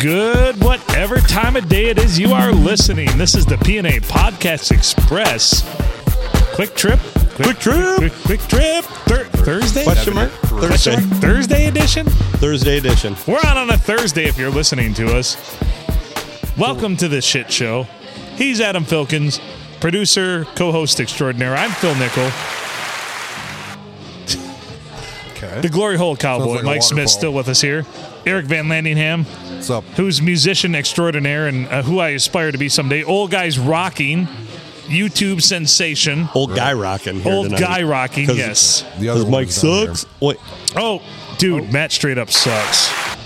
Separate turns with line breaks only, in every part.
Good, whatever time of day it is you are listening. This is the PNA Podcast Express. Quick trip.
Quick trip.
Quick, quick trip. Thir- Thursday?
Question mark? Thursday.
Thursday edition?
Thursday edition.
We're out on a Thursday if you're listening to us. Welcome to this shit show. He's Adam Filkins, producer, co host extraordinaire. I'm Phil Nickel.
Okay.
The Glory Hole Cowboy,
like a
Mike Smith,
waterfall.
still with us here. Eric Van Landingham,
What's up?
who's musician extraordinaire and uh, who I aspire to be someday. Old guy's rocking, YouTube sensation.
Old guy rocking. Here
Old
tonight.
guy rocking,
'Cause-
yes.
The
Cause
one
Mike
was on
sucks. Wait,
Oh, dude, Matt straight up sucks. Oh,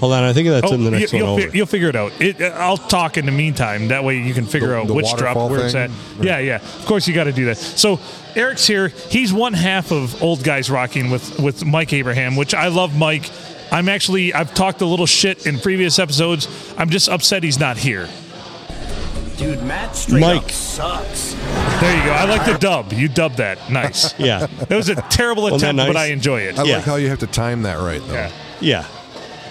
hold on. I think that's in the next
you,
one
will
over.
you'll figure it out. It, uh, I'll talk in the meantime. That way you can figure
The-
out
the
which drop
waterfall
where it's at.
thing?
Yeah, yeah. Of course you got to do that. So Eric's here. He's one half of Old Guys Rocking with with Mike Abraham, which I love. Mike, I'm actually I've talked a little shit in previous episodes. I'm just upset he's not here.
Dude, Matt straight
Mike.
up sucks.
There you go. I like the dub. You dubbed that. Nice.
yeah,
That was a terrible
Wasn't that
attempt, but
nice?
I enjoy it.
I
Yeah.
like how you have to time that right though.
Yeah.
yeah.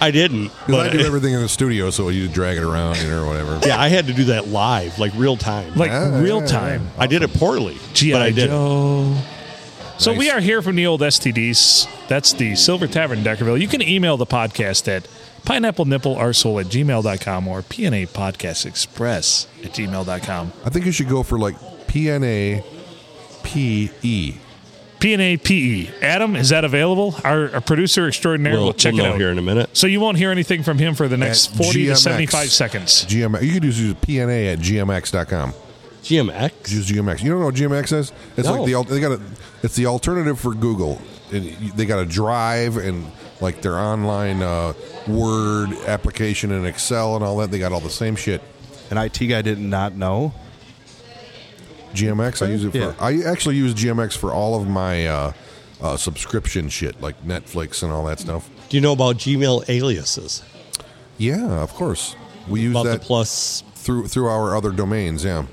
I didn't.
'Cause I
But
do everything in the studio, so you drag it around you know, or whatever.
yeah, I had to do that live, like real time.
Like
Yeah,
real
yeah,
time.
I did it poorly,
G.I.
but I did. it.
Joe. So
Nice.
we are here from the old STDs. That's the Silver Tavern in Deckerville. You can email the podcast at pineapple nipple arsehole at gmail.com or PNA Podcast Express at gmail.com.
I think you should go for like PNA PE.
PNA PE. E. Adam, is that available? Our, our producer extraordinaire will
We'll,
check
we'll
it
know
out.
here in a minute.
So you won't hear anything from him for the next
At
40 to
GMX.
75 seconds.
GM you could just use PNA at gmx.com.
GMX.
Use GMX. You don't know what GMX is? It's
No.
like the al- they got a, it's the alternative for Google. It, you- they got a drive and like their online uh, Word application and Excel and all that. They got all the same shit.
an IT guy did not know.
GMX. I use it for.
Yeah.
I actually use GMX for all of my uh, uh, subscription shit, like Netflix and all that stuff.
Do you know about Gmail aliases?
Yeah, of course. We use
About the
that
plus.
through through our other domains. Yeah,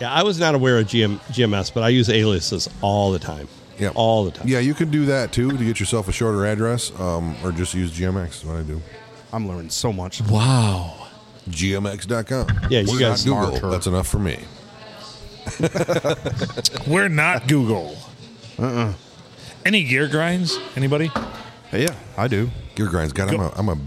Yeah, I was not aware of GM, GMS, but I use aliases all the time.
yeah,
all the time.
Yeah, you can do that too to get yourself a shorter address, um, or just use GMX. Is what I do.
I'm learning so much.
Wow.
GMX.com.
Yeah, you
We're
guys
not Google.
smarter.
That's enough for me.
We're not Google.
Uh-uh.
Any gear grinds? Anybody?
Yeah, I do.
Gear grinds. God, I'm a. I'm a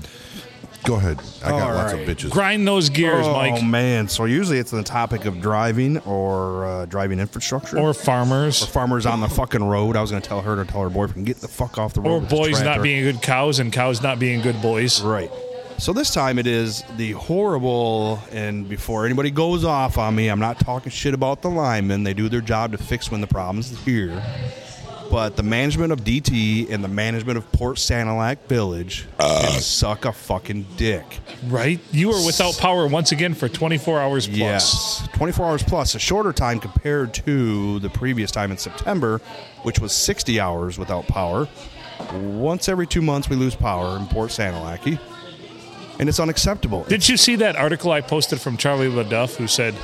go ahead. I got
All
lots of
right.
bitches.
Grind those gears,
oh
Mike.
man! So usually it's on the topic of driving or uh, driving infrastructure
Or farmers.
farmers on the fucking road. I was gonna tell her to tell her boyfriend get the fuck off the road.
or
with this
boys not
tractor."
being good cows and cows not being good boys.
right. So this time it is the horrible. And before anybody goes off on me, I'm not talking shit about the linemen. They do their job to fix when the problem's here. But the management of DT and the management of Port Sanilac Village can suck a fucking dick.
Right? You were without power once again for 24 hours plus.
Yes, 24 hours plus, a shorter time compared to the previous time in September, which was 60 hours without power. Once every two months, we lose power in Port Sanilac, and it's unacceptable.
Did you see that article I posted from Charlie LaDuff who said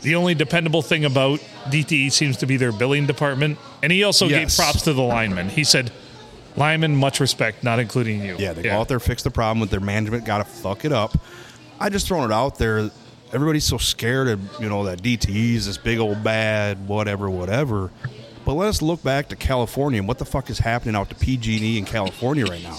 the only dependable thing about DTE seems to be their billing department? And he also
Yes.
gave props to the linemen. He said, Linemen, much respect, not including you.
yeah, they go out there, fix the problem with their management, got to fuck it up. I just thrown it out there. Everybody's so scared of you know that DTE is this big old bad, whatever, whatever. But let us look back to California and what the fuck is happening out to PG&E E in California right now.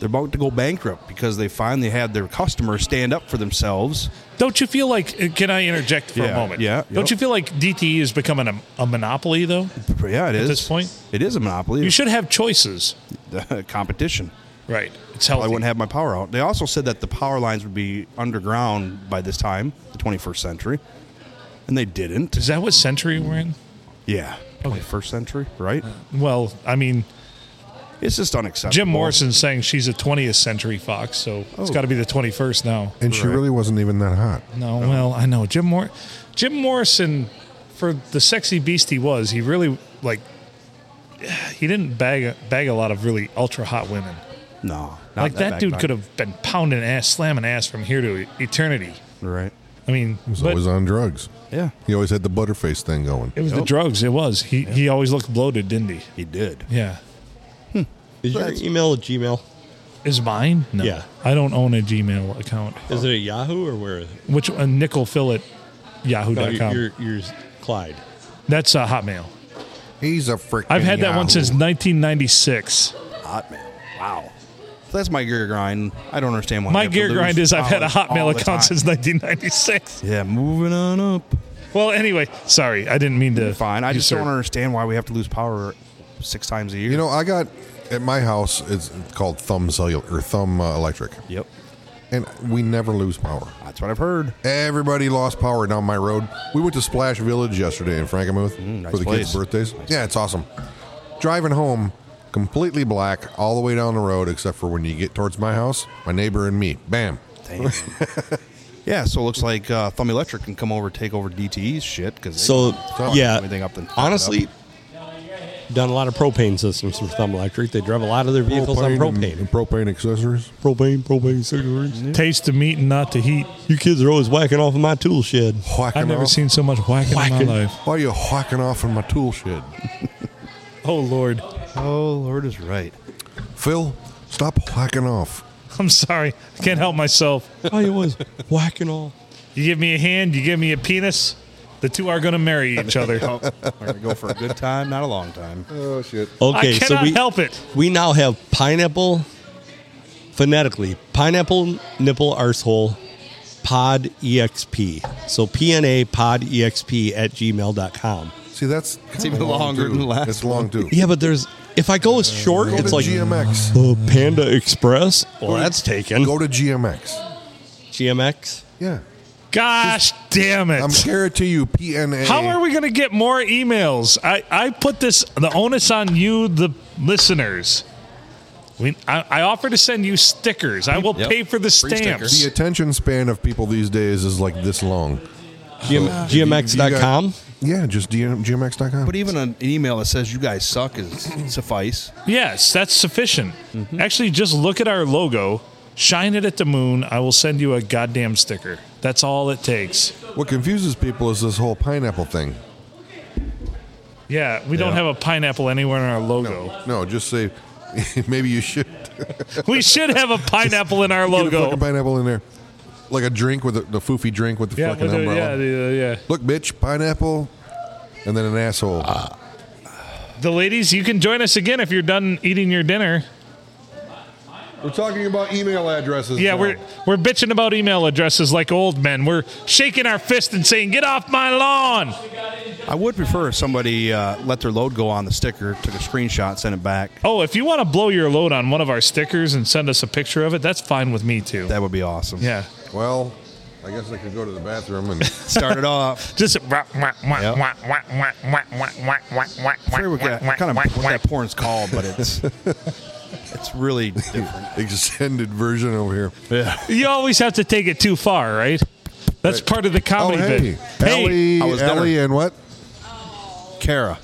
They're about to go bankrupt because they finally had their customers stand up for themselves.
Don't you feel like, uh, can I interject for a
Yeah,
moment?
yeah,
Don't
yep.
you feel like E DTE is becoming a, a monopoly, though?
Yeah, it is.
this point?
it is a monopoly.
You should have choices.
should competition.
Right. It's healthy.
I wouldn't have my power out. They also said that the power lines would be underground by this time, the 21st century, and they didn't.
is that what century we're in?
Yeah,
Okay.
21st century, right?
Well, I mean,
It's just unacceptable.
Jim Morrison's saying she's a 20th century fox, so it's
Oh.
got to be the 21st now.
and she really wasn't even that hot.
No,
Oh.
well, I know Jim Mor- Jim Morrison, for the sexy beast he was, he really like he didn't bag a, bag a lot of really ultra hot women.
No, not
like that, dude
backpack.
could have been pounding ass, slamming ass from here to e-, eternity.
Right.
I mean,
He's
but
always on drugs.
Yeah,
He always had the butterface thing going.
it was the
Nope.
drugs. It was he. He always looked bloated, didn't he?
he did.
Yeah.
Did your email at Gmail?
is mine. No,
Yeah.
I don't own a Gmail account.
Is it a Yahoo or where? Is it?
Which a nickel fill at
No,
yahoo.com.
you're, you're, you're Clyde.
That's uh, Hotmail.
He's a freaking.
I've had that one
Yahoo.
since 1996.
Hotmail. Wow. So that's my gear grind. I don't understand why. I
My
have to
gear
lose
grind is I've had a
hours all
Hotmail
the
account
time.
since 1996.
Yeah, moving on up.
Well, anyway, sorry, I didn't mean to.
Fine. I just
usurp.
don't understand why we have to lose power six times a year.
You know, I got at my house. It's called Thumb Cellular or Thumb uh, Electric,
Yep.
and we never lose power.
That's what I've heard.
Everybody lost power down my road. We went to Splash Village yesterday in Frankenmuth
Mm, nice
for the
place.
kids' birthdays. Yeah, it's awesome. Driving home, completely black all the way down the road, except for when you get towards my house, my neighbor and me. Bam.
Yeah, so it looks like uh, Thumb Electric can come over take over DTE's shit because
So, yeah.
everything up and
Honestly, done a lot of propane systems for Thumb Electric. They drive a lot of their vehicles on
and-
propane. Mm-hmm.
and propane accessories.
Propane, propane cigarettes.
Taste to meat and not to heat.
You kids are always whacking off of my tool shed.
Whacking
I've never
off.
seen so much whacking, in
Whacking.
my life.
Why are you whacking off in my tool shed?
Oh Lord,
oh Lord is right.
Phil, stop whacking off.
I'm sorry, I can't help myself.
I was Oh, whacking off.
You give me a hand, you give me a penis. The two are going to marry each other.
We're gonna go for a good time, not a long time.
Oh shit.
I
Okay,
cannot
so we
help it.
we now have pineapple phonetically pineapple nipple arsehole pod exp. So pna pod exp at gmail.com.
See, that's it's
even longer than the last
It's long too.
Yeah, but there's if I go short,
Go
it's
to
like
GMX.
uh, Panda Express. Well, that's taken.
Go to GMX.
GMX.
Yeah.
Gosh damn it!
I'm guarantee you PNA.
How are we going to get more emails? I, I put this the onus on you, the listeners. We, I, I offer to send you stickers. I will
Yep.
pay for the stamps.
The attention span of people these days is like this long.
GM,
Uh,
GMX.com.
Yeah, just DM, GMX.com.
But even an email that says you guys suck is suffice.
Yes, that's sufficient. Actually, just look at our logo, shine it at the moon. I will send you a goddamn sticker. That's all it takes.
what confuses people is this whole pineapple thing.
Yeah, we don't have a pineapple anywhere in our logo.
No, just say maybe you should
we should have a pineapple in our
get a fucking
logo.
pineapple in there, like a drink with a, the foofy drink with the
Yeah,
fucking
with a-
umbrella.
yeah, yeah, yeah.
Look, bitch, pineapple, and then an asshole.
Ah. The ladies, you can join us again if you're done eating your dinner.
we're talking about email addresses.
Yeah,
now.
we're we're bitching about email addresses like old men. We're shaking our fist and saying, "Get off my lawn!"
I would prefer if somebody uh, let their load go on the sticker, took a screenshot, sent it back.
Oh, if you want to blow your load on one of our stickers and send us a picture of it, that's fine with me too.
That would be awesome.
Yeah,
well. I guess I could go to the bathroom and
Start it off.
just
I forget what that- I kind of what that porn's called, but it's it's really different.
extended version over here.
you always have to take it too far, right? That's part of the comedy
oh, hey,
bit. Hey,
Ellie,
I was there.
Ellie, and what?
Kara,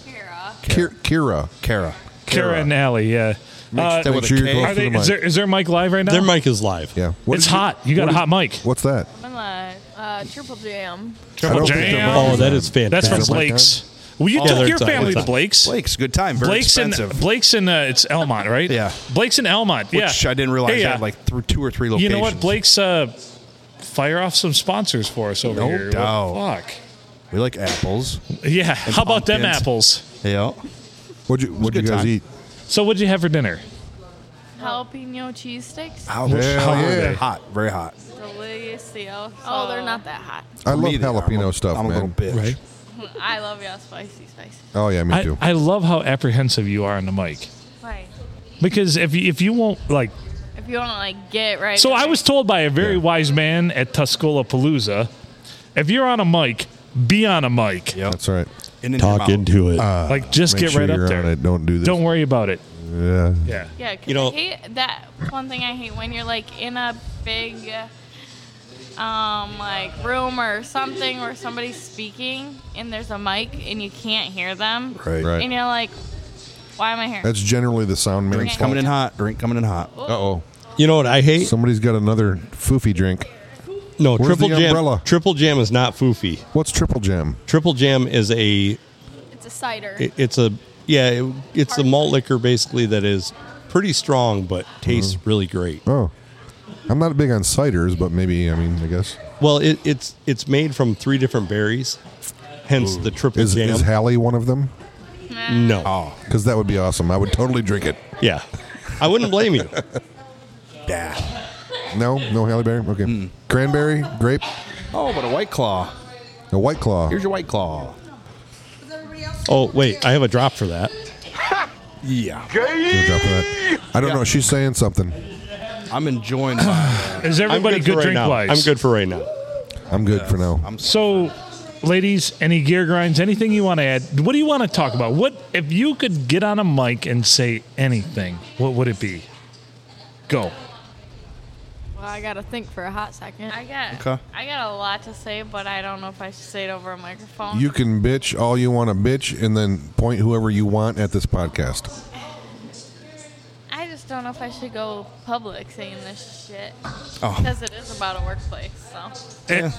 Kira. Kira.
Kara,
Kara and Allie, yeah. Uh,
that
Make
with a
sure you're
K.
close
are
to
they,
the mic.
is, there, is their mic live right now?
Their mic is live.
Yeah. What
it's
did you-
hot. You got a
what
hot mic.
did- What's that?
I'm live. Uh, Triple Jam.
Triple
I don't think
J.
their mic
Oh, that is
That's
fantastic.
from
Is that mic
Blake's. Well, you
Oh,
took
they're
your
tight.
family to
They're tight.
Blake's.
Blake's a good time. Very
Blake's
expensive.
and Blake's and uh, it's Elmont, right?
Yeah.
Blake's and Elmont. yeah,
which I didn't realize
Hey,
they
uh,
had like th- two or three
you
locations.
know what? Blake's uh, fire off some sponsors for us over
No
here. What
doubt.
the
We like apples.
fuck. Yeah. How about them
pumpkins.
apples?
Yeah.
What'd you, what'd you
good
guys
time.
eat?
So what'd you have for dinner?
Jalapeno cheese sticks.
Ouch.
Hell
Hot.
yeah.
Hot. Very hot.
Delicioso. Oh, they're not that hot.
I love
Me either.
jalapeno
I'm a-
stuff,
I'm
man.
a little bitch.
I love y'all spicy, spicy.
Oh yeah, me
I,
too.
I love how apprehensive you are on the mic
Like,
because if you, if you won't like
if you want to like get right.
So I
away.
was told by a very wise man at Tuscola Palooza, if you're on a mic, be on a mic.
Yep.
That's right.
And in
Talk
your mouth.
into it.
Uh,
Like just
Make
get
sure
right
you're
up
on
there.
it. Don't do this.
Don't worry about it.
Yeah.
Yeah.
Yeah, 'cause
You know-
I hate that one thing I hate when you're like in a big, um, like room or something where somebody's speaking and there's a mic and you can't hear them.
Right.
Right.
And you're like, why am I here?
That's generally the sound man's
Drink's
fault.
coming
Uh
in hot. Drink coming in hot.
oh.
you know what I hate?
Somebody's got another foofy drink.
No,
Where's
triple
the
jam.
umbrella?
Triple jam is not foofy.
What's triple jam?
Triple jam is a
It's a cider.
it- it's a yeah, it, it's a malt liquor basically that is pretty strong, but tastes really great.
Oh, I'm not big on ciders, but maybe I mean I guess
Well, it, it's it's made from three different berries, hence the triple
is
jam.
is Oh. Hallie one of them?
no,
Because that would be awesome. I would totally drink it.
yeah, I wouldn't blame you.
No, no Halle Berry. Okay,
Hmm.
cranberry, grape,
Oh, but a white claw.
a White Claw.
Here's your white claw.
Oh wait, I have a drop for that.
Yeah,
No drop of that. I don't know. She's saying something.
I'm enjoying. my-
Is
I'm
everybody
for
good,
right
drink
now.
wise?
I'm good for right now.
I'm good for now.
I'm so
So, ladies, any gear grinds, anything you want to add? What do you want to talk about? What if you could get on a mic and say anything? What would it be? Go.
Well, I gotta think for a hot second.
I got
Okay.
I got a lot to say, but I don't know if I should say it over a microphone.
You can bitch all you want to bitch, and then point whoever you want at this podcast.
I just don't know if I should go public saying this shit
Oh.
because it is about a workplace. So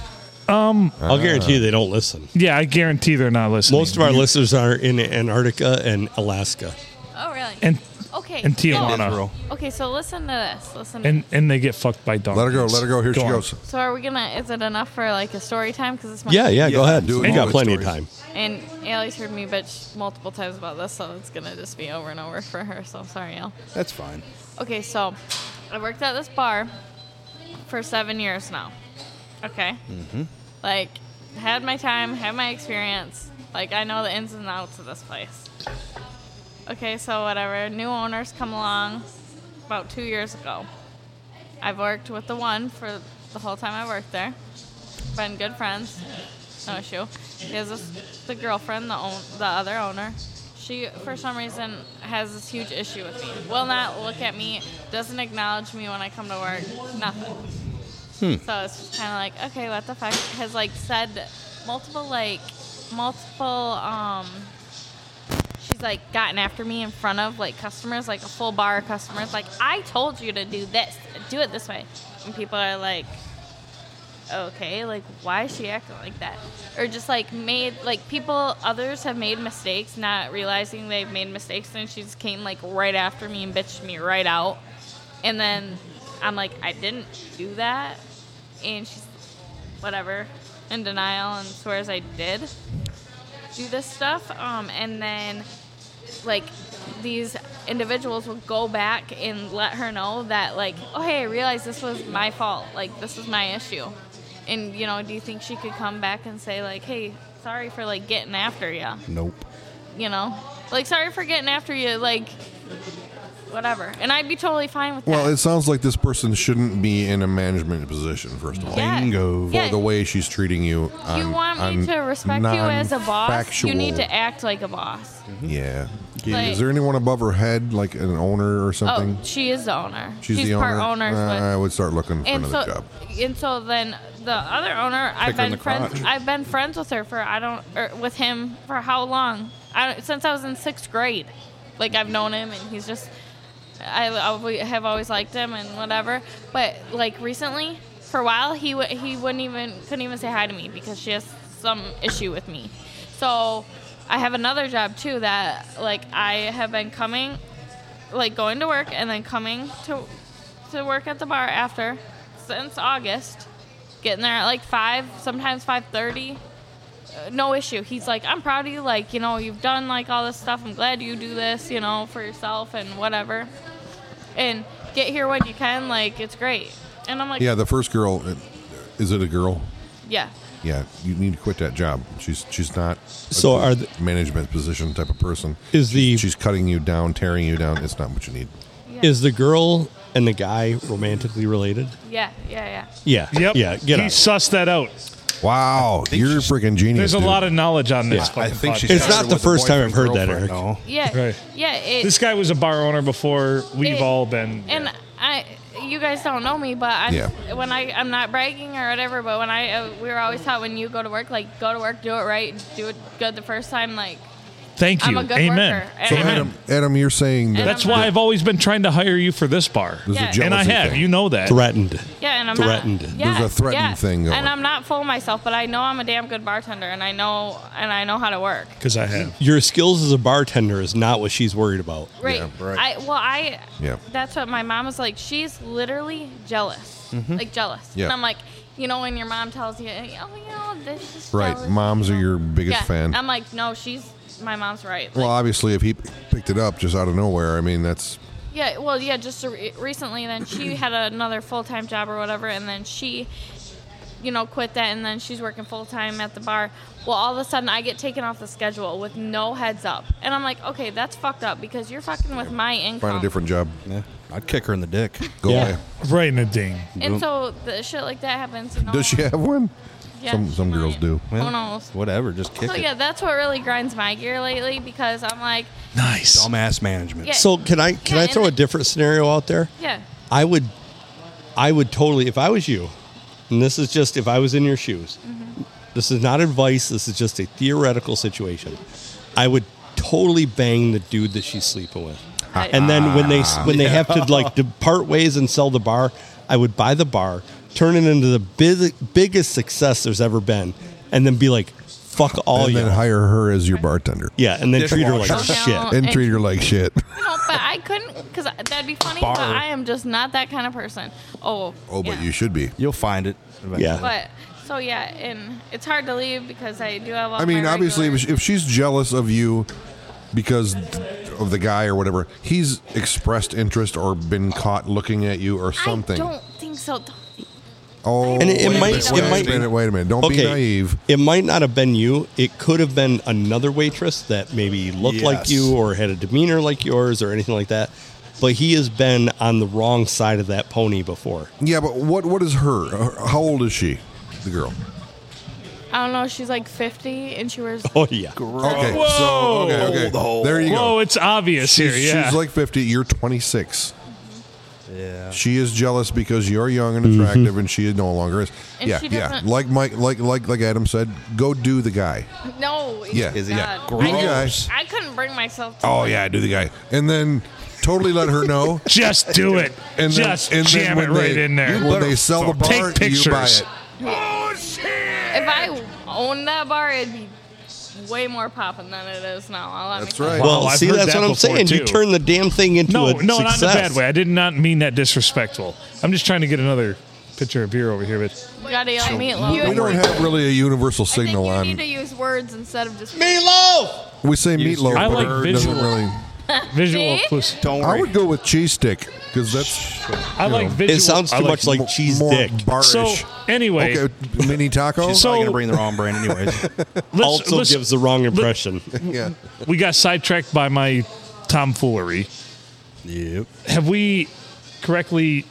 I'll guarantee you they don't listen.
Yeah, I guarantee they're not listening.
Most of our listeners are in Antarctica and Alaska.
Oh, really?
and
okay.
and Tijuana.
Israel.
okay, so listen to this. Listen.
and and they get fucked by dogs.
Let her go. Let her go. Here she
on.
goes.
so are we gonna? Is it enough for like a story time? Because it's my
Yeah, yeah, go
Yeah,
ahead.
do it.
We got
Good
plenty of time.
stories.
And Allie's heard me bitch multiple times about this, so it's gonna just be over and over for her. So I'm sorry, Al.
that's fine.
Okay, so I worked at this bar for seven years now. Okay. Mm-hmm. Like, had my time, had my experience. Like, I know the ins and outs of this place. Okay, so whatever. New owners come along about two years ago. I've worked with the one for the whole time I worked there. Been good friends. No issue. Oh, He has this, the girlfriend, the own, the other owner. She, for some reason, has this huge issue with me. Will not look at me. Doesn't acknowledge me when I come to work. Nothing. So it's just kind of like, okay, what the fuck? Has like said multiple like multiple um. She's like gotten after me in front of like customers, like a full bar of customers. Like I told you to do this, do it this way, and people are like, okay, like why is she acting like that? Or just like made like people others have made mistakes, not realizing they've made mistakes, and she just came like right after me and bitched me right out. And then I'm like, I didn't do that, and she's whatever in denial and swears I did do this stuff. Um, and then like these individuals will go back and let her know that like oh hey i realized this was my fault like this was my issue and you know do you think she could come back and say like hey sorry for like getting after you
Nope.
you know like sorry for getting after you like whatever and i'd be totally fine with
Well,
that
it sounds like this person shouldn't be in a management position. First of all,
Yeah.
Bingo.
for
Yeah.
the way she's treating you. On,
you want
on
me to respect you as a boss you need
non-factual-
to act like a boss
Yeah.
Like-
Is there anyone above her head, like an owner or something?
oh she is the owner
She's, the
part
owner.
owner
Uh,
with-
I would start looking for
and
another
so
job.
and so then the other owner
Kick
I've
her in
been
the
friends
crotch.
I've been friends with her for I don't or with him for how long I don't, since I was in sixth grade like I've known him and he's just I, I have always liked him and whatever but like recently for a while he w- he wouldn't even couldn't even say hi to me because she has some issue with me so I have another job too that like I have been coming like going to work and then coming to to work at the bar after since August. Getting there at like five, sometimes five thirty. Uh, No issue. He's like, I'm proud of you. Like, you know, you've done like all this stuff. I'm glad you do this, you know, for yourself and whatever. And get here when you can. Like, it's great. And I'm like,
Yeah, the first girl. uh, Is it a girl?
yeah.
Yeah, you need to quit that job. She's she's not. a
So are the-
management position type of person.
Is the
She's cutting you down, tearing you down. It's not what you need.
is the girl and the guy romantically related?
Yeah. Yeah. Yeah.
Yeah.
Yep.
Yeah. Get
he
out.
sussed that out.
Wow, you're a freaking genius.
There's a
dude.
lot of knowledge on this.
Yeah.
fucking
I think
podcast.
she's.
It's not
started
the
with a
first time I've heard that, Eric.
boyfriend, No.
Yeah.
Right.
Yeah. It,
This guy was a bar owner before. We've
It-
all been.
And I, you guys don't know me, but I'm,
Yeah.
when I, I'm not bragging or whatever. But when I, uh, we were always taught when you go to work, like go to work, do it right, do it good the first time, like
Thank you.
I'm a good
Amen.
worker.
So
Amen.
Adam, Adam, you're saying that
That's why I've always been trying to hire you for this bar.
there's
Yeah.
a jealousy
And I have.
thing.
You know that.
Threatened.
Yeah, and I'm
Threatened.
Not,
There's
yes,
a threatened
yes.
thing going.
And I'm not full of myself, but I know I'm a damn good bartender, and I know and I know how to work.
Because I have.
Your skills as a bartender is not what she's worried about.
Right.
Yeah, right.
I well, I.
Yeah.
That's what my mom was like. She's literally jealous, like jealous.
Yeah.
And I'm like, you know, when your mom tells you, oh, you know, this is
Right,
jealous,
moms
you
are
know.
your biggest
Yeah.
fan.
I'm like, no, she's my mom's right.
well,
Like,
obviously, if he p- picked it up just out of nowhere, I mean, that's
yeah. Well, yeah. Just re- recently, then she had another full time job or whatever, and then she. You know, quit that, and then she's working full time at the bar. Well, all of a sudden, I get taken off the schedule with no heads up, and I'm like, okay, that's fucked up because you're fucking with my income.
find a different job.
Yeah. I'd kick her in the dick.
Go
Yeah.
away.
Right in the ding.
And so the shit like that happens. You know?
Does she have one?
Yeah,
Some
she
some girls
might.
do.
Who knows?
Whatever. Just kick
So
it.
yeah, that's what really grinds my gear lately because I'm like,
Nice.
Dumbass management.
Yeah.
So can I can
Yeah,
I throw a
and-
different scenario out there?
yeah,
I would, I would totally. If I was you, and this is just if I was in your shoes, this is not advice. This is just a theoretical situation. I would totally bang the dude that she's sleeping with,
I-
and then when they
Ah,
when they have to like to part ways and sell the bar, I would buy the bar, turn it into the big, biggest success there's ever been, and then be like, "Fuck all
and
you."
then hire her as your bartender.
Oh, yeah, and then treat her like
Dishwasher.
shit.
Now-
And
It-
treat her like shit.
you know, but I couldn't because that'd be funny. But
Bar.
I am just not that kind of person. Oh,
Oh, but
yeah.
you should be.
You'll find it. eventually.
Yeah.
But so yeah, and it's hard to leave because I do have. All
I mean,
my
obviously, if sh-
regular-
if she's jealous of you because of the guy or whatever, he's expressed interest or been caught looking at you or something.
I don't think so. Don't think-
oh,
And it- it
wait a
might-
minute,
it
wait
might-
a minute, wait a minute. Don't be naive.
It might not have been you. It could have been another waitress that maybe looked like
Yes.
you or had a demeanor like yours or anything like that. But he has been on the wrong side of that pony before.
Yeah, but what what is her? Uh, How old is she? The girl.
I don't know. She's like 50 and she wears.
Oh yeah.
Okay.
Whoa.
So okay, okay. There you
Whoa,
go.
it's obvious here.
She's-
Yeah.
She's like 50. You're 26.
Yeah.
She is jealous because you're young and attractive, and she no longer is.
And
yeah,
she
yeah.
doesn't-
Like Mike, like like like Adam said, go do the guy.
No.
Yeah,
God.
yeah.
I, couldn't-
Gross.
I couldn't bring myself. to
Oh yeah, do the guy, and then totally let her know.
just do it.
And then,
just
and then
jam it
when
right
they-
in there.
When they sell the
Take
bar, you buy
pictures.
it.
If I owned that bar, it'd be way more popping than it is now. I'll let
That's
me-
right.
Well,
I've
see,
heard
that's
that
what I'm
before,
saying.
too.
You turn the damn thing into
No,
a
no,
success.
not in a bad way. I did not mean that disrespectful. I'm just trying to get another picture of beer over here, but
You gotta yell meatloaf.
You-
we don't have really a universal signal
I think you
on.
need to use words instead of just.
Meatloaf.
We say meatloaf,
I
but
like
it doesn't
visual.
really.
visual
See?
plus.
Don't
I
worry.
would go with cheese stick because that's
I like visual.
It sounds too
I like
much like
mo-
cheese
more
dick.
Barish.
So anyway,
okay, mini taco.
So-
Probably gonna bring the wrong brand anyways.
let's,
Also
let's-
gives the wrong impression.
yeah.
we got sidetracked by my tomfoolery.
yep.
Have we correctly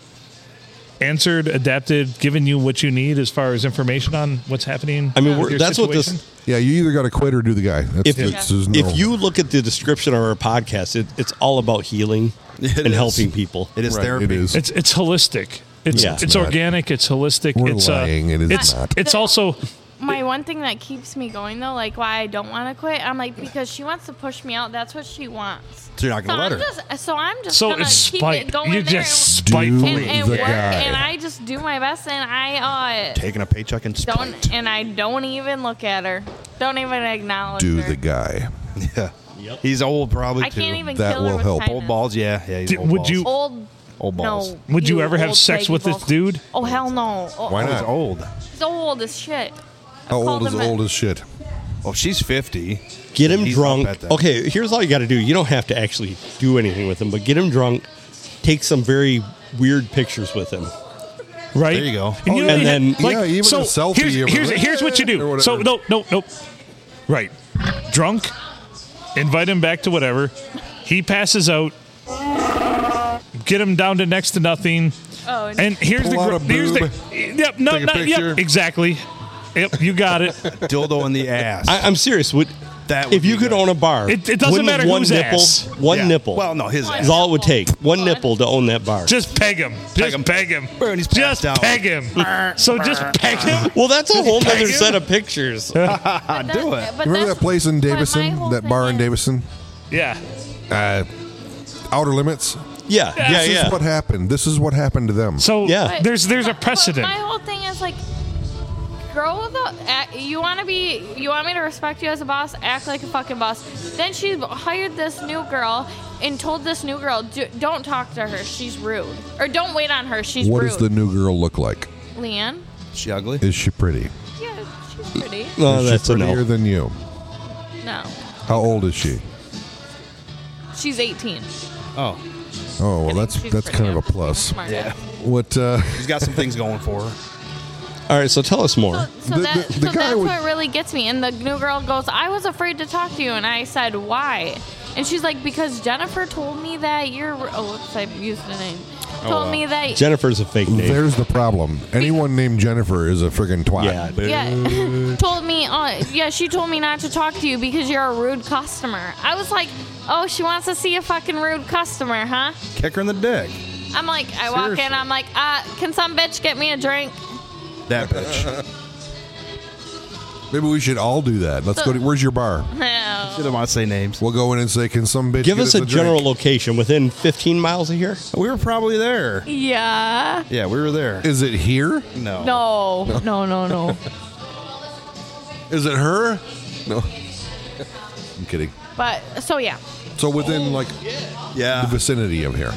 answered, adapted, given you what you need as far as information on what's happening?
I mean,
with
we're,
your
that's what this.
situation?
Yeah, you either got to quit or do the guy. That's,
If-
that's- there's no-
If you look at the description of our podcast, it, it's all about healing
It
and
is.
helping people.
It is
Right,
therapy.
it is.
It's it's holistic. It's
No,
it's,
it's
not.
organic. It's holistic.
We're
it's
lying.
Uh,
It is
it's,
not.
It's also
My one thing that keeps me going though, like why I don't want to quit, I'm like because she wants to push me out. That's what she wants.
So you're not
So
gonna let
I'm
her.
just so I'm just
so
gonna
it's
keep
spite.
it going
You're
there
just
Do
spiteful.
and, and
the
work,
guy.
and I just do my best, and I uh,
Taking a paycheck and spite.
don't, and I don't even look at her, don't even acknowledge
do
her.
the guy.
Yeah. He's old probably
I
too.
can't even
That
kill her
will
with
help.
kindness.
Old balls, yeah, yeah. He's
Did-
old
would
balls.
you-
Old.
Old balls.
No.
Would you ever have
old
sex
baggy
with this
balls.
dude?
Oh hell no. Oh,
Why
Oh, he's
not?
old.
He's old as shit.
How old
called
is
him a-
old as shit?
Oh, she's fifty.
Get him
He's up at
drunk.
that.
Okay, here's all you got to do. You don't have to actually do anything with him, but get him drunk. Take some very weird pictures with him.
Right.
There you go.
And, you
Oh,
know,
yeah. And
like,
then- Yeah, even
so
a selfie
Here's,
or
here's,
whatever.
here's what you
Or
do.
whatever.
So no, no, nope. Right. Drunk. Invite him back to whatever. He passes out. Get him down to next to nothing.
Oh, and
And here's
Pull
the
out
gr-
a
here's the
boob.
yep no
Take a
not yep
picture.
exactly. Yep, you got it.
Dildo in the ass.
I, I'm serious. Would
That would
If you
be
could
good.
own a bar,
It- it doesn't
wouldn't
matter
one
whose
nipple,
ass.
one
Yeah.
nipple
Well, no, his
One
ass.
is all it would take. One
One.
nipple to own that bar.
Just peg him. Just
him.
peg him.
Bernie's
just
passed out.
peg him. so just peg him.
well, that's a whole other
Peg him.
set of pictures.
But that-
do it.
But
Remember
that's-
that place in
but my
Davison,
whole
that
thing
bar in
is-
Davison,
Yeah.
uh, Outer Limits.
yeah, yeah,
This
yeah.
is what happened. This is what happened to them.
So
Yeah.
there's there's a
But- but
precedent.
my whole thing is like, grow the. act- You want to be. You want me to respect you as a boss? Act like a fucking boss. Then she hired this new girl and told this new girl, "Do- "Don't talk to her. She's rude." Or don't wait on her. She's
what
rude.
does the new girl look like?
Leanne?
She ugly.
Is she pretty?
Yeah, she's pretty.
No,
is
Oh, that's
she
a
prettier
no.
than you.
No,
How old is she?
she's 18.
Oh,
Oh well,
I think
that's
she's
that's
pretty.
kind of a
She's
plus.
smart.
yeah.
What? Uh,
She's got some things going for her.
All right, so tell us more.
So,
The-
that,
the- the
so
guy
that's
would-
what really gets me. And the new girl goes, I was afraid to talk to you. And I said, Why? And she's like, Because Jennifer told me that you're. Oh, whoops, I used the name. Told
Oh, wow.
me that.
Jennifer's a fake name.
there's the problem. Anyone named Jennifer is a friggin' twat.
Yeah,
yeah, told me. Uh, yeah, she told me not to talk to you because you're a rude customer. I was like, oh, she wants to see a fucking rude customer, huh?
Kick her in the dick.
I'm like, I walk in,
Seriously.
I'm like, uh, can some bitch get me a drink?
That bitch.
Maybe we should all do that. Let's go to. Where's your bar?
she
No.
don't want to say names.
We'll go in and say, can some bitch
Give
get
us a
drink?"
general location within 15 miles of here.
We were probably there.
Yeah.
Yeah, we were there.
Is it here?
No.
No, no, no, no.
Is it her? No. I'm kidding.
but so yeah,
So within
Oh.
like the
Yeah.
vicinity of here.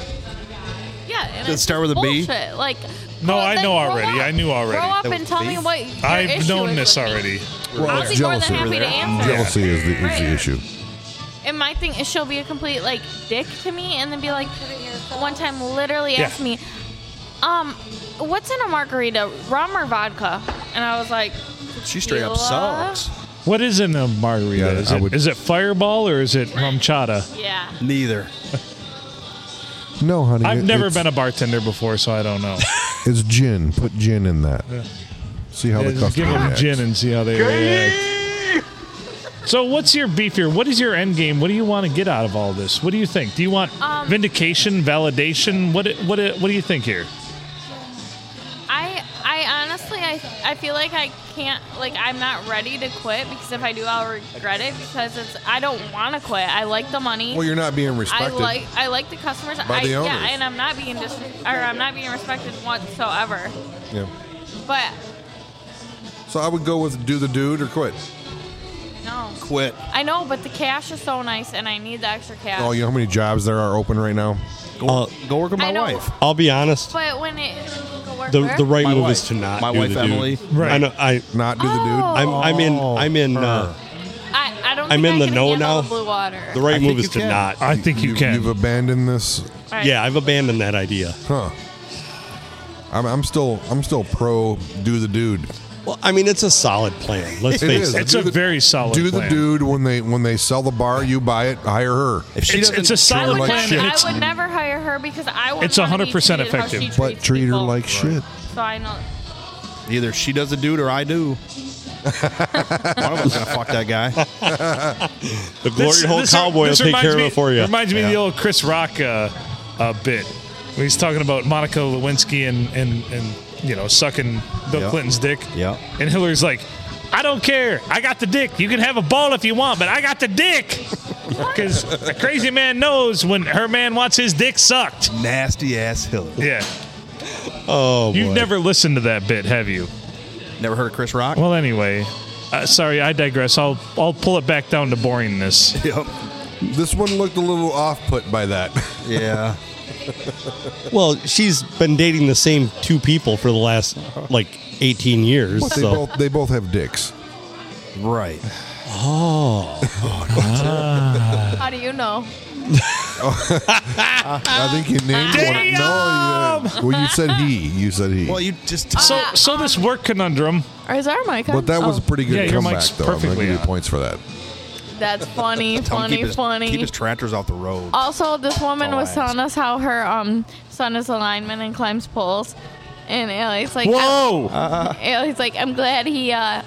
yeah. And
Does it
it's
start with a B?
bullshit. Like,
No,
grow-
I
then
know
grow
already.
up.
I knew already.
Grow up
That
and
was
tell me
beef?
what your
I've
issue
known
is
this
with me.
already.
Well,
I'll
it's
be more than
jealousy.
happy to answer.
Jealousy is the, is the
Right.
issue.
And my thing is, she'll be a complete like dick to me, and then be like, one time literally asked
Yeah.
me, um, what's in a margarita, rum or vodka? And I was like,
She straight up
Tequila?
sucks.
What is in a margarita?
Yeah,
is,
I
it,
would-
is it Fireball or is it rum chata?
yeah.
Neither.
No, honey.
I've
it-
never
it's,
been a bartender before, so I don't know.
It's gin. Put gin in that. See how the
Yeah, just
customer
give them
reacts.
gin and see how they react. So, what's your beef here? What is your end game? What do you want to get out of all this? What do you think? Do you want
Um,
vindication, validation? What what what do you think here?
I I honestly I I feel like I can't like I'm not ready to quit because if I do I'll regret it because it's I don't want to quit. I like the money.
Well, you're not being
I
respected.
like I like the customers.
by
I,
the
yeah,
owners.
and I'm not being dis- or I'm not being respected whatsoever.
Yeah.
But
So I would go with do the dude or quit.
no,
Quit.
I know. But the cash is so nice, and I need the extra cash.
Oh, you know how many jobs there are open right now?
Go,
Uh,
go work with
I
my
know.
wife.
I'll be honest.
But when it go work
The,
where?
the right
My
move
wife.
is to not.
My
do
wife,
the dude.
Emily.
Right.
I know. I.
Not do
Oh.
I'm. I'm in. I'm in. Uh,
her.
I, I don't.
I'm in
think I
the
can
know
handle
now.
The blue water.
the right
I
move
think
is to
you can.
not.
I think you,
the dude.
can.
You've abandoned this,
Right.
yeah, I've abandoned that idea.
huh? I'm, I'm still I'm still pro do the dude.
Well, I mean, it's a solid plan. Let's
It
face
is.
it.
it's
Do
a
the-
very solid.
do the
plan.
dude when they when they sell the bar, you buy it, hire her.
If she
It's,
doesn't
it's a
I
solid
like
would,
plan.
never,
and
I
it's-
would never hire her because I would.
It's 100% effective.
But treat her like shit.
So I know.
either she does a dude or I do. One of us gonna fuck that guy.
the glory hole cowboy will
this
take
reminds
care
me,
of it for you.
Reminds me of the
Yeah.
old Chris Rock uh, uh, bit. When he's talking about Monica Lewinsky and and, and you know sucking Bill
Yeah.
Clinton's dick.
Yeah.
And Hillary's like, I don't care. I got the dick. You can have a ball if you want, but I got the dick. Because a crazy man knows when her man wants his dick sucked.
Nasty ass Hillary.
Yeah.
oh,
You've
boy.
never listened to that bit, have you?
Never heard of Chris Rock?
Well, anyway. Uh, sorry, I digress. I'll I'll pull it back down to boringness.
Uh,
Yep.
This one looked a little off put by that.
Yeah.
Well, she's been dating the same two people for the last like 18 years.
But they
So
both they both have dicks.
right.
How do you know?
I think you named one. No, you, well, you said he. You said he.
Well, you just
So
Uh,
so this work conundrum.
Or is our mic on?
but that was a pretty good
Oh. Yeah, your
comeback,
mic's
though. I'm gonna
perfectly
give you
on.
points for that.
Oh, That's funny,
tell him
funny,
keep his,
funny. Uh,
Keep his tractors off the road.
also, this woman
all
was
I
telling us how her um son is a lineman and climbs poles, and Ailey's like,
uh.
Whoa!
I'm, Ailey's like, I'm glad he uh,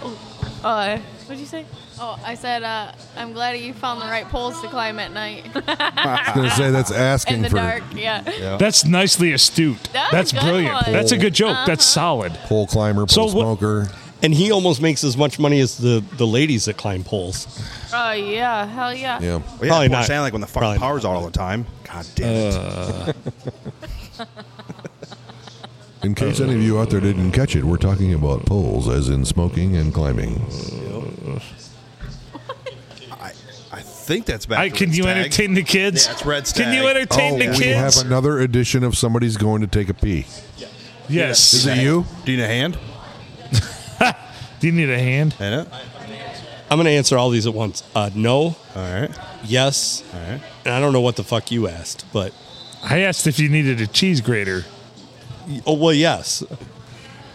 uh, what'd you say?
Oh, I said, uh, I'm glad you found the right poles to climb at night.
I was going to say that's
In
asking
the
for
dark, yeah.
That's nicely astute.
That was
That's
a good
brilliant.
one. Uh-huh.
That's a good joke. That's solid.
pole climber,
So
pole
what-
smoker.
And he almost makes as much money as the, the ladies that climb poles.
Oh yeah, hell
Yeah.
yeah.
Well, yeah,
Probably
Probably not.
not.
Saying like when the fucking
Probably
power's out all the time. God damn it.
Uh,
In case any of you out there didn't catch it, we're talking about poles, as in smoking and climbing.
I, I think that's back.
I,
to
can
Red
you
Stag.
entertain the kids?
Yeah, it's Red
Can you
Stag. Oh,
entertain the
Oh, we
kids?
have another edition of somebody's going to take a pee.
yes.
Is it you?
Do you need a hand?
Do you need a hand?
Yeah.
I'm going to answer all these at once. Uh, no,
All right.
yes,
All right.
and I don't know what the fuck you asked, but
I asked if you needed a cheese grater.
oh well, yes.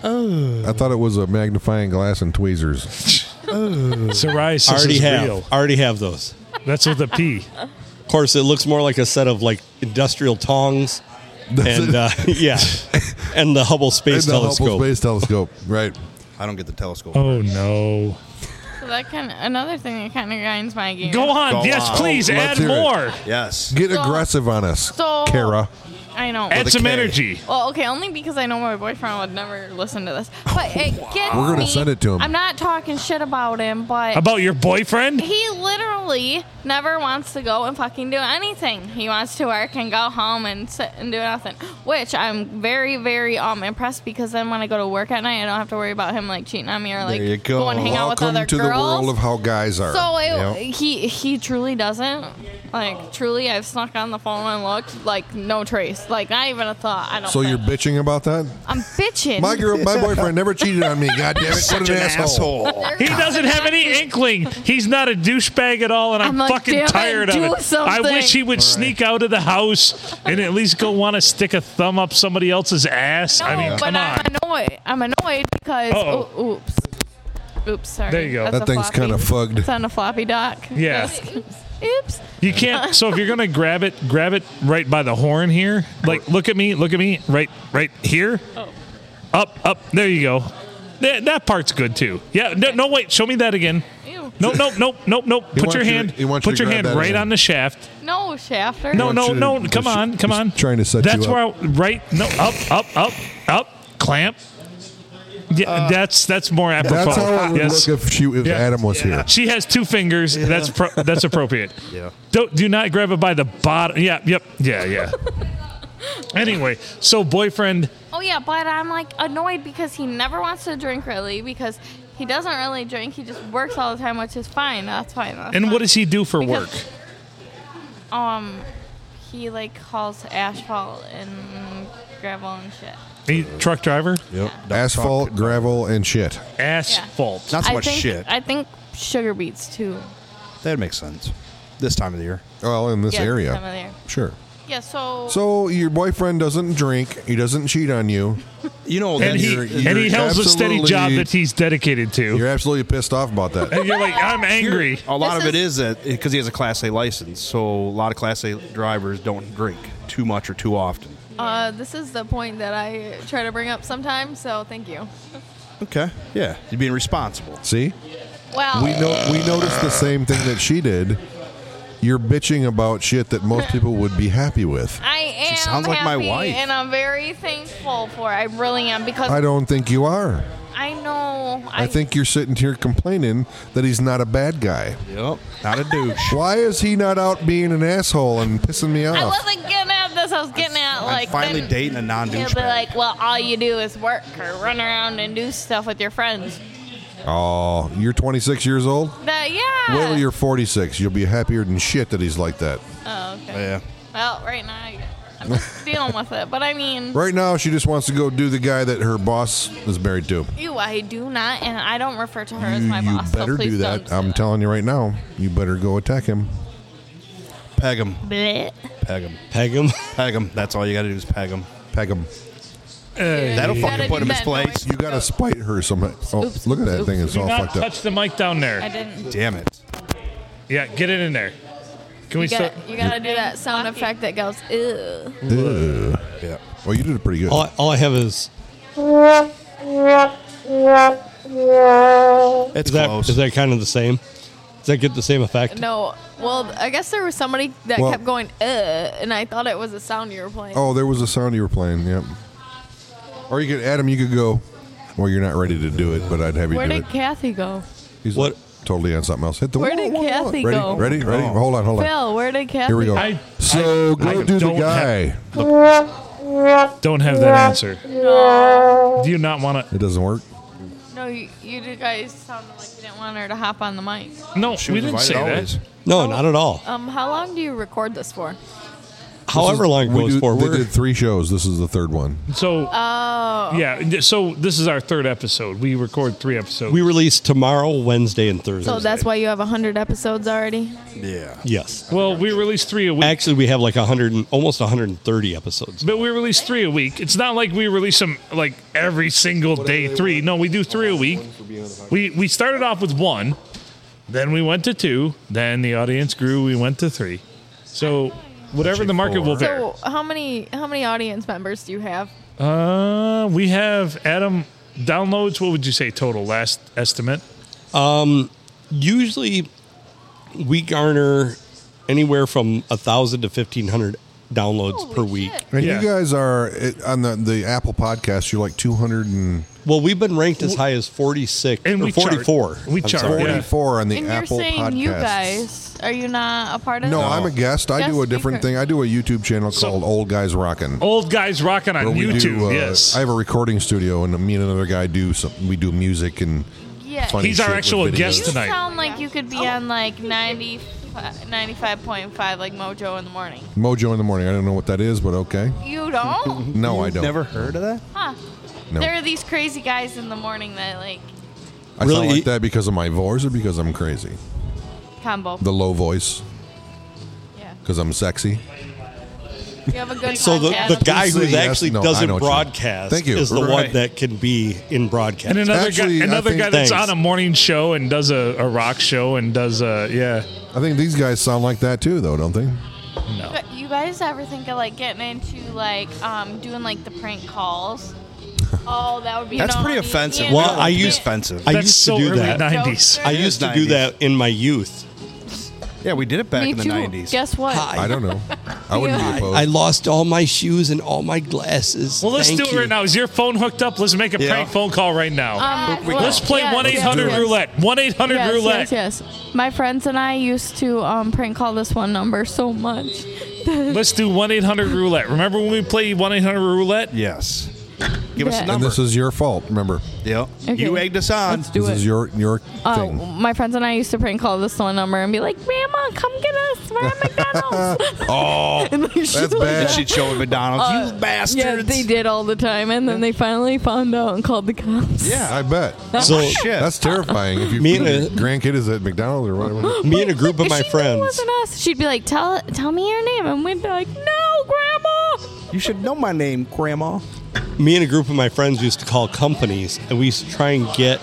I thought it was a magnifying glass and tweezers.
Psoriasis
already
is
have,
real.
already have those.
That's with a P.
Of course, it looks more like a set of like industrial tongs, and uh, yeah, and the Hubble Space
And the Hubble
Telescope.
Space Telescope, right?
I don't get the telescope.
Oh no.
So that kind of another thing that kind of grinds my gears.
Go on.
Go
yes,
on.
please
Let's
add
hear it.
more.
Yes.
Get
So-
aggressive on us,
so-
Kara.
I know.
Add
a
some
K.
energy.
Well, okay, only because I know my boyfriend would never listen to this. But it gets
We're gonna
me.
send it to him.
I'm not talking shit about him, but
About your boyfriend?
he literally never wants to go and fucking do anything. He wants to work and go home and sit and do nothing, which I'm very, very um impressed because then when I go to work at night, I don't have to worry about him like cheating on me or like
There you go.
and hang out with
Welcome
other
to
girls.
the world of how guys are.
So it,
Yep.
he he truly doesn't like truly. I've snuck on the phone and looked like no trace, like not even a thought. I don't.
So you're
think.
bitching about that?
I'm bitching.
My girl, my boyfriend never cheated on me. God damn it! What an, asshole.
He doesn't have any inkling. He's not a douchebag at all, and I'm,
I'm like,
fucking
"Damn it,
tired of
do
it. I
something."
wish he would sneak out of the house and at least go want to stick a thumb up somebody else's ass.
No,
I mean,
but
come on.
I'm annoyed. I'm annoyed because
Uh-oh.
oh, oops, oops, sorry.
There you go.
That's
That
a
thing's
floppy.
kind of fugged.
It's on a floppy dock.
Yeah.
oops. oops.
You can't. So if you're gonna grab it, grab it right by the horn here. Like, look at me, look at me, right, right here.
Oh.
Up, up. There you go. That, that part's good too. Yeah. No, no, wait. Show me that again.
Ew.
Nope, nope, nope, nope, nope. Put
wants
your
you to-
hand.
he wants you
Put
to
your
grab
hand
that
right
hand.
on the shaft.
No, Shafter.
No,
wants
no,
you to-
no. Come
he's-
on, come
he's
on.
trying to set
That's
you
where I, right. No, up, up, up, up. Clamp. Yeah, that's that's more apropos.
Uh, That's how it would
yes.
look if she if
Yeah.
Adam was here.
She has two fingers. That's pro- that's appropriate. Yeah. Don't do not grab it by the bottom. Yeah. Yep. Yeah. Yeah. anyway, so boyfriend.
Oh yeah, but I'm like annoyed because he never wants to drink really because he doesn't really drink. He just works all the time, which is fine. That's fine. That's
And
fine.
what does he do for
Because-
work?
Um, he like hauls asphalt and gravel and shit.
He, truck driver.
Yep. Asphalt, gravel, and shit.
Asphalt.
Not so
I
much
think
shit.
I think sugar beets too.
that makes sense. This time of the year.
Well, in this
Yeah,
area,
some of there.
sure.
Yeah, so,
So your boyfriend doesn't drink. He doesn't cheat on you.
You know,
and
that
he
you're-
you're
and he has a steady
absolutely-
job that he's dedicated to.
You're absolutely pissed off about that.
and you're like, I'm angry.
a lot
This
of it is that because he has a Class A license, so a lot of Class A drivers don't drink too much or too often.
Uh, this is the point that I try to bring up sometimes, so thank you.
Okay. Yeah. You're being responsible.
See,
well,
we know we noticed the same thing that she did. You're bitching about shit that most people would be happy with.
I am
sounds like my
happy
wife.
and I'm very thankful for. it. I really am because
I
I,
don't think you are.
know
I think you're sitting here complaining that he's not a bad guy.
Yep. Not a douche.
Why is he not out being an asshole and pissing me
I
off?
wasn't getting at this. I was getting at like
I'm finally
then
dating a
He'll
non-douche.
be like, well, all you do is work or run around and do stuff with your friends.
Oh, you're 26 years old.
That yeah.
Wait till you're 46. You'll be happier than shit that he's like that.
oh, okay.
yeah.
Well, right now I, I'm just dealing with it, but I mean,
Right now, she just wants to go do the guy that her boss is married to.
you, I do not, and I don't refer to her as
You,
my
you
boss.
better
so please
do
don't
that. I'm telling you right now. You better go attack him.
Peg him.
Bleh.
Peg him.
Peg 'em.
Peg him. That's all you got to do is peg him.
Peg him.
That'll
You
fucking
gotta
put
do
him in
that
his place.
You gotta spite her somehow. Oh, look at that thing. It's
Do
all
not
fucked up.
touch the mic down
I
there.
didn't.
Damn it.
Yeah, get it in there. Can we
You
start?
gotta, you gotta do that sound effect that goes, ew.
Ugh.
Yeah.
Well, you did it pretty good.
All, I- all I have is
It's
is that,
close.
is that kind of the same? Does that get the same effect?
No. Well, I guess there was somebody that
Well-
kept going, uh, and I thought it was a sound you were playing.
Oh, there was a sound you were playing. Yep. Or you could, Adam, you could go. Well, you're not ready to do it, but I'd have you
Where
do
did
it.
Kathy go?
He's
What-
Totally on something else. Hit the
Where
whoa,
did
whoa, whoa.
Kathy
ready,
go?
Ready, ready.
Oh.
Hold on, hold on.
Phil, where did Kathy
Here we go.
I-
so
I
go do the
don't
guy.
Don't have that answer. Do you not want
it doesn't work.
No, you, you two guys sounded like you didn't want her to hop on the mic.
to? No,
She
we
was
didn't
invited
say
always.
that.
No, not at all.
Um, how long do you record this for?
However long it
we
goes
do-
for,
we
we're,
did three shows. This is the third one.
So
Oh,
yeah, and so this is our third episode. We record three episodes.
we release tomorrow, Wednesday, and Thursday.
so that's why you have 100 episodes already?
Yeah.
Yes.
well, we release three a week.
Actually, we have like 100, and- almost 130 episodes.
But we release three a week. It's not like we release them like every single day. Three. No, we do three a week. We we started off with one, then we went to two, then the audience grew. We went to three. So whatever the market will bear.
So how many how many audience members do you have?
Uh, we have Adam downloads. What would you say total last estimate?
Usually, we garner anywhere from 1,000 to 1,500 downloads per week.
And
Yeah.
you guys are it, on the the Apple podcast. You're like 200 and
Well, we've been ranked as high as 46
And
or
we chart.
44.
We
I'm
chart,
sorry.
yeah.
44 on the
And
Apple
you're saying
podcast.
you guys are you not a part of
No,
this?
I'm a guest. I
Guest
do a different
speaker.
thing. I do a YouTube channel
So-
called Old Guys Rockin'.
Old guys rocking on
where we
YouTube.
do, uh,
yes,
I have a recording studio, and me and another guy do some. We do music and
Yeah.
funny.
He's our
shit with
actual
videos.
guest
You
tonight.
sound like you could be on like 90, 95.5 like Mojo in the morning.
Mojo in the morning. I don't know what that is, but okay.
You don't?
No, I don't.
Never heard of that?
huh.
No.
There are these crazy guys in the morning that like
I
Really?
sound like that because of my voice or because I'm crazy.
combo.
The low voice
yeah.
because I'm sexy.
You have a good
So the,
Podcast.
the guy
Say
who's
yes,
actually
no, I know
doesn't
what you mean.
broadcast
Thank you.
is the one
Right.
that can be in broadcast.
and another
Actually, I
guy, another
think-
guy that's
Thanks.
on a morning show and does a, a rock show and does a yeah.
I think these guys sound like that too, though, don't they?
No,
But you guys ever think of like getting into like um doing like the prank calls? Oh, that would be
That's
you know,
pretty
you
offensive.
can't-
Well, I
you
used-
can't-
Offensive.
I
that's
used
so
to do
early
that.
'90s.
I
It is
used to do
90s.
that in my youth.
Yeah, we did it back
Me
in the
too.
90s.
Guess what?
I don't know. I wouldn't be opposed.
I lost all my shoes and all my glasses.
Well, let's
Thank
do it
you.
right now. Is your phone hooked up? Let's make a
Yeah.
prank phone call right now.
Um,
We
let's play
yes,
one eight hundred
yes,
roulette. One eight hundred
yes,
roulette.
Yes, yes. My friends and I used to um, prank call this one number so much.
Let's do one eight hundred roulette. Remember when we played one eight hundred roulette?
Yes. Give us
Yeah.
a
And
number.
and this is your fault. Remember,
Yep.
Okay.
You egged us on.
Let's do
this
it.
is your your
Uh,
thing.
my friends and I used to prank call this one number and be like, "Grandma, come get us! We're at McDonald's."
Oh,
and like, she
That's
like
bad.
and
that.
she'd show at McDonald's.
Uh,
you bastards.
Yeah, they did all the time, and then they finally found out and called the cops.
Yeah.
I bet.
So
Shit.
That's terrifying. If you
Me and
your
a-
grandkid is at McDonald's or whatever.
me and a group of
If
my
she knew it
friends.
wasn't us. She'd be like, "Tell, tell me your name," and we'd be like, "No, Grandma."
you should know my name, Grandma.
Me and a group of my friends used to call companies, and we used to try and get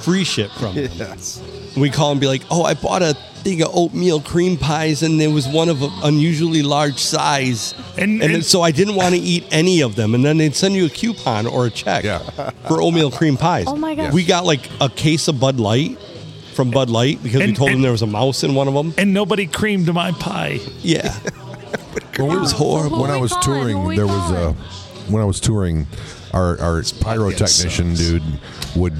free shit from them.
Yes.
We call and be like, "Oh, I bought a thing of oatmeal cream pies, and there was one of an unusually large size,
And-
then-
and-
so I didn't want to eat any of them." And then they'd send you a coupon or a check
Yeah.
for oatmeal cream pies.
Oh my gosh.
We got like a case of Bud Light from Bud Light because we
And-
told them
and-
there was a mouse in one of them.
And nobody creamed my pie.
Yeah,
When
Oh,
we
it was
were-
horrible.
when I
we
was
calling?
touring,
Who we
there was a
calling?
when I was touring, our our pyrotechnician dude would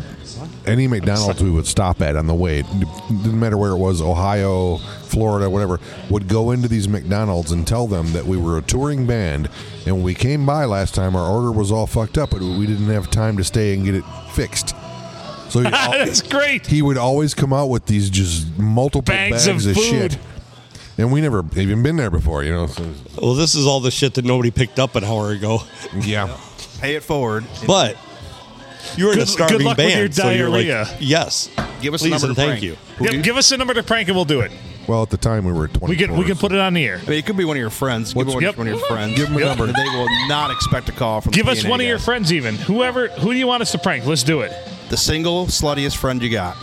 any McDonald's we would stop at on the way, it didn't matter where it was, Ohio, Florida, whatever, would go into these McDonald's and tell them that we were a touring band, and when we came by last time, our order was all fucked up, but we didn't have time to stay and get it fixed. So he'd al-
That's great.
he would always come out with these just multiple
Bags
bags,
of
of, shit.
food.
And we never even been there before, you know. So,
Well, this is all the shit that nobody picked up an hour ago.
yeah.
Pay it forward.
But you're in a
Good-
starving
good luck with
band,
your
so you're like,
diarrhea.
yes.
Give us a
please
number
and
to
thank
prank.
you.
Who
Yeah,
do you-
give us a number to prank and we'll do it.
Well, at the time we were twenty.
We can we can put it on the air.
I mean, it could be one of your friends. Give
What's-
it one,
yep.
one of your friends.
Give 'em a
Yep.
number.
They will not expect a call from.
Give
the
us
P&A
one of your
guys.
friends, even whoever. Who do you want us to prank? Let's do it.
The single sluttiest friend you got.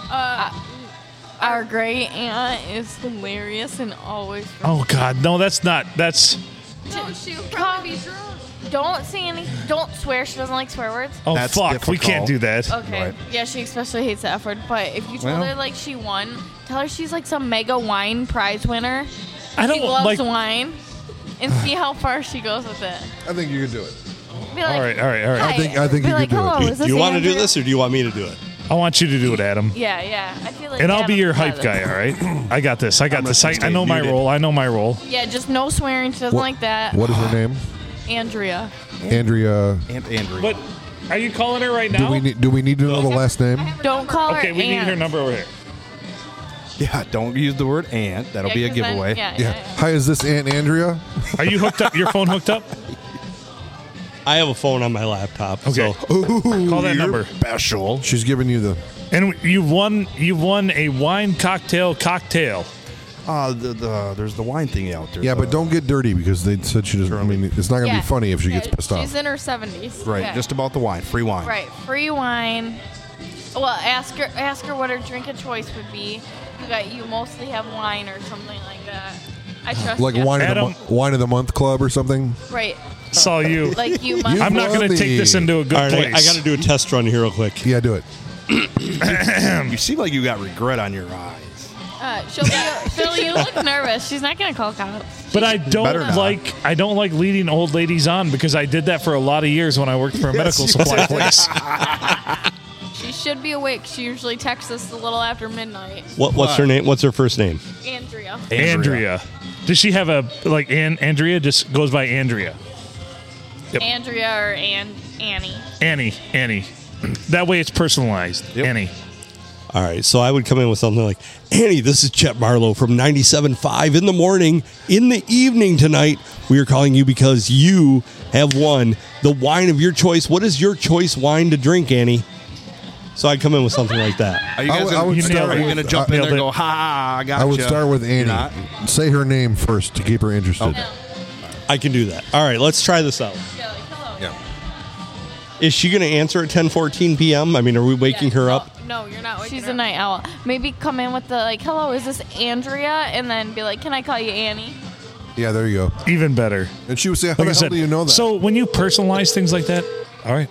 Our great aunt is hilarious and always.
Oh God, no, that's not. That's
No, she'll probably be drunk. Don't say any. Don't swear. She doesn't like swear words.
Oh
That's
fuck, we
difficult.
can't do that.
Okay.
Right.
Yeah, she especially hates the F word. But if you told
Well.
her like she won, tell her she's like some mega wine prize winner.
I
She
don't
loves
like.
wine, and see how far she goes with it.
I think you can do it.
Be like,
All right, all right, all right.
I think- I think
be
you
like,
could do it.
hello, is
Do
this
you want to do
Andrew?"
this or do you want me to do it?
I want you to do it, Adam.
Yeah, yeah. I feel like.
And I'll be
Adam
your
would
hype
rather-
guy, all right? I got this. I got
gonna
this. I,
stay
I know my
muted.
role. I know my role.
Yeah, just no swearing. She doesn't like that.
What is her name?
Andrea.
Andrea.
And Andrea.
But are you calling her right now?
Do we need? Do we need to know the last name?
Don't call
okay,
her.
we need her
aunt.
number over here.
yeah, don't use the word and. That'll
Yeah,
be a
'cause then-
giveaway.
yeah,
Yeah.
yeah, yeah.
Hi, is this Aunt Andrea?
Are you hooked up? Your phone hooked up?
I have a phone on my laptop.
Okay.
So
Call that
You're
number.
Special.
She's giving you the.
And you've won. You've won a wine cocktail cocktail.
Uh, the, the, there's the wine thingy out there.
Yeah, but
the-
don't get dirty because they said she doesn't. I mean, it's not gonna
Yeah.
be funny if she gets
Yeah,
pissed off.
She's in her 70s.
Right,
Yeah.
just about the wine. Free wine.
Right, free wine. Well, ask her ask her what her drink of choice would be. You got you mostly have wine or something like that. I trust
like
you.
wine of, the
Adam-
mo- wine of the month club or something.
Right,
It's all you.
like you must.
I'm not going to
Funny.
take this into a good
all right, I,
place.
I got to do a test run here real quick.
Yeah, do it.
You seem like you got regret on your eyes.
Uh, she'll be, she'll, you look nervous. She's not going to call cops.
But I
Better
don't
not.
like I don't like leading old ladies on because I did that for a lot of years when I worked for a medical supply place.
She should be awake. She usually texts us a little after midnight.
What, what's her name? What's her first name?
Andrea.
Andrea. Does she have a like An- Andrea just goes by Andrea.
Andrea or An- Annie.
Annie, Annie. That way it's personalized.
Yep.
Annie.
All right, so I would come in with something like, Annie, this is Chet Marlowe from 97.5 in the morning. In the evening tonight, we are calling you because you have won the wine of your choice. What is your choice wine to drink, Annie? So I'd come in with something like that.
Are you
I
guys
would- I would
gonna,
start
are you
with-
gonna jump in
nailed
there and
it.
go, ha, ha, I got
I would start with Annie. Say her name first to keep her interested.
I can do that. All right, let's try this out.
Yeah, like, hello.
Is she going to answer at 10:14 p.m.? I mean, are we waking her
No,
up?
No, you're not. She's a night owl. Maybe come in with the like, "Hello, is this Andrea?" and then be like, "Can I call you Annie?"
Yeah, there you go.
Even better.
And she would say, "How
Like I
the hell
said,
do you know that?"
So when you personalize things like that, all right.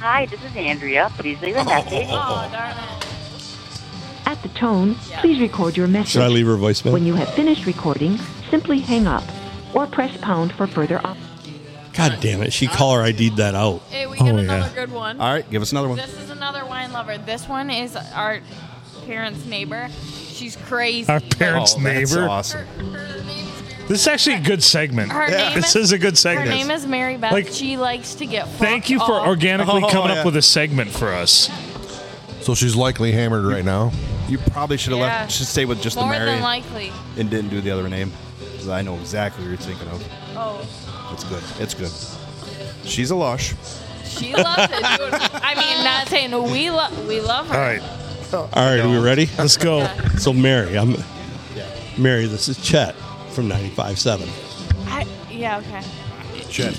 Hi, this is Andrea. Please leave a message.
Oh darn it!
At the tone, please record your message.
Should I leave her a
When
voicemail?
you have finished recording, simply hang up or press pound for further options.
God damn it, she caller ID'd that out.
Hey, we got
Oh,
another
yeah.
good one.
All right, give us another one.
This is another wine lover. This one is our parents' neighbor. She's crazy.
Our parents'
Oh, that's
neighbor.
awesome.
Her name's
This is actually a good segment.
Her name
this
is-
is a good
Her
segment.
name is Mary Beth.
Like-
she likes to get. fucked
Thank you for
off.
organically
Oh,
coming
yeah.
up with a segment for us.
So she's likely hammered right now.
You probably should have
Yeah.
left. Should stay with just
More
the Mary
than likely.
and didn't do the other name. 'Cause I know exactly what you're thinking of.
Oh,
It's good. It's good. She's a lush.
she loves it. Dude. I mean, not saying we love we love her.
All right,
All right, are we ready?
let's go.
So Mary, I'm Mary, this is Chet from 95.7.
I, yeah. Okay.
Jen.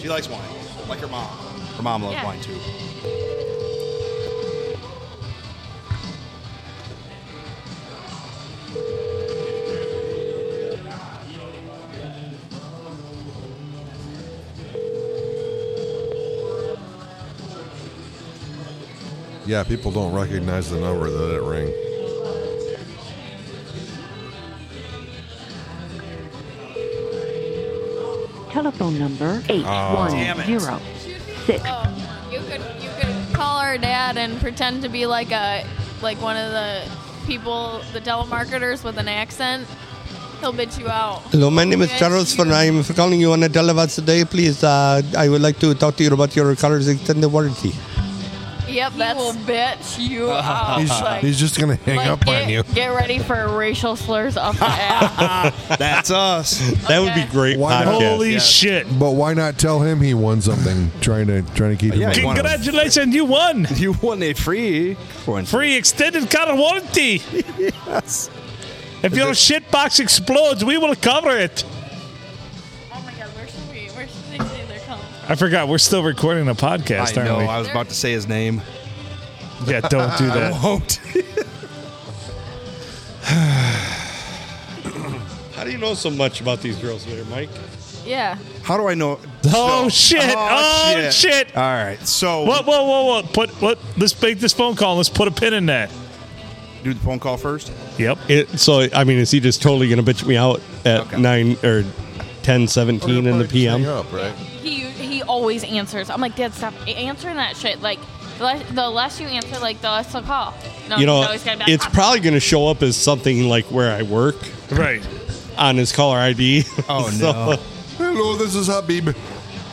She likes wine, like her mom. Her mom loves
Yeah.
wine too.
Yeah, people don't recognize the number that it rang.
Telephone number
Oh.
Damn
810.
it.
Oh, you could you could call our dad and pretend to be like a like one of the people, the telemarketers with an accent. He'll bitch you out.
Hello, my name is
Yes,
Charles.
you-
and I'm calling you on a televised today. Please, uh, I would like to talk to you about your color's extended warranty.
Yep, that's will bitch you out.
He's,
Like-
he's just gonna hang
like,
up
get,
on you.
Get ready for racial slurs up the ass.
That's us.
That would be
Okay.
great
Why not?
podcast.
Holy
Yeah.
shit!
But why not tell him he won something? Trying to trying to keep him.
Yeah, he
on.
won.
Congratulations, you won.
you won a free one.
Free extended car warranty. If your shit box explodes, we will cover it.
oh my god, where should we? Where should they say they're coming?
I forgot we're still recording a podcast,
I know.
aren't we?
I was about to say his name.
Yeah, don't do that.
won't.
How do you know so much about these girls there, Mike?
Yeah.
How do I know?
Oh, shit. Oh, shit.
All right. So
Whoa, whoa, whoa, whoa! Put what? Let's make this phone call. and Let's put a pin in that.
do the phone call first.
Yep.
It, so I mean, is he just totally gonna bitch me out at
Okay.
nine or ten seventeen in the PM?
Up, right?
He he always answers. I'm like, Dad, stop a- answering that shit. Like, the less, the less you answer, like, the less he'll call. No,
You know,
he's always gotta be like,
it's
"Ah."
probably gonna show up as something like where I work
Right.
on his caller ID.
Oh,
So,
no.
Hello, this is Habib.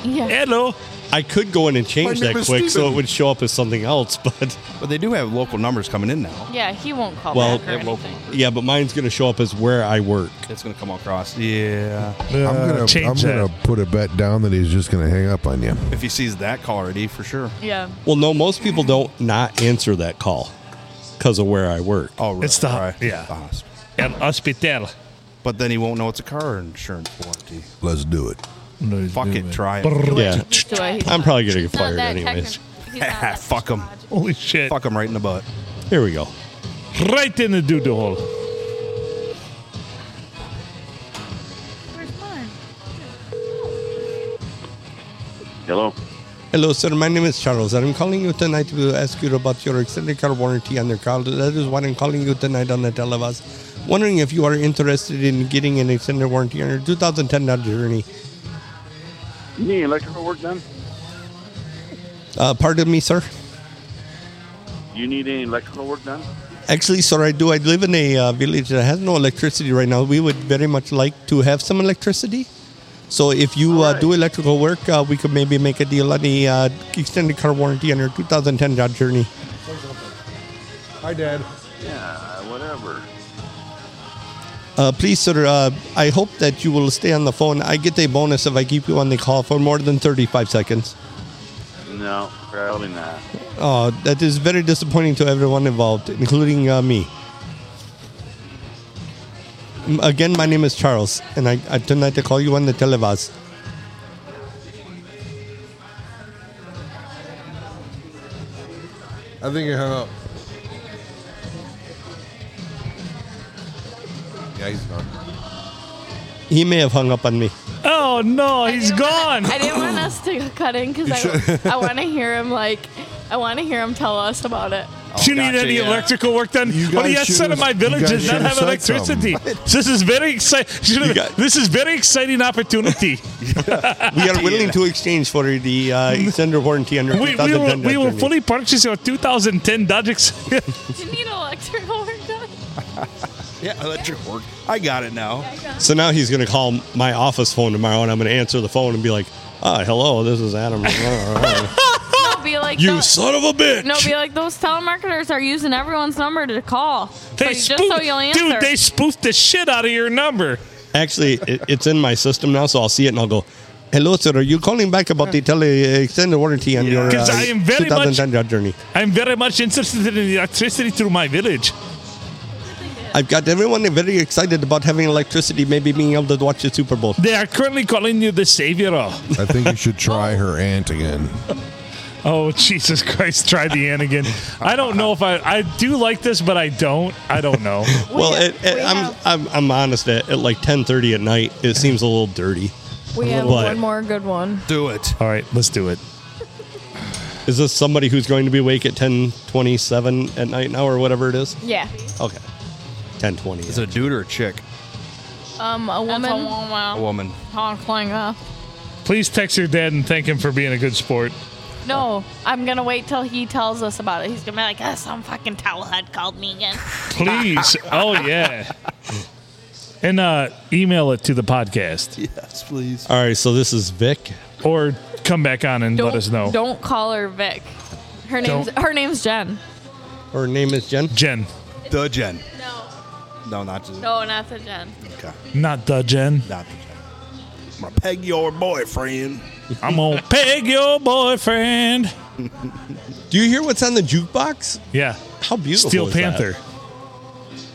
yeah.
Hello.
I could go in and change
My
that
name
quick,
is
so
Steven.
it would show up as something else. But
But they do have local numbers coming in now.
yeah, he won't call
Well,
back or anything.
yeah, but mine's gonna show up as where I work.
It's going to come across. Yeah.
Uh,
I'm gonna I'm
change that.
gonna put a bet down that he's just gonna hang up on you.
If he sees that call already, for sure.
Yeah.
Well, no, most people don't not answer that call because of where I work.
Oh, right.
It's the-
right.
yeah.
The hospital.
El hospital.
But then he won't know it's a car insurance warranty.
Let's do it.
Fuck it. Try it.
yeah,
Do I- he's
I'm
not-
probably gonna get
he's not
fired
that
anyways.
techni- he's not that
Fuck 'em.
technological.
Holy shit!
Fuck him right in the butt.
Here we go.
Right in the doodle hole.
Hello.
Hello, sir. My name is Charles, and I'm calling you tonight to ask you about your extended car warranty on your car. That is why I'm calling you tonight on the televis. Wondering if you are interested in getting an extended warranty on your 2010 Dodge Journey.
You need electrical work done?
Uh, pardon me, sir.
You need any electrical work done?
Actually, sir, I do. I live in a uh, village that has no electricity right now. We would very much like to have some electricity. So if you uh,
Alright.
do electrical work, uh, we could maybe make a deal on the uh, extended car warranty on your 2010 Dodge Journey.
Hi, Dad.
Yeah, whatever.
Uh, please, sir, uh, I hope that you will stay on the phone. I get a bonus if I keep you on the call for more than 35 seconds.
No, probably not.
Oh, that is very disappointing to everyone involved, including uh, me. M- Again, my name is Charles, and I, I tonight I call you on the televis.
I think he hung up. Yeah, he's gone.
He may have hung up on me.
Oh no,
I
he's
didn't wanna-
gone.
I didn't want us to cut in because I, I want to hear him like I want to hear him tell us about it.
Do you need
Oh, gotcha,
any
yeah.
electrical work done?
You
What do
guys
you said in
should've-
my village
you guys
does not
should've
have
said
electricity. this is very exciting.
got-
This is very exciting opportunity.
We are willing to exchange for the uh, extended warranty on your
we, we,
2010
will, we
Dodge
will
Journey.
fully purchase your 2010 Dodge. Ex-
Do you need electrical work done?
Yeah, electric work. I got it now.
So now he's going to call my office phone tomorrow, and I'm going to answer the phone and be like, "Ah, hello, this is Adam."
No, be like
you
the-
son of a bitch!
No, be like those telemarketers are using everyone's number to call.
they
so
spoofed,
just so you'll answer.
dude. They spoofed the shit out of your number.
Actually, it, it's in my system now, so I'll see it and I'll go. Hello, sir. Are you calling back about the tele uh, extended warranty on your uh,
'Cause I am very
2010 Dodge journey?
I'm very much interested in the electricity through my village.
I've got everyone very excited about having electricity, maybe being able to watch the Super Bowl.
They are currently calling you the savior. of-
I think you should try her aunt again.
Oh Jesus Christ! Try the end again. I don't know if I I do like this, but I don't. I don't know.
well, it, it,
we
I'm,
have-
I'm I'm honest. At, at like 10:30 at night, it seems a little dirty.
We have
What?
one more good one.
Do it.
All right, let's do it.
Is this somebody who's going to be awake at 10:27 at night now, or whatever it is?
Yeah.
Okay, 10:20.
Is it a dude or a chick?
Um, a
That's
woman.
a woman.
A woman.
Honk, clang, uh.
Please text your dad and thank him for being a good sport.
No, I'm gonna wait till he tells us about it. He's gonna be like, "Ah, some fucking towelhead called me again."
Please. oh yeah. And uh, email it to the podcast
Yes, please.
All right. So this is Vic.
or come back on and let us know.
Don't call her Vic. Her name's
Don't.
her name's Jen.
Her name is Jen.
Jen,
The Jen.
No,
No, not the
Oh,
no, not the Jen.
Okay.
not the Jen.
Not the Jen. I'm gonna peg your boyfriend.
I'm gonna peg your boyfriend.
Do you hear what's on the jukebox?
Yeah.
How beautiful
Steel
is that?
Panther.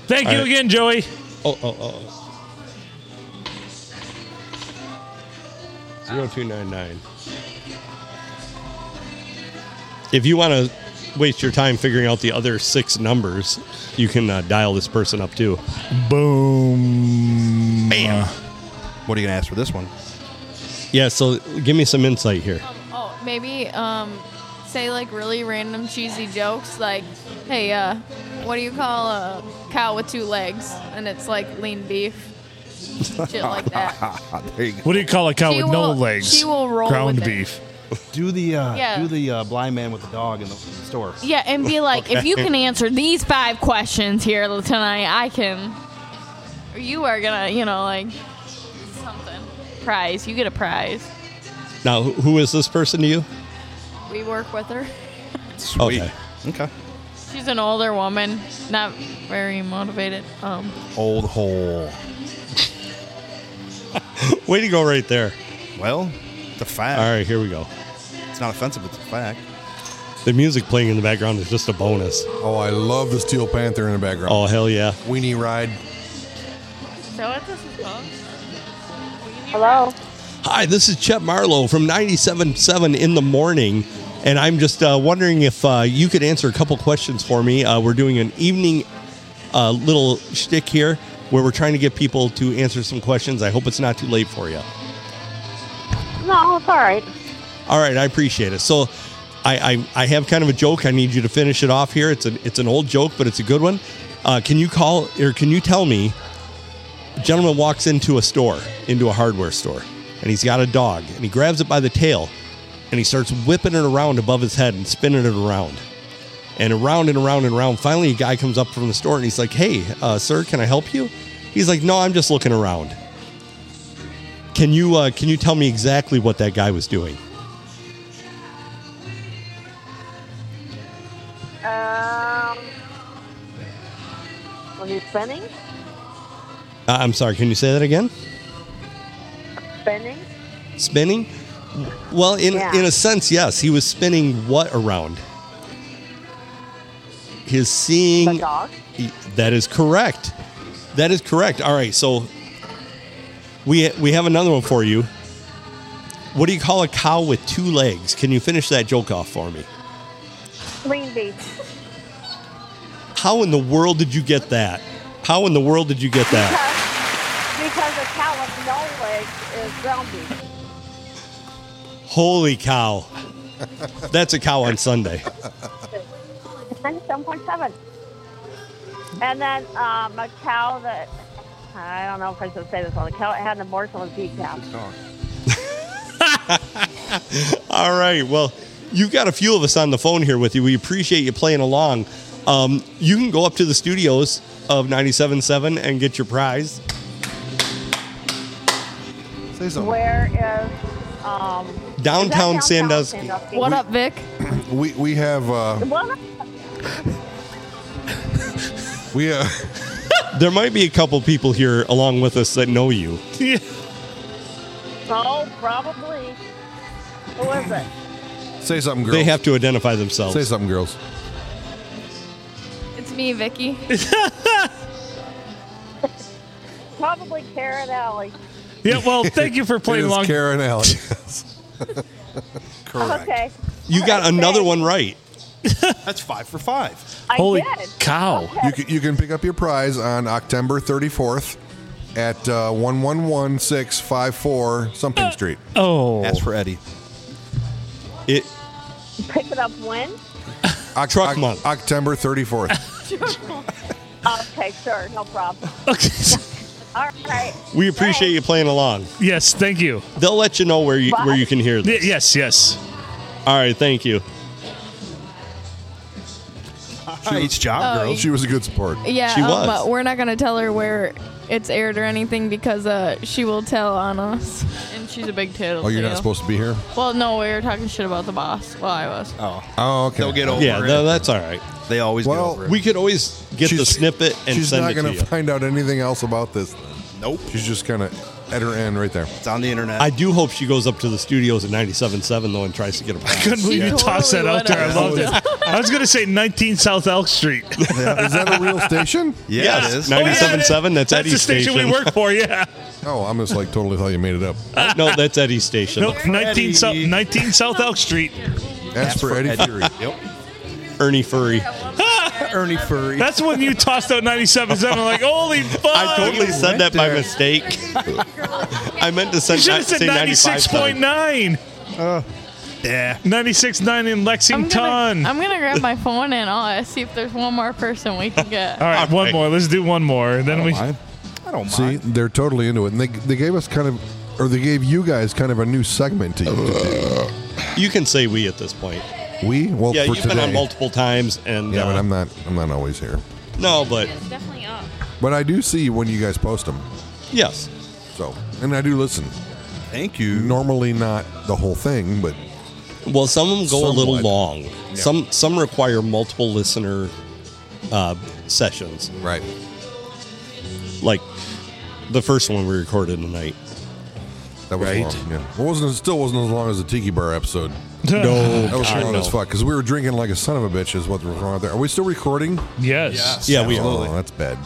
Thank
All
you
right.
again, Joey.
Oh, oh, oh. oh. Zero two nine nine. If you want to waste your time figuring out the other six numbers, you can uh, dial this person up too.
Boom. Bam.
What are you gonna ask for this one?
Yeah, so give me some insight here.
Um, oh, maybe um, say like really random cheesy jokes like, hey, uh, what do you call a cow with two legs? And it's like lean beef. Shit like that.
Ah, There you go.
What do you call a cow
She
with no
will-
legs?
she will roll
Ground
with it.
beef.
Do the uh,
Yeah.
do the uh, blind man with the dog in the store.
Yeah, and be like, if you can answer these five questions here tonight, I can. Or you are gonna, you know, like something. Prize. You get a prize.
Now, wh- who is this person to you?
We work with her.
Sweet. Okay.
She's an older woman, not very motivated. Um,
Old hole.
Way to go right there.
Well, the fact.
All right, here we go.
It's not offensive. It's a fact.
The music playing in the background is just a bonus.
Oh, I love the Steel Panther in the background.
Oh, hell yeah.
Weenie ride.
is that what this is called?
Hello.
Hi, this is Chet Marlowe from 97.7 in the morning, and I'm just uh, wondering if uh, you could answer a couple questions for me. Uh, we're doing an evening uh, little shtick here where we're trying to get people to answer some questions. I hope it's not too late for you.
No, it's all right.
All right, I appreciate it. So, I, I I have kind of a joke. I need you to finish it off here. It's an it's an old joke, but it's a good one. Uh, can you call or can you tell me? A gentleman walks into a store, into a hardware store, and he's got a dog, and he grabs it by the tail, and he starts whipping it around above his head and spinning it around, and around and around and around. Finally, a guy comes up from the store, and he's like, "Hey, uh, sir, can I help you?" He's like, "No, I'm just looking around." Can you uh, can you tell me exactly what that guy was doing?
Um, well, you're spending,
Uh, I'm sorry. Can you say that again?
spending.
Spinning? Well, in
Yeah.
in a sense, yes. He was spinning what around? His seeing.
The dog?
He- That is correct. That is correct. All right. So we we have another one for you. What do you call a cow with two legs? Can you finish that joke off for me?
Lean beef.
How in the world did you get that? How in the world did you get that?
Because a cow with no legs is ground beef.
Holy cow! That's a cow on Sunday.
97.7. And then um, a cow that, I don't know if I should say this, well, the cow that had an abortion was decaf.
All right. Well, you've got a few of us on the phone here with you. We appreciate you playing along. Um, you can go up to the studios of 97.7 and get your prize.
Say
Where is,
Downtown
um, is that downtown
Sandusky.
Sandusky?
What up, Vic?
We we have uh,
What up?
we uh,
There might be a couple people here along with us that know you.
Yeah.
Oh, probably. Who is it?
say something, girls.
They have to identify themselves.
say something, girls.
It's me, Vicky.
Probably Karen Alley.
Yeah, well, thank you for playing
it is
along.
Karen Allen.
Correct.
Okay.
You got another one right.
That's five for five.
I
Holy
did.
cow.
you can, you can pick up your prize on October 34th at uh, 111654
Uh,
something street.
Oh.
Ask for Eddie.
It
Pick it up when?
Oc-
Truck
Oc-
month.
October 34th.
Okay, sure. No problem.
Okay.
All right.
we appreciate you playing along.
yes, thank you.
They'll let you know where you where you can hear
Y-
this.
Yes, yes.
All right, thank you.
Nice job,
Oh,
girls.
She was a good sport.
Yeah,
She
um,
was.
uh, we're not gonna tell her where it's aired or anything because uh, she will tell on us, and she's a big tittle.
Oh, you're not
too.
supposed to be here?
Well, no, we were talking shit about the boss. Well, I was.
Oh,
Oh, okay.
they'll get over
Yeah,
it.
no, that's all right.
they always
Well,
get over it.
We could always get the
She's-
snippet and
She's
send
not
it
going
to you.
to find out anything else about this.
nope.
She's just kind of at her end right there.
It's on the internet.
I do hope she goes up to the studios at 97.7 though and tries to get a prize.
Couldn't believe you
totally
tossed that out
would
there. I
have.
loved it. I was going to say 19 South Elk Street.
Is that a real station?
yeah, it is.
97.7, that's,
That's
Eddie's
the station we work for, yeah.
Oh, I'm just like totally thought you made it up.
no, that's Eddie's station.
Nope, 19, Sou- 19 South Elk Street.
That's for Eddie Fury.
yep.
Ernie Furry.
Ernie Furry.
That's when you tossed out 97.7. Like, holy fuck.
I totally said that by mistake. I meant to
You
send,
should have said
say 95 times.
96.9.
yeah.
96.9 in
I'm
Lexington.
gonna, I'm gonna grab my phone and I'll see if there's one more person we can get.
All right, one more. Let's do one more. and Then we.
I don't
See, they're totally into it, and they they gave us kind of, or they gave you guys kind of a new segment to.
You can say we at this point.
we well
yeah,
Oh, for
you've
today.
been on multiple times, and
yeah,
uh,
but I'm not I'm not always here,
no, but
definitely up.
but I do see when you guys post them.
yes,
So, and I do listen.
Thank you.
Normally not the whole thing, but
Well, some of them go a little
Somewhat.
long. Some some require multiple listener uh, sessions.
Right.
Like the first one we recorded tonight.
that was
Right.
long. Yeah, it wasn't. It still wasn't as long as the Tiki Bar episode.
No,
that was
God,
long
no.
as fuck because we were drinking like a son of a bitch. Is what was wrong there? Are we still recording?
Yes.
Yeah, we
Oh, that's bad.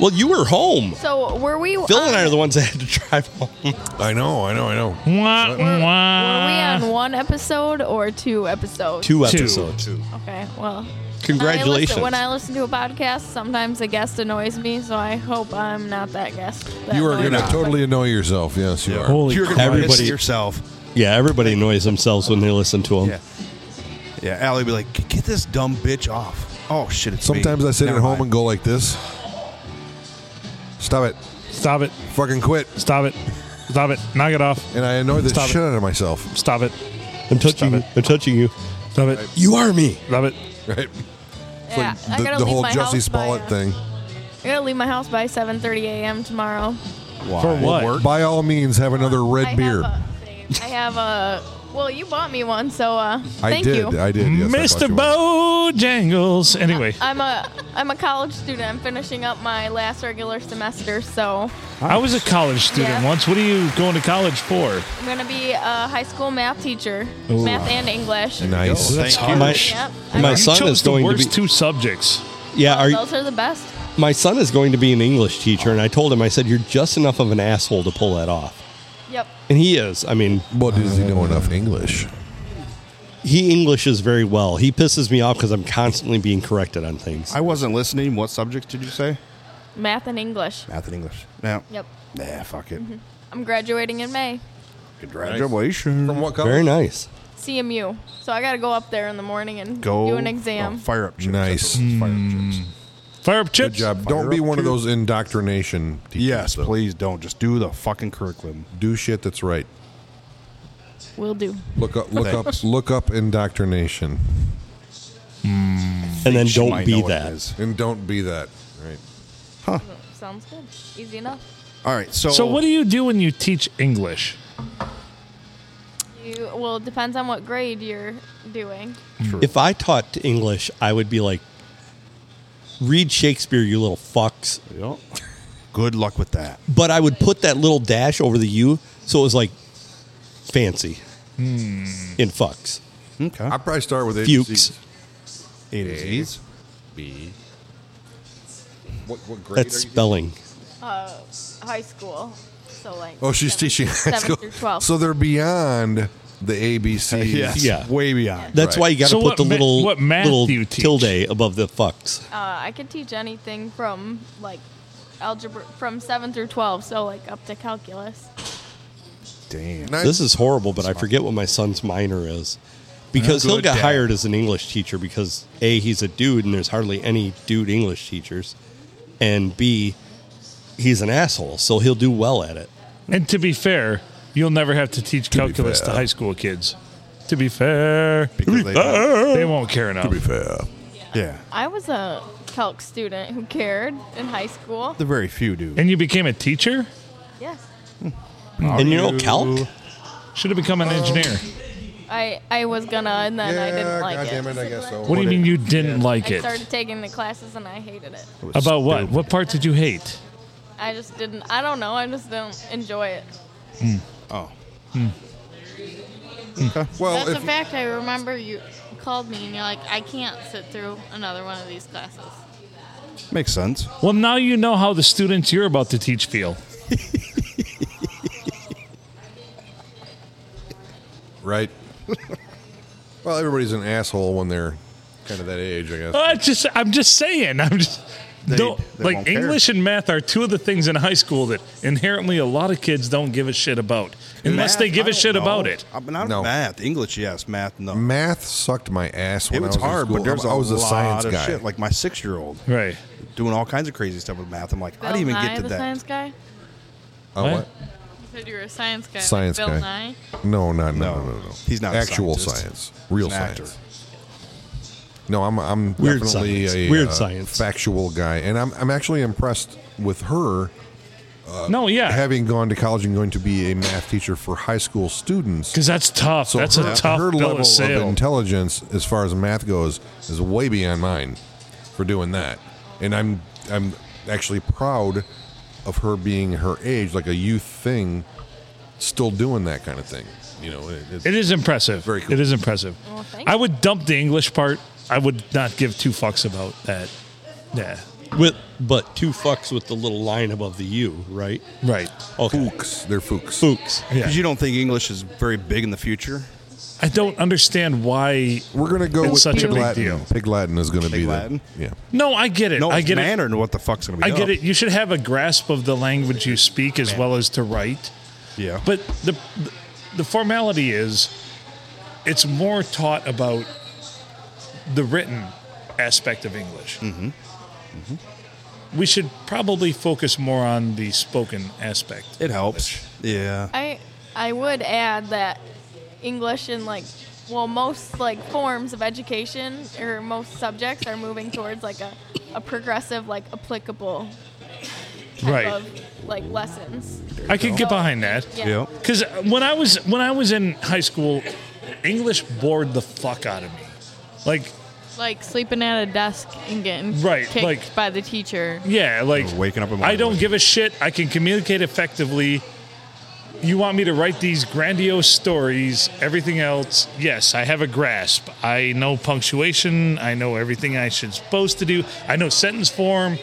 Well, you were home.
So were we?
Phil and
on-
I are the ones that had to drive home.
I know. I know. I know.
Wah,
Were we
wah.
on one episode or two episodes?
Two episodes.
Okay, well. I
Congratulations.
listen, when I listen to a podcast, sometimes a guest annoys me, so I hope I'm not that guest. that
You are
annoyed.
going to totally annoy yourself. Yes, you are.
Holy
You're
crap.
gonna everybody
Everybody-
yourself.
yeah, everybody annoys themselves when they listen to them.
Yeah. Yeah, Allie would be like, get this dumb bitch off. Oh shit! It's me.
Sometimes I sit
Never
at home
mind.
and go like this. Stop it.
Stop it.
Fucking quit.
Stop it. Stop it. Knock it off.
And I annoy the
Stop it.
shit out of myself.
Stop it.
I'm touching you. I'm touching you.
Stop it.
You are me.
Stop it.
Right. It's
Yeah, I
the,
gotta
the
leave
whole
my
Jussie
house by,
Smollett
uh,
thing.
I gotta leave my house by 7:30 a.m. tomorrow.
For what?
By all means, have another red
I
beer.
Have a, I have a. Well, you bought me one, so uh,
I
thank
did.
you.
I did. Yes,
Mr.
I bought you one.
Bojangles. Anyway,
I'm a I'm a college student. I'm finishing up my last regular semester, so
I was a college student
ah. Yeah.
once. What are you going to college for?
I'm gonna be a high school math teacher,
Ooh.
math and English.
Nice.
That's
Thank you.
harsh.
Yep.
My
You
son
chose
is
the
going to
worst
be-
two subjects.
Yeah, are you,
Those are the best.
my son is going to be an English teacher, and I told him, I said, you're just enough of an asshole to pull that off.
Yep.
And he is. I mean,
But does he know enough English?
he Englishes very well. He pisses me off because I'm constantly being corrected on things.
I wasn't listening. What subjects did you say?
Math and English.
Math and English. No.
Yep.
Nah, fuck it.
Mm-hmm. I'm graduating in May.
Congratulations.
From what
Very
color?
nice.
CMU. So I gotta go up there in the morning and
Go
do an exam.
oh, fire up. Chips.
Nice.
That's what it was, Fire up chips.
Fire up
Good
chips.
job. Don't be
Mm. up
one of
too.
those indoctrination teachers.
Yes,
though.
please don't. Just do the fucking curriculum.
Do shit that's right. Oh,
Will do.
Look up. Look up.
Thanks.
Look up indoctrination,
And then
She
don't
might
be
know what it
that.
is.
and don't be that. Right.
Sounds good. Easy enough.
All right. So,
So, what do you do when you teach English?
You well it depends on what grade you're doing.
If I taught English, I would be like, read Shakespeare, you little fucks.
Yep. Good luck with that.
But I would put that little dash over the U so it was like fancy
Hmm.
in fucks.
Okay.
I probably start with
Fuchs.
Eight is easy.
B. What, what grade
That's
are you
spelling.
Uh, high school. So like
Oh, she's
seventh-
teaching high
seventh
school.
through twelve.
So they're beyond the ABCs.
Yes.
Yeah.
Way beyond.
That's
Right.
why you got to
So
put
what
the
ma-
little,
what math
little
do you teach?
tilde above the fucks.
Uh, I could teach anything from like algebra from seven through twelve, so like up to calculus.
Damn.
Nice.
This is horrible, but I forget what my son's minor is. Because he'll
Good
get
dad.
hired as an English teacher because A, he's a dude and there's hardly any dude English teachers. And B, he's an asshole, so he'll do well at it.
And to be fair, you'll never have to teach calculus to
fair.
high school kids. To be fair,
Because they don't-
they won't care enough.
To be fair.
yeah.
I was a calc student who cared in high school.
The very few do.
And you became a teacher?
Yes.
And you know, calc?
Should have become an
Oh.
engineer.
I, I was gonna and then I didn't like
God
it.
damn it, I guess so.
What do you mean you didn't like
I
it?
started taking the classes and I hated it.
About what? What part did you hate?
I just didn't. I don't know. I just didn't enjoy it.
Oh.
Well,
That's a
if,
fact. I remember you called me and you're like, I can't sit through another one of these classes.
Makes sense.
Well, now you know how the students you're about to teach feel.
right. Well, everybody's an asshole when they're kind of that age, I guess.
I Uh, just, I'm just saying. I'm just.
They-
don't,
they
like
won't care.
English and math are two of the things in high school that inherently a lot of kids don't give a shit about unless
Math,
they give
I
a
don't
shit
know.
about it.
Uh, but not
No.
math. English, yes. Math, no.
Math sucked my ass
It
when I
was
was in
hard, but
school.
there's
I was a
lot
science
of
guy.
shit. Like my six year old,
right,
doing all kinds of crazy stuff with math. I'm like, I
Bill
didn't even
Nye,
get to
the
that.
science guy.
Oh, what?
You said you were a science guy. like
Science
Bill
guy.
Nye.
No, not no, no, no, no.
He's not a
actual
scientist.
science, real
He's an actor.
science. No, I'm I'm
Weird
definitely
science.
a
Weird
uh,
science.
factual guy, and I'm I'm actually impressed with her. Uh,
no, yeah,
having gone to college and going to be a math teacher for high school students
because that's tough.
So
that's
her,
a tough
her
bill
level
of sale.
intelligence as far as math goes is way beyond mine for doing that. And I'm I'm actually proud of her being her age, like a youth thing, still doing that kind of thing. You know, it, it's,
It is impressive. Very cool. It is impressive.
Well, thank
I would dump the English part. I would not give two fucks about that. Yeah.
With but two fucks with the little line above the U, right?
Right.
Okay.
Fuchs. They're Fuchs.
Fuchs.
Yeah.
Because you don't think English is very big in the future.
I don't understand why
we're gonna go
it's
with
such
Pig
a big
Latin.
deal.
Pig Latin is going to
Pig
be
Latin?
the yeah.
No, I get it.
No,
I
it's
get it.
Mandarin. What the fuck's gonna be?
I
up?
get it. You should have a grasp of the language you speak as well as to write.
Yeah.
But the the formality is it's more taught about the written aspect of English. Mm-hmm. We should probably focus more on the spoken aspect.
It helps. Yeah.
I I would add that English and like well most like forms of education or most subjects are moving towards like a, a progressive like applicable type
Right.
of like lessons.
I can get behind that.
Yeah. Yep.
Because when I was when I was in high school, English bored the fuck out of me. Like
Like sleeping at a desk and getting
Right,
kicked
like-
by the teacher.
Yeah, like
waking up in the
I don't
morning.
give a shit. I can communicate effectively. You want me to write these grandiose stories, everything else? Yes, I have a grasp. I know punctuation. I know everything I should supposed to do. I know sentence form.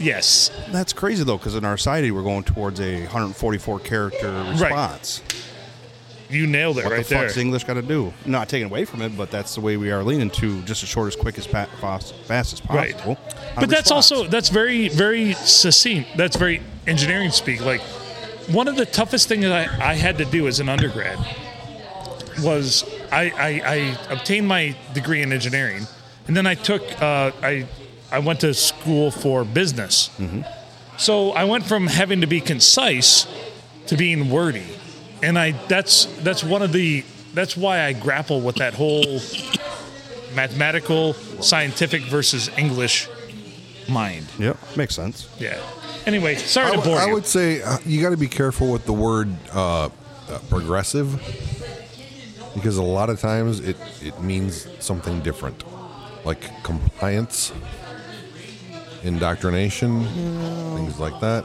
Yes,
That's crazy though, because in our society we're going towards a 144 character response.
you nailed it
What
right
the
there.
fuck's English got to do? Not taking away from it, but that's the way we are leaning to just as short, as quick, as pa- fast, fast as
Right.
possible. on
But that's
response.
also that's very very succinct. That's very engineering speak. Like one of the toughest things I, I had to do as an undergrad was I, I, I obtained my degree in engineering, and then I took uh, I I went to school for business. So I went from having to be concise to being wordy, and I that's that's one of the that's why I grapple with that whole mathematical, scientific versus English mind.
Yep, makes sense.
Yeah. Anyway, sorry
I
to bore
would- I
you.
would say uh, you got to be careful with the word uh, uh, progressive because a lot of times it, it means something different, like compliance, indoctrination, things like that.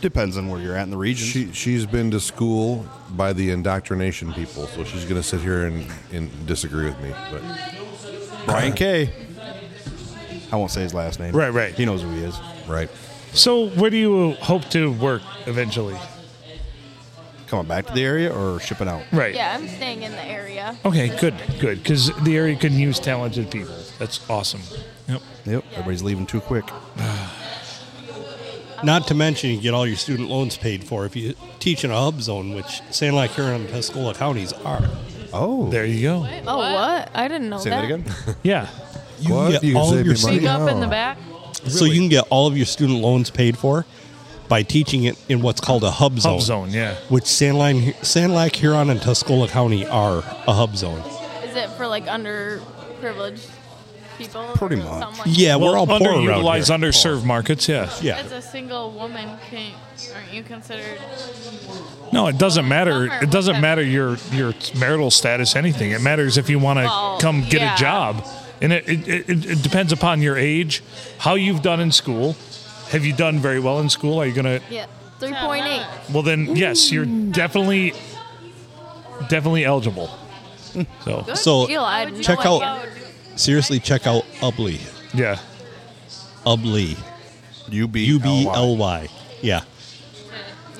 Depends on where you're at in the region.
She she's been to school by the indoctrination people, so she's gonna sit here and, and disagree with me. But
Brian K. I won't say his last name.
Right, right.
He knows who he is.
right,
So, where do you hope to work eventually?
Coming back to the area or shipping out?
Right.
Yeah, I'm staying in the area.
Okay, good, good. Because the area can use talented people. That's awesome. Yep.
Yep. Everybody's leaving too quick.
Not to mention you get all your student loans paid for if you teach in a hub zone, which San Lac Huron and Tuscola counties are.
Oh.
There you go.
Oh what? I didn't know
Say that again.
Yeah.
You
What?
get
You can
all
save
of your
me money?
Speak
student,
up in
Oh.
the back.
so you can get all of your student loans paid for by teaching it in what's called a hub zone.
Hub zone. Yeah.
Which San Lac, San Lac Huron and Tuscola County are a hub zone.
Is it for like underprivileged people?
Pretty
or
much.
something like
Yeah, we're all poor around here.
underutilized, underserved markets. Yeah.
Yeah.
As a single woman, can aren't you considered?
No, it doesn't matter.
Summer,
It doesn't
okay.
matter your your marital status. Anything. It matters if you want to
Well,
come get
yeah.
a job, and it it, it it depends upon your age, how you've done in school. Have you done very well in school? Are you gonna
that? Yeah. Three point eight.
uh,
Well, then, yes, you're definitely, definitely eligible. So,
Good
So,
deal. I had no
check out-
idea.
Seriously, check out Ubly.
yeah,
Ubly.
U B
U B L Y. Yeah.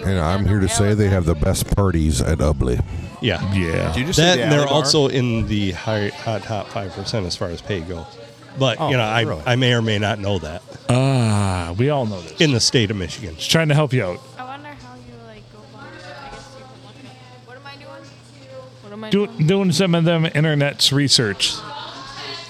and I'm here to say they have the best parties at Ubley.
Yeah.
Yeah.
Did you just say
that,
the
and they're
alley bar?
also in the high, hot top five percent as far as pay goes. But
Oh,
you know, I,
really?
I may or may not know that.
Ah, we all know this.
In the state of Michigan.
Just trying to help you out.
I wonder how you like go about it. I guess you can look at What am I doing? What am I
Do,
doing?
doing some of them internet's research.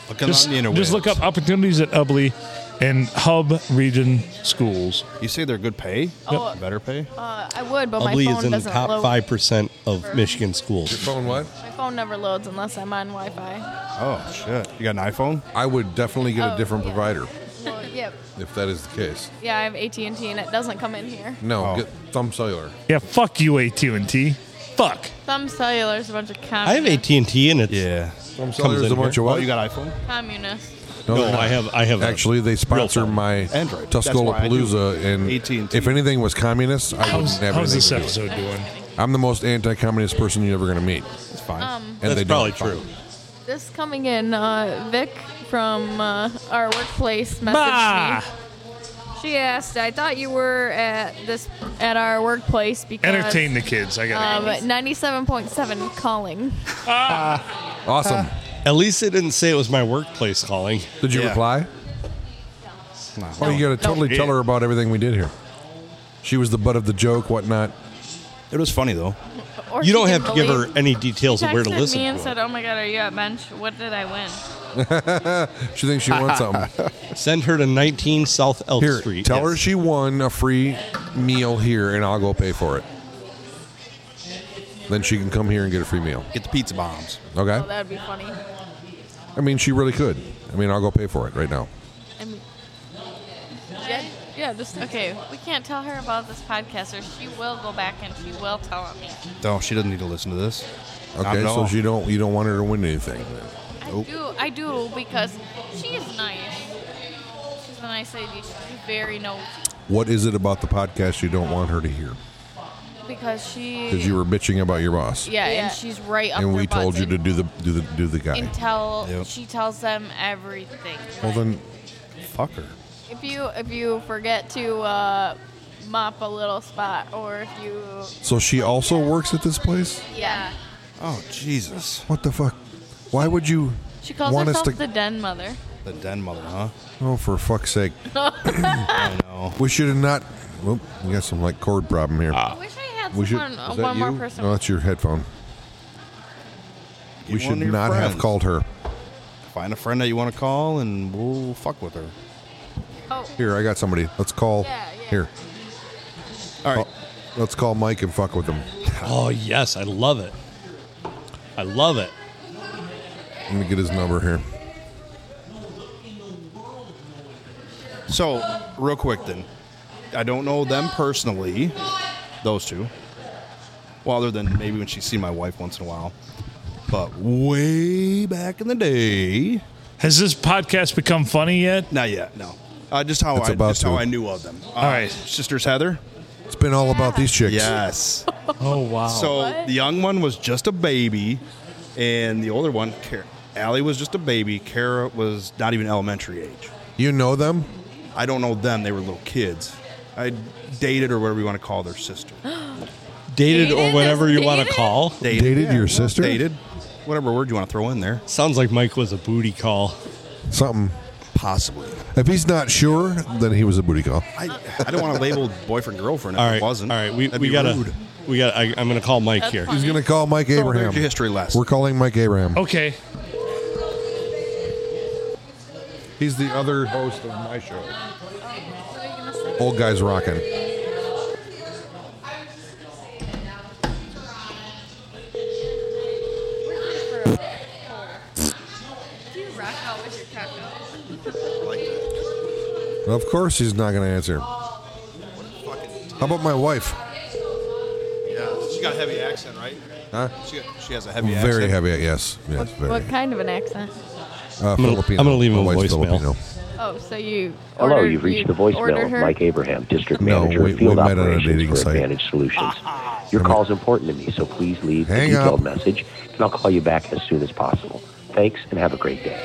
Looking
just,
on the interwebs.
just look up opportunities at Ubley and Hub Region schools.
You say they're good pay?
Oh.
Better pay?
Uh, I would, but my
Ubley
phone
is in the
doesn't
top
load.
five percent of
Sure.
Michigan schools. Your
phone what?
My phone never loads unless I'm on Wi-Fi.
Oh shit! You got an iPhone?
I would definitely get
Oh,
a different
yeah.
provider
Well, yeah,
if that is the case.
yeah. I have AT and T, and it doesn't come in here.
No, get Thumb Cellular.
Yeah, fuck you, AT and T. Fuck.
Some cellular's a bunch of com-
I have AT and T, and it's
yeah.
Some
Cellular's a bunch of what?
Oh, you got iPhone?
communists.
No,
they're not.
I have- I have a
Actually, they sponsor my
Android. That's
Tuscola
why I do
Palooza, and
AT&T.
if anything was communist, I
How's,
wouldn't have
how's
anything
this
to do
episode doing?
with it. I'm the most anti-communist person you're ever going to meet.
It's fine.
Um,
And
That's
they
probably
don't
true.
This coming in, uh, Vic from uh, our workplace messaged
Ma!
me. She asked, "I thought you were at this at our workplace because
Entertain the kids. I got
um, 97.7 calling.
Awesome.
At least they didn't say it was my workplace calling.
Did you
Yeah.
reply? Oh, you got to totally tell her about everything we did here. She was the butt of the joke, whatnot.
It was funny though.
Or
You don't
she
have to
didn't
give her
believe-
any details
She
of where to
texted
listen.
me and
to
said, "Oh my God, are you at bench? What did I win?"
She thinks she won something.
it. Send her to 19 South Elk
Here,
Street.
tell her she won a free meal here, and I'll go pay for it. Then she can come here and get a free meal.
Get the pizza bombs.
Okay?
Oh, that would be funny.
I mean, she really could. I mean, I'll go pay for it right now.
Yeah, yeah, just
Okay, we can't tell her about this podcast, or she will go back and she will tell on me.
No, Oh, she doesn't need to listen to this. Not
Okay,
at all.
so you don't you don't want her to win anything.
I
Oh.
do, I do, because she is nice. She's a nice lady. She's very nosy
What is it about the podcast you don't want her to hear?
because she.
Because you were bitching about your boss,
Yeah,
Yeah.
and she's right up.
and
their
we told
butts
you to
and-
do the do the do the guy.
And tell
Yep.
she tells them everything.
Well then,
Fuck her.
if you if you forget to uh, mop a little spot, or if you
so she also works at this place.
yeah,
Oh Jesus!
What the fuck? Why would you
She calls
want us
herself
to?
the den mother.
The den mother, huh?
oh, for fuck's sake!
I know.
We should have not. Oop, we got some like cord problem here.
I wish I had
we should.
someone,
is that
Uh, one more
you?
person.
No, that's your headphone.
Get
we
one
should
of your
not have
friends.
called her.
Find a friend that you want to call, and we'll fuck with her.
oh
Here, I got somebody. Let's call.
Yeah, yeah.
Here.
All
Oh.
right.
Let's call Mike and fuck with him.
Oh yes, I love it. I love it.
Let me get his number here.
So, real quick then, I don't know them personally, those two. Well, other than maybe when she see my wife once in a while, but way back in the day,
Has this podcast become funny yet?
not yet. No, uh, just how
It's
I
about
just
to.
how I knew of them. All
right.
sisters Heather.
It's been all about these chicks.
Yes.
Oh wow.
So
What?
the young one was just a baby, and the older one, Car- Allie, was just a baby. Kara was not even elementary age.
You know them?
I don't know them; they were little kids. I dated or whatever you want to call their sister.
Dated or
Dated?
whatever you want to
Dated?
call.
Dated,
Dated your sister?
Dated, whatever word you want to throw in there.
Sounds like Mike was a booty call.
Something.
Possibly.
If he's not sure, then he was a booty call.
I, I don't want to label boyfriend girlfriend if
All right.
it wasn't.
All right. We,
That'd
we
be
gotta
rude.
we got. to I'm gonna call Mike
That's
here.
fine.
He's going to call Mike Abraham.
there's your history lesson.
We're calling Mike Abraham.
okay.
He's the other host of my show.
what are you gonna say?
Old guys rocking.
Do you rock out with your taco?
Of course he's not going to answer. How about my wife?
Yeah, she got a heavy accent, right?
Huh?
She, she has a heavy accent.
Very heavy. Yes. Yes. Very.
What kind of an accent?
Uh,
gonna-
Filipino.
I'm gonna leave him
My
a
wife's
voicemail.
Filipino.
Oh, so you
Hello,
ordered-
you've reached the
you
voicemail
ordered
of
her?
Mike Abraham, District
No,
Manager,
we- we
Field
met on a dating
Operations for
site.
Advantage Solutions.
Uh-huh.
Your call is important to me, so please leave
Hang
a detailed
up.
message, and I'll call you back as soon as possible. Thanks, and have a great day.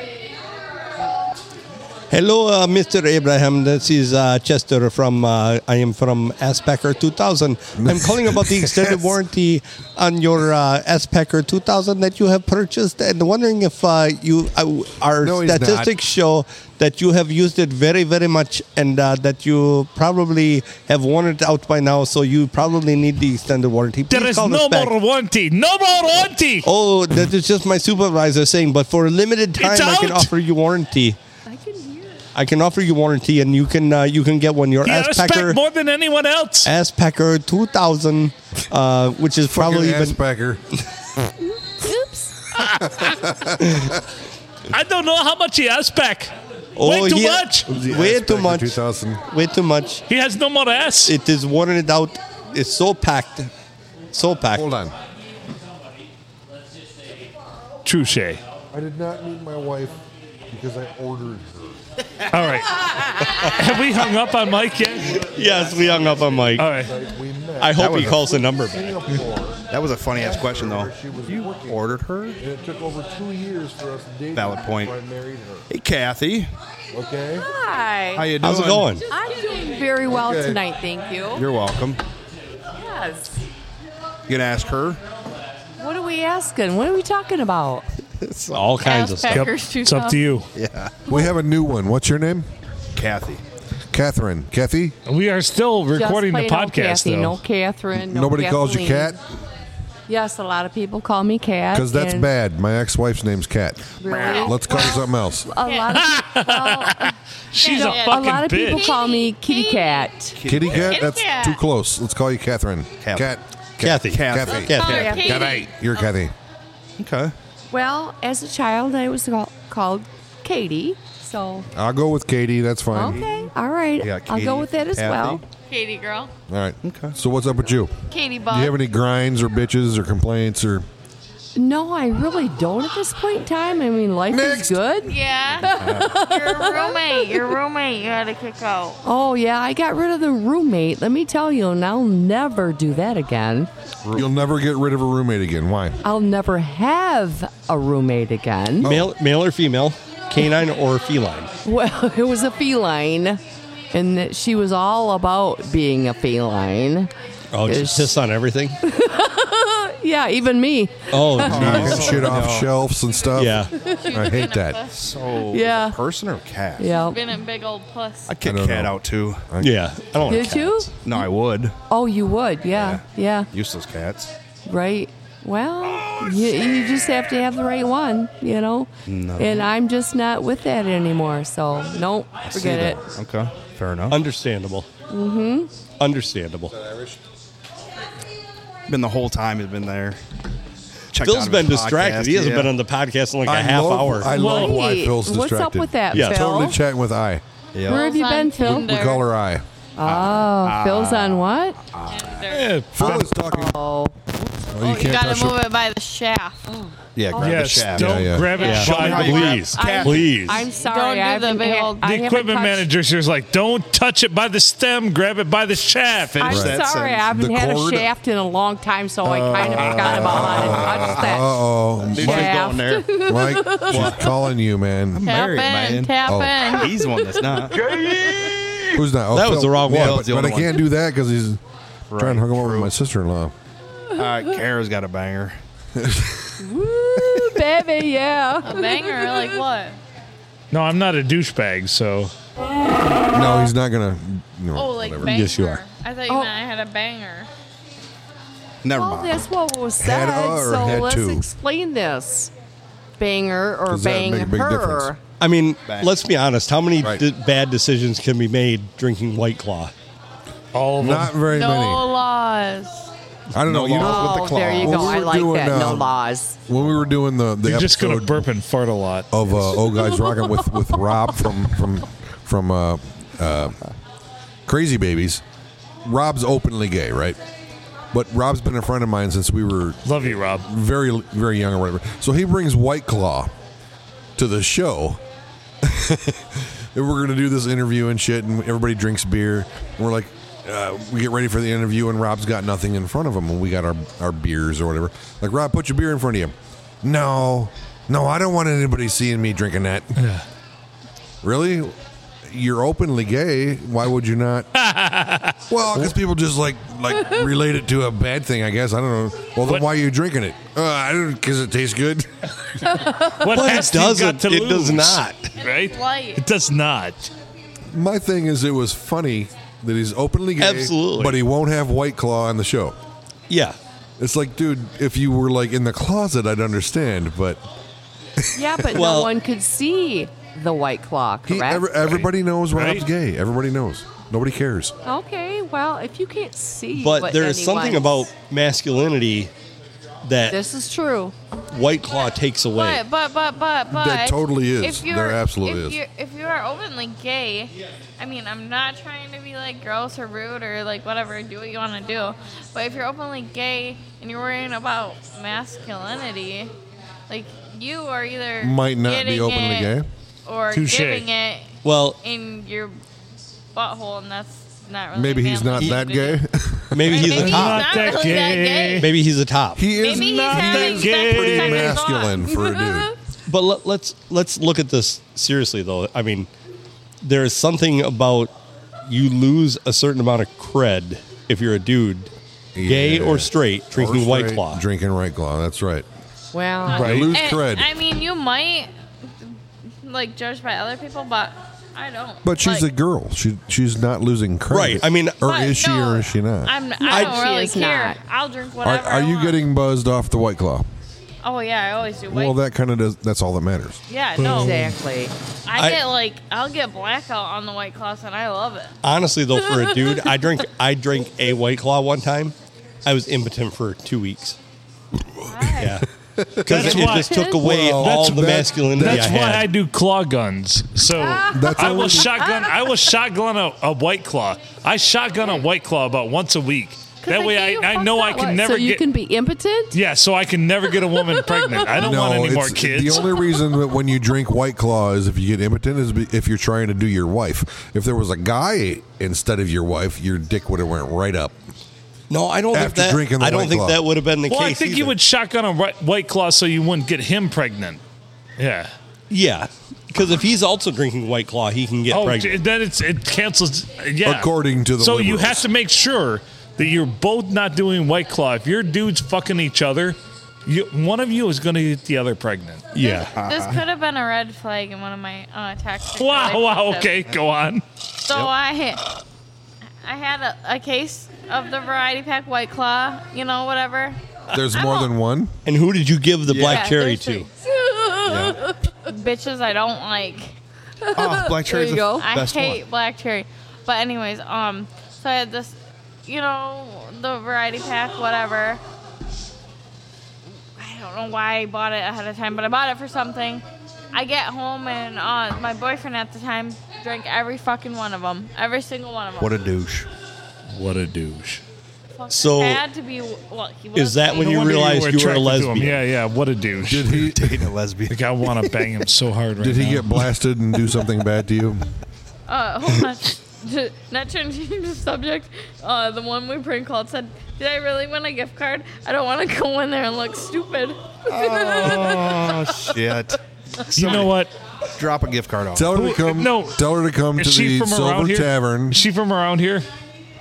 Hello, uh, Mr. Abraham. This is uh, Chester from, uh, I am from Aspacker 2000. I'm calling about the extended
Yes.
warranty on your uh, Aspacker 2000 that you have purchased and wondering if uh, you, uh, our
No, he's not.
statistics show that you have used it very, very much and uh, that you probably have worn it out by now, so you probably need the extended warranty. Please
There is
call us
no
back.
more warranty. No more warranty.
Oh, that is just my supervisor saying, but for a limited time,
It's
I can
out.
offer you warranty. I can offer you warranty, and you can uh, you can get one. Your
You
ass packer,
respect more than anyone else.
ass packer two thousand, uh, which is probably even
Fucking ass packer.
Oops. I don't know how much he has back. Way too much.
Oh, Way too much. Two thousand. Way too much.
He has no more ass.
It is worn it out. It's so packed, so packed. Hold
on.
Touche.
I did not meet my wife because I ordered her.
All right. Have we hung up on Mike yet?
Yes, we hung up on Mike.
All right.
I hope
That
he
was a-
calls the number back.
That was a funny ass question, though. You ordered her?
And it took over two years for us to date.
Valid
before
point.
I married her.
Hey, Kathy.
Okay.
Hi.
How you How's it doing? going?
I'm doing very well
Okay.
tonight, thank you.
You're welcome.
yes.
You can ask her.
What are we asking? What are we talking about?
It's
all
kinds of stuff. Packers Yep. It's up to you.
Yeah.
We have a new one. What's your name?
Kathy.
Catherine. Kathy?
We are still
Just plain old Kathy, No Catherine. No
Nobody calls you
Kathleen.
Cat?
Yes, a lot of people call me Cat.
Because that's
and
bad. My ex wife's name's Cat.
Really?
Let's call her something else.
A lot of people. well,
She's
you
a
know,
fucking
lot of people
bitch.
call me Kitty Cat.
Kitty Cat? That's too close. Let's call you Catherine. Cat.
Kathy.
Kathy.
Kathy. Kathy.
Kathy. You're Kathy.
Okay.
Well, as a child, I was call- called Katie. So
I'll go with Katie. That's fine.
okay, all right,
Yeah,
I'll
Katie,
go with that as
Kathy.
well.
Katie girl.
All right. Okay. So what's up with you?
Katie
Do
bug.
you have any grinds or bitches or complaints or?
No, I really don't at this point in time. I mean, life is good.
yeah. your roommate. Your roommate. You had to kick out.
Oh yeah, I got rid of the roommate. Let me tell you, and I'll never do that again.
You'll never get rid of a roommate again. Why?
I'll never have a roommate again.
Male, male or female, canine or feline.
Well, it was a feline, and that she was all about being a feline.
Oh, just piss on everything.
yeah, even me.
Oh,
Knocking
geez.
shit off
No.
shelves and stuff.
Yeah.
I hate that.
So,
Yeah.
Oh, is it person or cat?
Yeah.
Been a big old puss.
I'd kick cat out too.
yeah. I
don't Did you?
No, I would.
Oh, you would. Yeah. Yeah.
Useless cats.
Right. Well, you, you just have to have the right one, you know?
No.
And I'm just not with that anymore. So, nope, forget it.
Okay. Fair enough.
Understandable. Mm-hmm.
Mm hmm.
Understandable.
Been the whole time he's been there. Checked out
Phil's
of
been
his
distracted.
podcast,
He hasn't
yeah.
been on the podcast in like a
I
half
love-
hour.
I
love why
Wait,
Phil's
what's up
distracted.
with that,
Yeah,
Phil?
totally chatting with I.
Where have you
Phil's on
been, Phil?
We call her I.
Oh, Phil's on what?
Phil is talking.
Oh,
you
Oh,
can't
you gotta
touch her.
move it by the shaft.
Yeah, grab
Yes,
the shaft.
don't
yeah, yeah.
grab it
Yeah.
by the-
Please,
I'm-
please.
I'm
Don't
sorry.
do
I
the
haven't
big
had-
old-
I
The
haven't
equipment
touched-
manager she was like, "Don't touch it by the stem. Grab it by the shaft."
I'm sorry, I haven't
The
had
cord?
a shaft in a long time, so I kind of forgot about how to touch
Uh
that.
oh.
Dude, she's going
there.
Mike, she's calling you, man.
I'm married,
Tap in,
man.
tap
oh.
in.
He's the one that's not.
Who's that? Oh,
That was
Phil.
the wrong
yeah,
one.
But, but I can't do that because he's trying to hook him up with my sister in law.
All right, Kara's got a banger.
Ooh, baby, yeah.
A banger, like what?
No, I'm not a douchebag, so.
No, he's not gonna. No,
Oh, like
whatever.
banger. I thought you meant I had a banger.
Never
Well, that's what was
Had
said.
a or
so
had
let's
to?
explain this. Banger or
Does that
bang
make a big
her.
difference? I mean,
Back.
let's be honest. How many d- bad decisions can be made drinking White Claw?
All of
Not very
no
many.
laws.
I don't
No
know. You know,
Oh, there you
When
go.
we
I
were
like
doing,
that. no
um,
laws.
when we were doing the, the
You're just gonna
episode
burp and fart a lot.
of uh, old guys rocking with with Rob from from from uh, uh, Crazy Babies. Rob's openly gay, right? But Rob's been a friend of mine since we were
love you, Rob,
very very young or whatever. So he brings White Claw to the show. and we're gonna do this interview and shit, and everybody drinks beer, and we're like, uh, we get ready for the interview, and Rob's got nothing in front of him, and we got our our beers or whatever. Like Rob, put your beer in front of you. No, no, I don't want anybody seeing me drinking that. Really? You're openly gay. Why would you not? well, because people just like like relate it to a bad thing. I guess I don't know. Well, then why are you drinking it? Uh, I don't because it tastes good.
What
But it
has he got
doesn't.
to
It
lose?
does not.
Right?
light.
It does not.
My thing is, it was funny that he's openly gay,
Absolutely.
but he won't have White Claw on the show.
Yeah,
it's like, dude, if you were like in the closet, I'd understand. But
Yeah, but
Well-
no one could see the white claw,
he,
correct?
every- everybody knows Rob's gay. Everybody knows. Nobody cares.
okay, well, if you can't see,
but
what
there is
anyone-
something about masculinity that
this is true.
White Claw takes away.
But but but but but
That totally is.
If you're,
There absolutely
if
is.
You're, if you are openly gay, I mean, I'm not trying to be like gross or rude or like whatever. Do what you want to do. But if you're openly gay and you're worrying about masculinity, like you are either
Might not be
getting
openly
it
gay.
or
Touche.
giving it
Well-
in your butthole, and that's not really.
Maybe he's not that gay.
Maybe he's
Maybe
a top.
he's not Not that really that gay. gay.
Maybe he's a top.
He
is Maybe he's not having that gay.
pretty masculine for a dude.
But let, let's let's look at this seriously, though. I mean, there is something about you lose a certain amount of cred if you're a dude, gay
Yeah.
or straight, drinking
Or
White
straight,
Claw.
Drinking White Claw. That's right.
Well,
Right. You lose
And-
cred.
I mean, you might like judge by other people, but I don't.
But she's
Like,
a girl. She she's not losing credit.
Right. I mean-
or
But
is she
no,
or is she not?
I'm, I don't
I- she
really
is
care.
not.
I'll drink
Are,
whatever.
are you getting buzzed off the White Claw?
oh yeah, I always do.
Well,
Wait,
that kind of does. That's all that matters.
yeah, no,
Exactly.
I,
I-
get like I'll get blackout on the white claws, and I love it.
Honestly, though, for a dude, I drink I drank a White Claw one time. I was impotent for two weeks. Yeah, because
That's
it
why-
just took away
Well,
all
that's-
the
that-
masculinity
That's
I
why
had.
I do claw guns. So
That's
I will
only-
shotgun. I will shotgun a, a white claw. I shotgun a white claw about once a week. That way, I, I know I can
What,
never
so you
get.
can be impotent.
yeah, so I can never get a woman pregnant. I don't want any more
it's-
kids.
The only reason that when you drink White Claw is if you get impotent is be- if you're trying to do your wife. If there was a guy instead of your wife, your dick would have went right up.
No, I don't
After
think that.
drinking the
I don't
White
think
Claw.
that would have been the
well, I
case.
think you would shotgun a ri- white claw so you wouldn't get him pregnant. Yeah.
Yeah, because if he's also drinking White Claw, he can get
oh, d-
pregnant.
then it's it cancels. Yeah.
According to the
so you
liberals.
have to make sure that you're both not doing white claw. If your dudes fucking each other, you, one of you is going to get the other pregnant.
Ah.
Yeah.
This could have been a red flag in one of my uh, toxic.
Wow. Wow.
relationships.
Okay. Go on.
So I, I had a, a case of the variety pack white claw. You know, whatever.
There's more than one.
And who did you give the black
Yeah,
cherry
there's three.
to?
Bitches I don't like.
Oh, black cherry's
you
the
go.
I
best
hate
one.
black cherry. But anyways, um, so I had this, you know, the variety pack, whatever. I don't know why I bought it ahead of time, but I bought it for something. I get home and uh, my boyfriend at the time drank every fucking one of them, every single one of them.
What a douche.
What a douche.
So-
had to be. Well, he was
Is that when
No
you
wonder
realized you were a
attracted to him.
lesbian?
Yeah. Yeah. What a douche.
Did he
Dating a lesbian.
like I want to bang him so hard right
did
now.
he get blasted and do something bad to you?
Uh, hold on. Not changing the subject. Uh, the one we prank called said, "Did I really win a gift card? I don't want to go in there and look stupid."
Oh, shit.
You know what?
Drop a gift card off.
Tell her to
Who-
come.
no.
Tell her to come to
Is she
the
from around
Silver
here?
Tavern,
Is she from around here?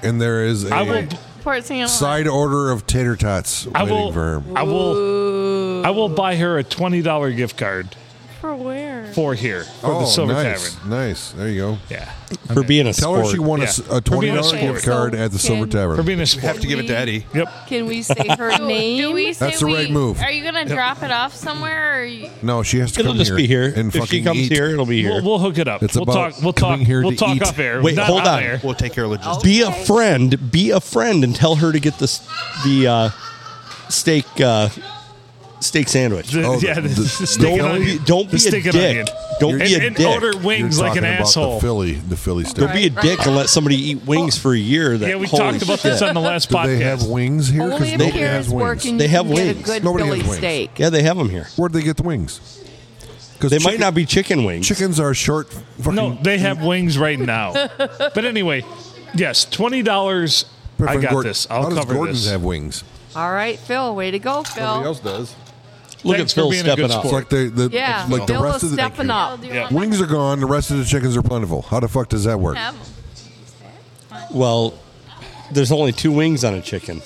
and there is
I will.
a
Port St. Helens.
side order of tater tots
I
waiting
will.
for her.
I will. I will buy her a twenty dollar gift card
For where?
for here for
oh,
the Silver
nice,
Tavern.
nice. There you go.
Yeah.
For being a
Tell her she
sport.
won a
Yeah.
s- a,
For
twenty
being a
dollar
sport.
gift card at the
So
Silver
can-
Tavern.
For being a
You have
sport.
to give it to Eddie.
Yep.
Can we say her name?
Do we say
That's the
we,
right move.
Are you gonna drop it off somewhere? Or you,
No, she has to
It'll
come
just
here
be here.
And
if
fucking
she comes
eat.
here, it'll be here.
We'll, we'll hook it up.
It's
we'll
about
talk. We'll
coming
talk.
here
we'll
to
talk
eat.
off air.
Wait,
Not
hold on.
Air.
We'll take care of logistics.
Be a friend. Be a friend and tell her to get this the uh, steak uh, steak sandwich.
The-
Oh, the-
yeah, the,
the-
the
the
steak and
don't
onion.
be- don't
The
be a
steak and
dick.
onion.
Don't
and,
be a
and
dick.
order
You're
wings like
talking
an
about
asshole.
The Philly, the Philly steak.
Don't be a dick and let somebody eat wings for a year. That,
yeah, we
holy
talked about this
shit.
on the last
Do
podcast.
they have wings here?
Only
Because
if
nobody
Kara's
has wings.
working.
They have
you can
wings.
Get a good
Nobody has
Philly
wings.
steak.
Yeah, they have them here.
Where'd they get the wings? Because
They might not be chicken wings.
Chickens are short. Fucking
no, they have wings right now. but anyway, yes, twenty dollars. I
Preferring
got
Gord-
this. I'll
How does
cover
Gordon's
this.
have wings?
All right, Phil. Way to go, Phil.
does.
Look
Thanks
at
for
Phil
being a good
stepping up.
It's like the, the
Yeah,
like the
Bill
rest
is
of the
stepping up. Yeah.
Wings are gone. The rest of the chickens are plentiful. How the fuck does that work?
Well, there's only two wings on a chicken.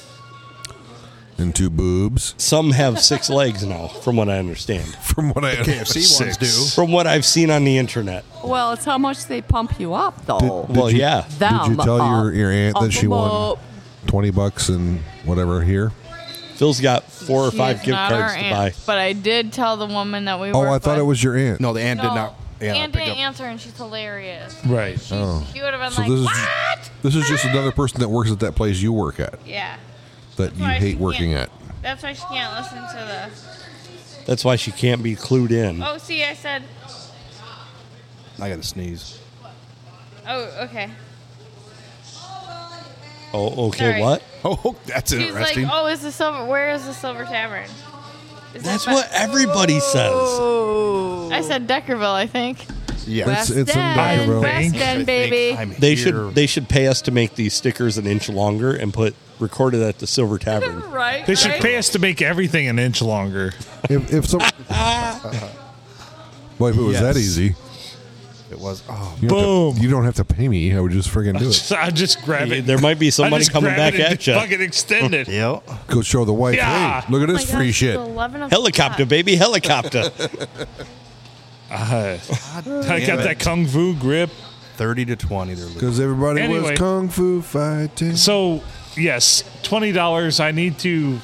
And two boobs.
Some have six legs now, from what I understand.
From what I
The KFC ones Six. do.
From what I've seen on the internet.
Well, it's how much they pump you up, though.
well, yeah.
Did you
Them
tell your,
up.
your aunt that
Up
she won
up.
twenty bucks and whatever here?
Phil's got four
She is not our aunt, But I did tell the woman that we
Oh,
were.
I thought it was your aunt.
No, the aunt
No, Ann didn't answer, and she's hilarious.
Right.
Oh.
She would have been
So
like,
this is
"What?"
this is just another person that works at that place you work at
Yeah.
that you
Why she
hate working
can't-
at.
That's why she can't listen to this.
That's why she can't be clued in.
Oh, see, I said.
I got to sneeze.
Oh, okay.
Oh, okay.
Sorry.
What?
Oh, that's
She's like, "Oh, is the silver? Where is the Silver Tavern?" Is it
That's
by-
what everybody says.
I said Deckerville, I think.
Yeah.
West End, West End, baby.
They should they should pay us to make these stickers an inch longer and put recorded at the Silver Tavern.
right.
They should
right?
pay us to make everything an inch longer.
If, if some, Boy, if it was
Yes.
that easy,
it was. Oh,
you Don't have to, you don't have to pay me. I would just friggin' do it.
I just grab it.
There might be somebody
I just
coming
grab
back
it and
at
just
ya.
Fucking extend it.
yep.
Go show the wife.
Yeah.
Hey, look at
Oh my
this
gosh,
free
it's
shit.
11 o'clock.
Helicopter, baby, helicopter.
Uh, I
damn
got
it.
that kung fu grip.
Thirty to twenty. They're
Because everybody
Anyway.
was kung fu fighting.
So yes, twenty dollars. I need to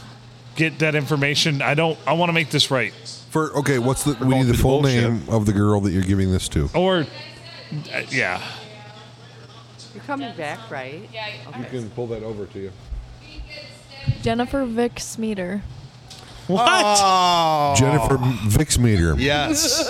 get that information. I don't. I want to make this right.
For okay, what's the? We need the
through the
full
bullshit.
name of the girl that you're giving this to.
Or uh, yeah,
You're coming back, right? Yeah.
You can pull that over to you.
Jennifer Vick Smeater.
What?
Oh.
Jennifer Vixmeter.
Yes.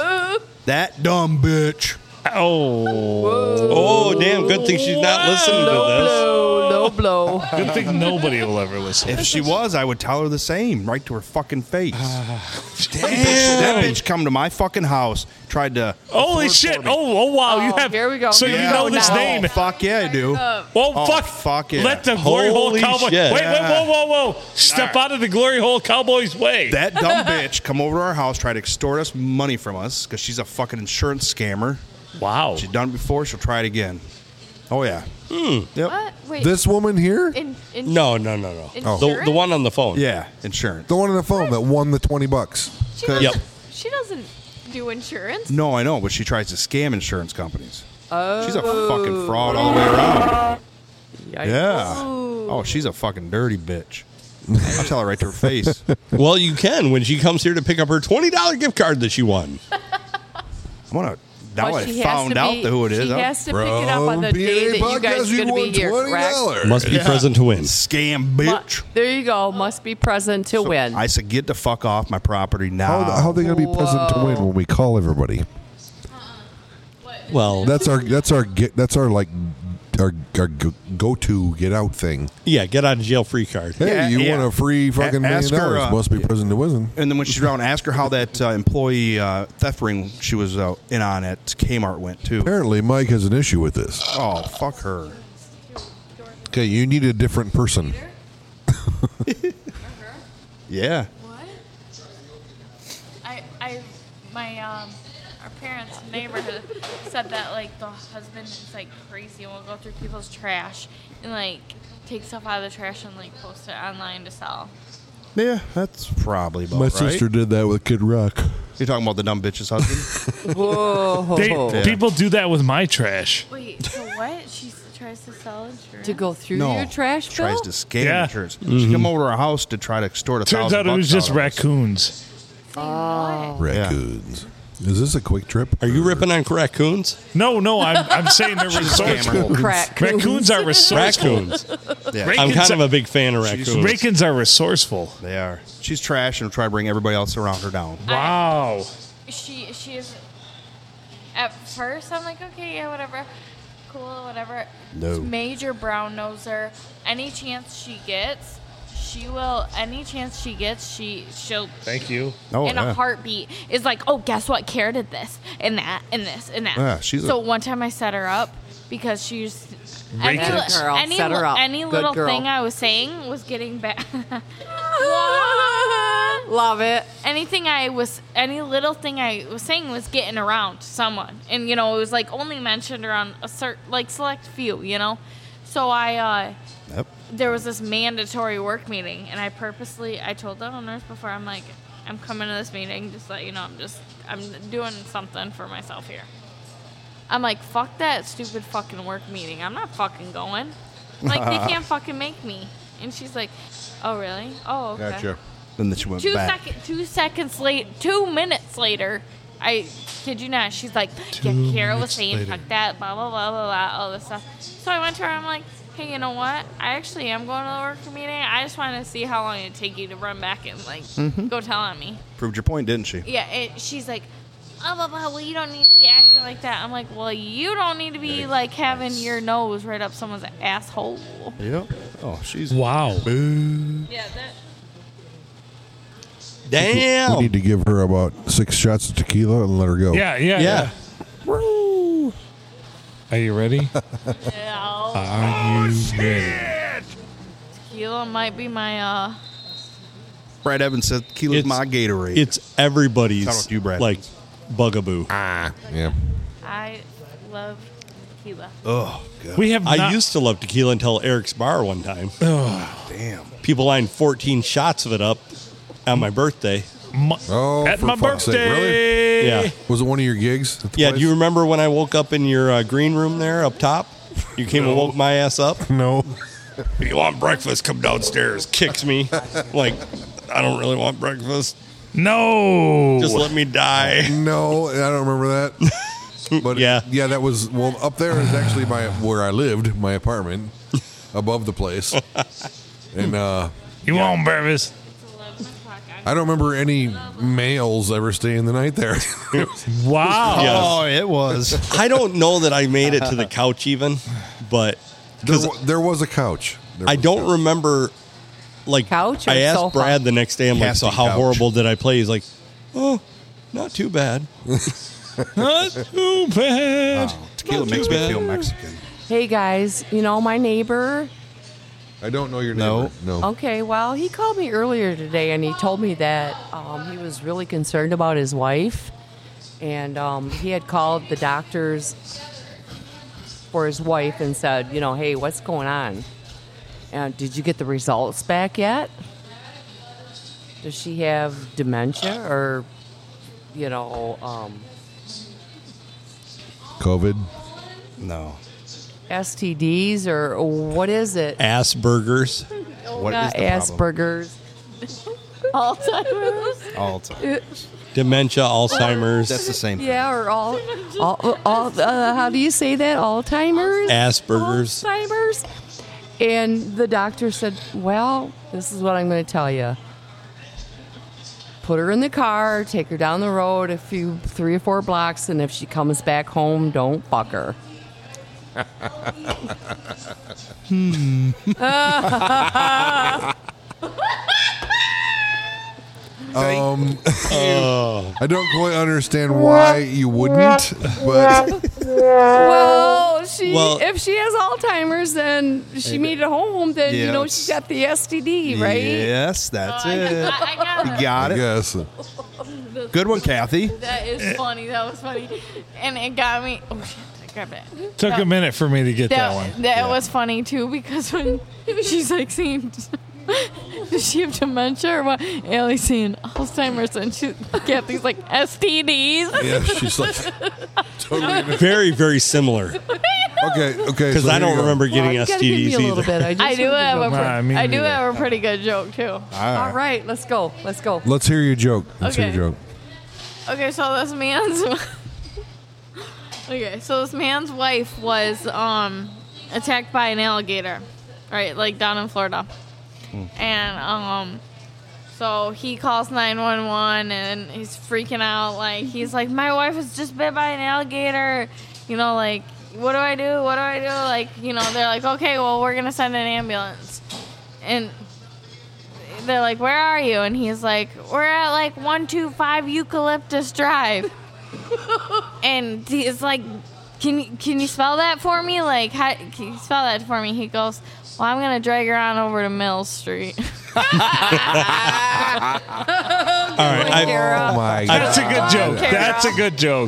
that dumb bitch.
Oh.
Oh, damn. Good thing she's not listening to this.
Low blow.
Good thing nobody will ever listen.
If she was, I would tell her the same, right to her fucking face.
Ah.
That bitch come to my fucking house, tried to.
Holy shit! Oh, oh wow! you
Oh,
have
here we go.
So
Here
you
we
know
go
this
now.
name?
Fuck yeah, I do.
Well,
Oh,
fuck!
fuck yeah.
Let the glory
Holy
hole cowboy.
shit.
Wait, wait, whoa, whoa, whoa! Step out of the glory hole cowboy's way.
That dumb bitch come over to our house, try to extort us money from us because she's a fucking insurance scammer.
wow.
She's done it before. She'll try it again. Oh yeah.
What? Wait.
This woman here,
In, in,
No, no, no, no. The,
Insurance?
the one on the phone.
Yeah. Insurance.
the one on the phone that won the twenty bucks.
She doesn't,
Yep.
She doesn't do insurance.
No, I know, but she tries to scam insurance companies. Oh. She's a fucking fraud all the way around. Yeah. Oh, she's a fucking dirty bitch. I'll tell her right to her face.
Well, you can when she comes here to pick up her $20 gift card that she won.
I'm gonna. Now
Well,
I
she has
found
to
out
be-
who it is.
She
I'm-
has to pick it up on the day that you guys are going to be here, correct?
Must be present to win.
Scam bitch.
There you go. Must be present to win.
I said, get the fuck off my property now.
How, how are they going to be present to win when we call everybody?
Well,
That's our that's our get that's our like our, our go to get out thing.
yeah, get out of jail free card.
Hey,
Yeah,
you
yeah.
want a free fucking
A-
million
ask her,
dollars?
uh,
Must be present to win.
and then when she's around, ask her how that uh, employee uh, theft ring she was uh, in on at Kmart went too.
Apparently, Mike has an issue with this.
Oh fuck her.
Okay, you need a different person.
Yeah.
What? I, I, my, um, our parents' neighborhood said that, like, the husband is, like, crazy and will go through people's trash and, like, take stuff out of the trash and, like, post it online to sell.
Yeah, that's probably about
My
right.
sister did that with Kid Rock.
You're talking about the dumb bitch's husband.
Whoa.
They- People do that with my trash.
Wait, so what? She s- tries to sell insurance?
to go through your trash bill?
tries to scam
Yeah.
insurance. She come over to our house to try to extort a
Turns
thousand
out it was
bucks
just
out of us.
raccoons.
Oh.
Raccoons. Is this a quick trip?
Are you ripping on raccoons?
No, no, I'm, I'm saying they're resourceful.
Crack.
Raccoons are resourceful.
Raccoons.
Yeah.
Raccoons
I'm kind of
are-
a big fan of raccoons.
Raccoons are resourceful.
They are. She's trash and try to bring everybody else around her down.
Wow.
she she is at first I'm like, okay, yeah, whatever. Cool, whatever.
No.
Major brown noser. Any chance she gets, she will any chance she gets, she she'll
Thank you.
Oh,
in
yeah.
a heartbeat is like, oh, guess what? Kara did this and that and this and that.
Yeah, she's a-
Uh, so one time I set her up because she's any,
Good
li-
girl.
any,
Set her
li-
up.
any
Good
little
girl.
thing I was saying was getting back. What?
Love it.
Anything I was, any little thing I was saying was getting around to someone, and you know it was like only mentioned around a certain, like select few, you know. So I, uh,
Yep.
there was this mandatory work meeting, and I purposely, I told the owners before, I'm like, I'm coming to this meeting, just let you know, I'm just, I'm doing something for myself here. I'm like, fuck that stupid fucking work meeting. I'm not fucking going. Like they can't fucking make me. And she's like, oh really? Oh okay.
Then she went
Two
back.
second, two seconds late, two minutes later, I kid you not, she's like, yeah,
Two
Kara was
minutes
saying
later.
fuck that, blah blah blah blah blah, all this stuff. So I went to her. I'm like, hey, you know what? I actually am going to the work meeting. I just wanted to see how long it take you to run back and like
Mhm.
go tell on me.
Proved your point, didn't she?
Yeah, and she's like, oh, blah, blah, well, you don't need to be acting like that. I'm like, well, you don't need to be like having your nose right up someone's asshole.
Yep. Oh, she's
wow.
Yeah, that.
We need to give her about six shots of tequila and let her go.
Yeah, yeah, yeah.
Woo.
Are you ready? Are you
ready?
Tequila might be my, uh,
Brad Evans said, "Keela's my Gatorade."
It's everybody's
Shout out to you, Brad.
like bugaboo. Ah,
yeah.
I love tequila.
Oh,
God.
We have
I
not-
used to love tequila until Eric's bar one time.
Oh,
damn.
People lined 14 shots of it up on my birthday.
oh,
At
for
my
fuck's sake, really?
birthday. Yeah.
Was it one of your gigs? at the
yeah,
place?
do you remember when I woke up in your uh, green room there up top? You came and woke my ass up?
No.
you want breakfast? Come downstairs. Kicks me. like, I don't really want breakfast.
No.
Just let me die.
No, I don't remember that. But yeah, yeah, that was well up there is actually my where I lived, my apartment above the place, and uh,
you won't, Brevis.
I don't remember any males ever staying the night there.
Wow.
Yes.
Oh, it was.
I don't know that I made it to the couch even, but
there, wa- there was a couch. There
I
was a
don't
couch.
remember. Like
Couch or
I asked
sofa?
Brad the next day, I'm like,
Casting
so how
couch.
horrible did I play? He's like, oh, not too bad.
not too bad.
tequila
Not
makes
too
me
bad.
feel Mexican.
Hey guys, you know my neighbor.
I don't know your neighbor. No.
Oh.
Okay, well, he called me earlier today and he told me that um, he was really concerned about his wife. And um, he had called the doctors for his wife and said, you know, hey, what's going on? And did you get the results back yet? Does she have dementia or, you know, um,
COVID.
No.
STDs or what is it?
Asperger's.
What Not Asperger's. Alzheimer's.
Alzheimer's.
Dementia, Alzheimer's.
That's the same.
Yeah, or all, all, all uh, how do you say that? Alzheimer's?
Asperger's.
Alzheimer's. And the doctor said, Well, this is what I'm going to tell you. Put her in the car, take her down the road a few, three or four blocks, and if she comes back home, don't fuck her.
Hmm.
Um, I don't quite understand why you wouldn't, but
well, Oh, she
Well-
if she has Alzheimer's, then she made it home. Then you know
Yes.
she's got the STD, right?
Yes, that's it.
I got
You got it.
Yes.
Good one, Kathy.
That is funny. That was funny. And it got me. Oh, shit. I grabbed it.
Took
That-
a minute for me to get that,
That,
one.
that was funny, too, because when she's like saying, Does she have dementia or what? Allie's saying Alzheimer's, and she, Kathy's like, STDs.
Yeah, she's like, totally.
Very, very similar.
Okay, okay.
Because
so
I
here
don't
you go.
remember getting STDs either.
I, just
do
wanted to
have
go
a,
for
pre-
it.
I
me
do
neither.
have a pretty good joke too. All
right.
All right, let's go. Let's go.
Let's hear your joke. Let's
Okay.
hear your joke.
Okay, so this man's Okay, so this man's wife was um attacked by an alligator. Right, like down in Florida. And um so he calls 911 and he's freaking out like he's like my wife was just bit by an alligator. You know like what do I do? What do I do? Like, you know, they're like, "Okay, well, we're going to send an ambulance." And they're like, "Where are you?" And he's like, "We're at like one two five Eucalyptus Drive." and he's like, "Can you can you spell that for me? Like, how, can you spell that for me?" He goes, "Well, I'm gonna drag her on over to Mill Street."
All right.
one, Kara. Oh, my
That's a good
God.
joke.
Kara.
That's a good joke.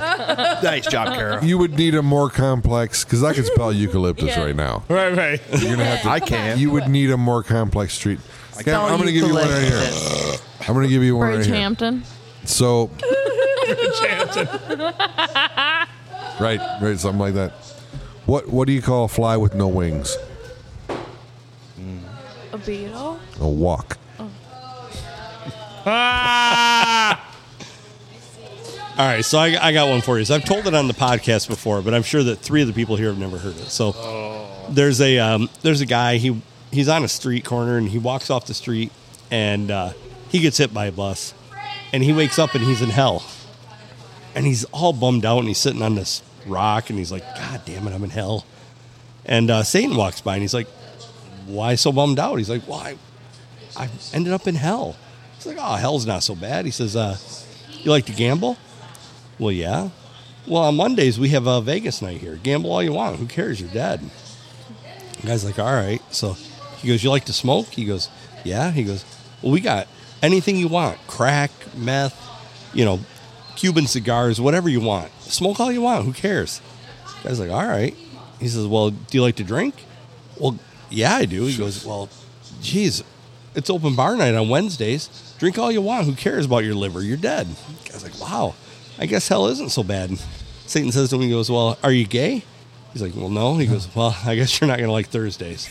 nice job, Kara.
You would need a more complex because I can spell eucalyptus
Yeah.
right now.
Right, right.
You're gonna have to,
I can.
You would need a more complex street. Okay, I'm gonna give you one right here. I'm gonna give you one right here.
Bridgehampton.
So
Bridgehampton.
right, right, something like that. What what do you call a fly with no wings?
A beetle?
A walk.
Ah!
All right, so I, I got one for you. So I've told it on the podcast before, but I'm sure that three of the people here have never heard it. So there's a um, there's a guy he he's on a street corner and he walks off the street and uh, he gets hit by a bus and he wakes up and he's in hell and he's all bummed out and he's sitting on this rock and he's like, God damn it, I'm in hell. And uh, Satan walks by and he's like, Why so bummed out? He's like, Why? I ended up in hell. He's like, Oh, hell's not so bad. He says, uh, You like to gamble? Well, yeah. Well, on Mondays we have a Vegas night here. Gamble all you want. Who cares? You're dead. The guy's like, all right. So he goes, you like to smoke? He goes, yeah. He goes, well, we got anything you want: crack, meth, you know, Cuban cigars, whatever you want. Smoke all you want. Who cares? The guy's like, all right. He says, well, do you like to drink? Well, yeah, I do. He goes, well, geez, it's open bar night on Wednesdays. Drink all you want. Who cares about your liver? You're dead. The guy's like, wow, I guess hell isn't so bad. Satan says to him, he goes, well, are you gay? He's like, well, no. He goes, well, I guess you're not going to like Thursdays.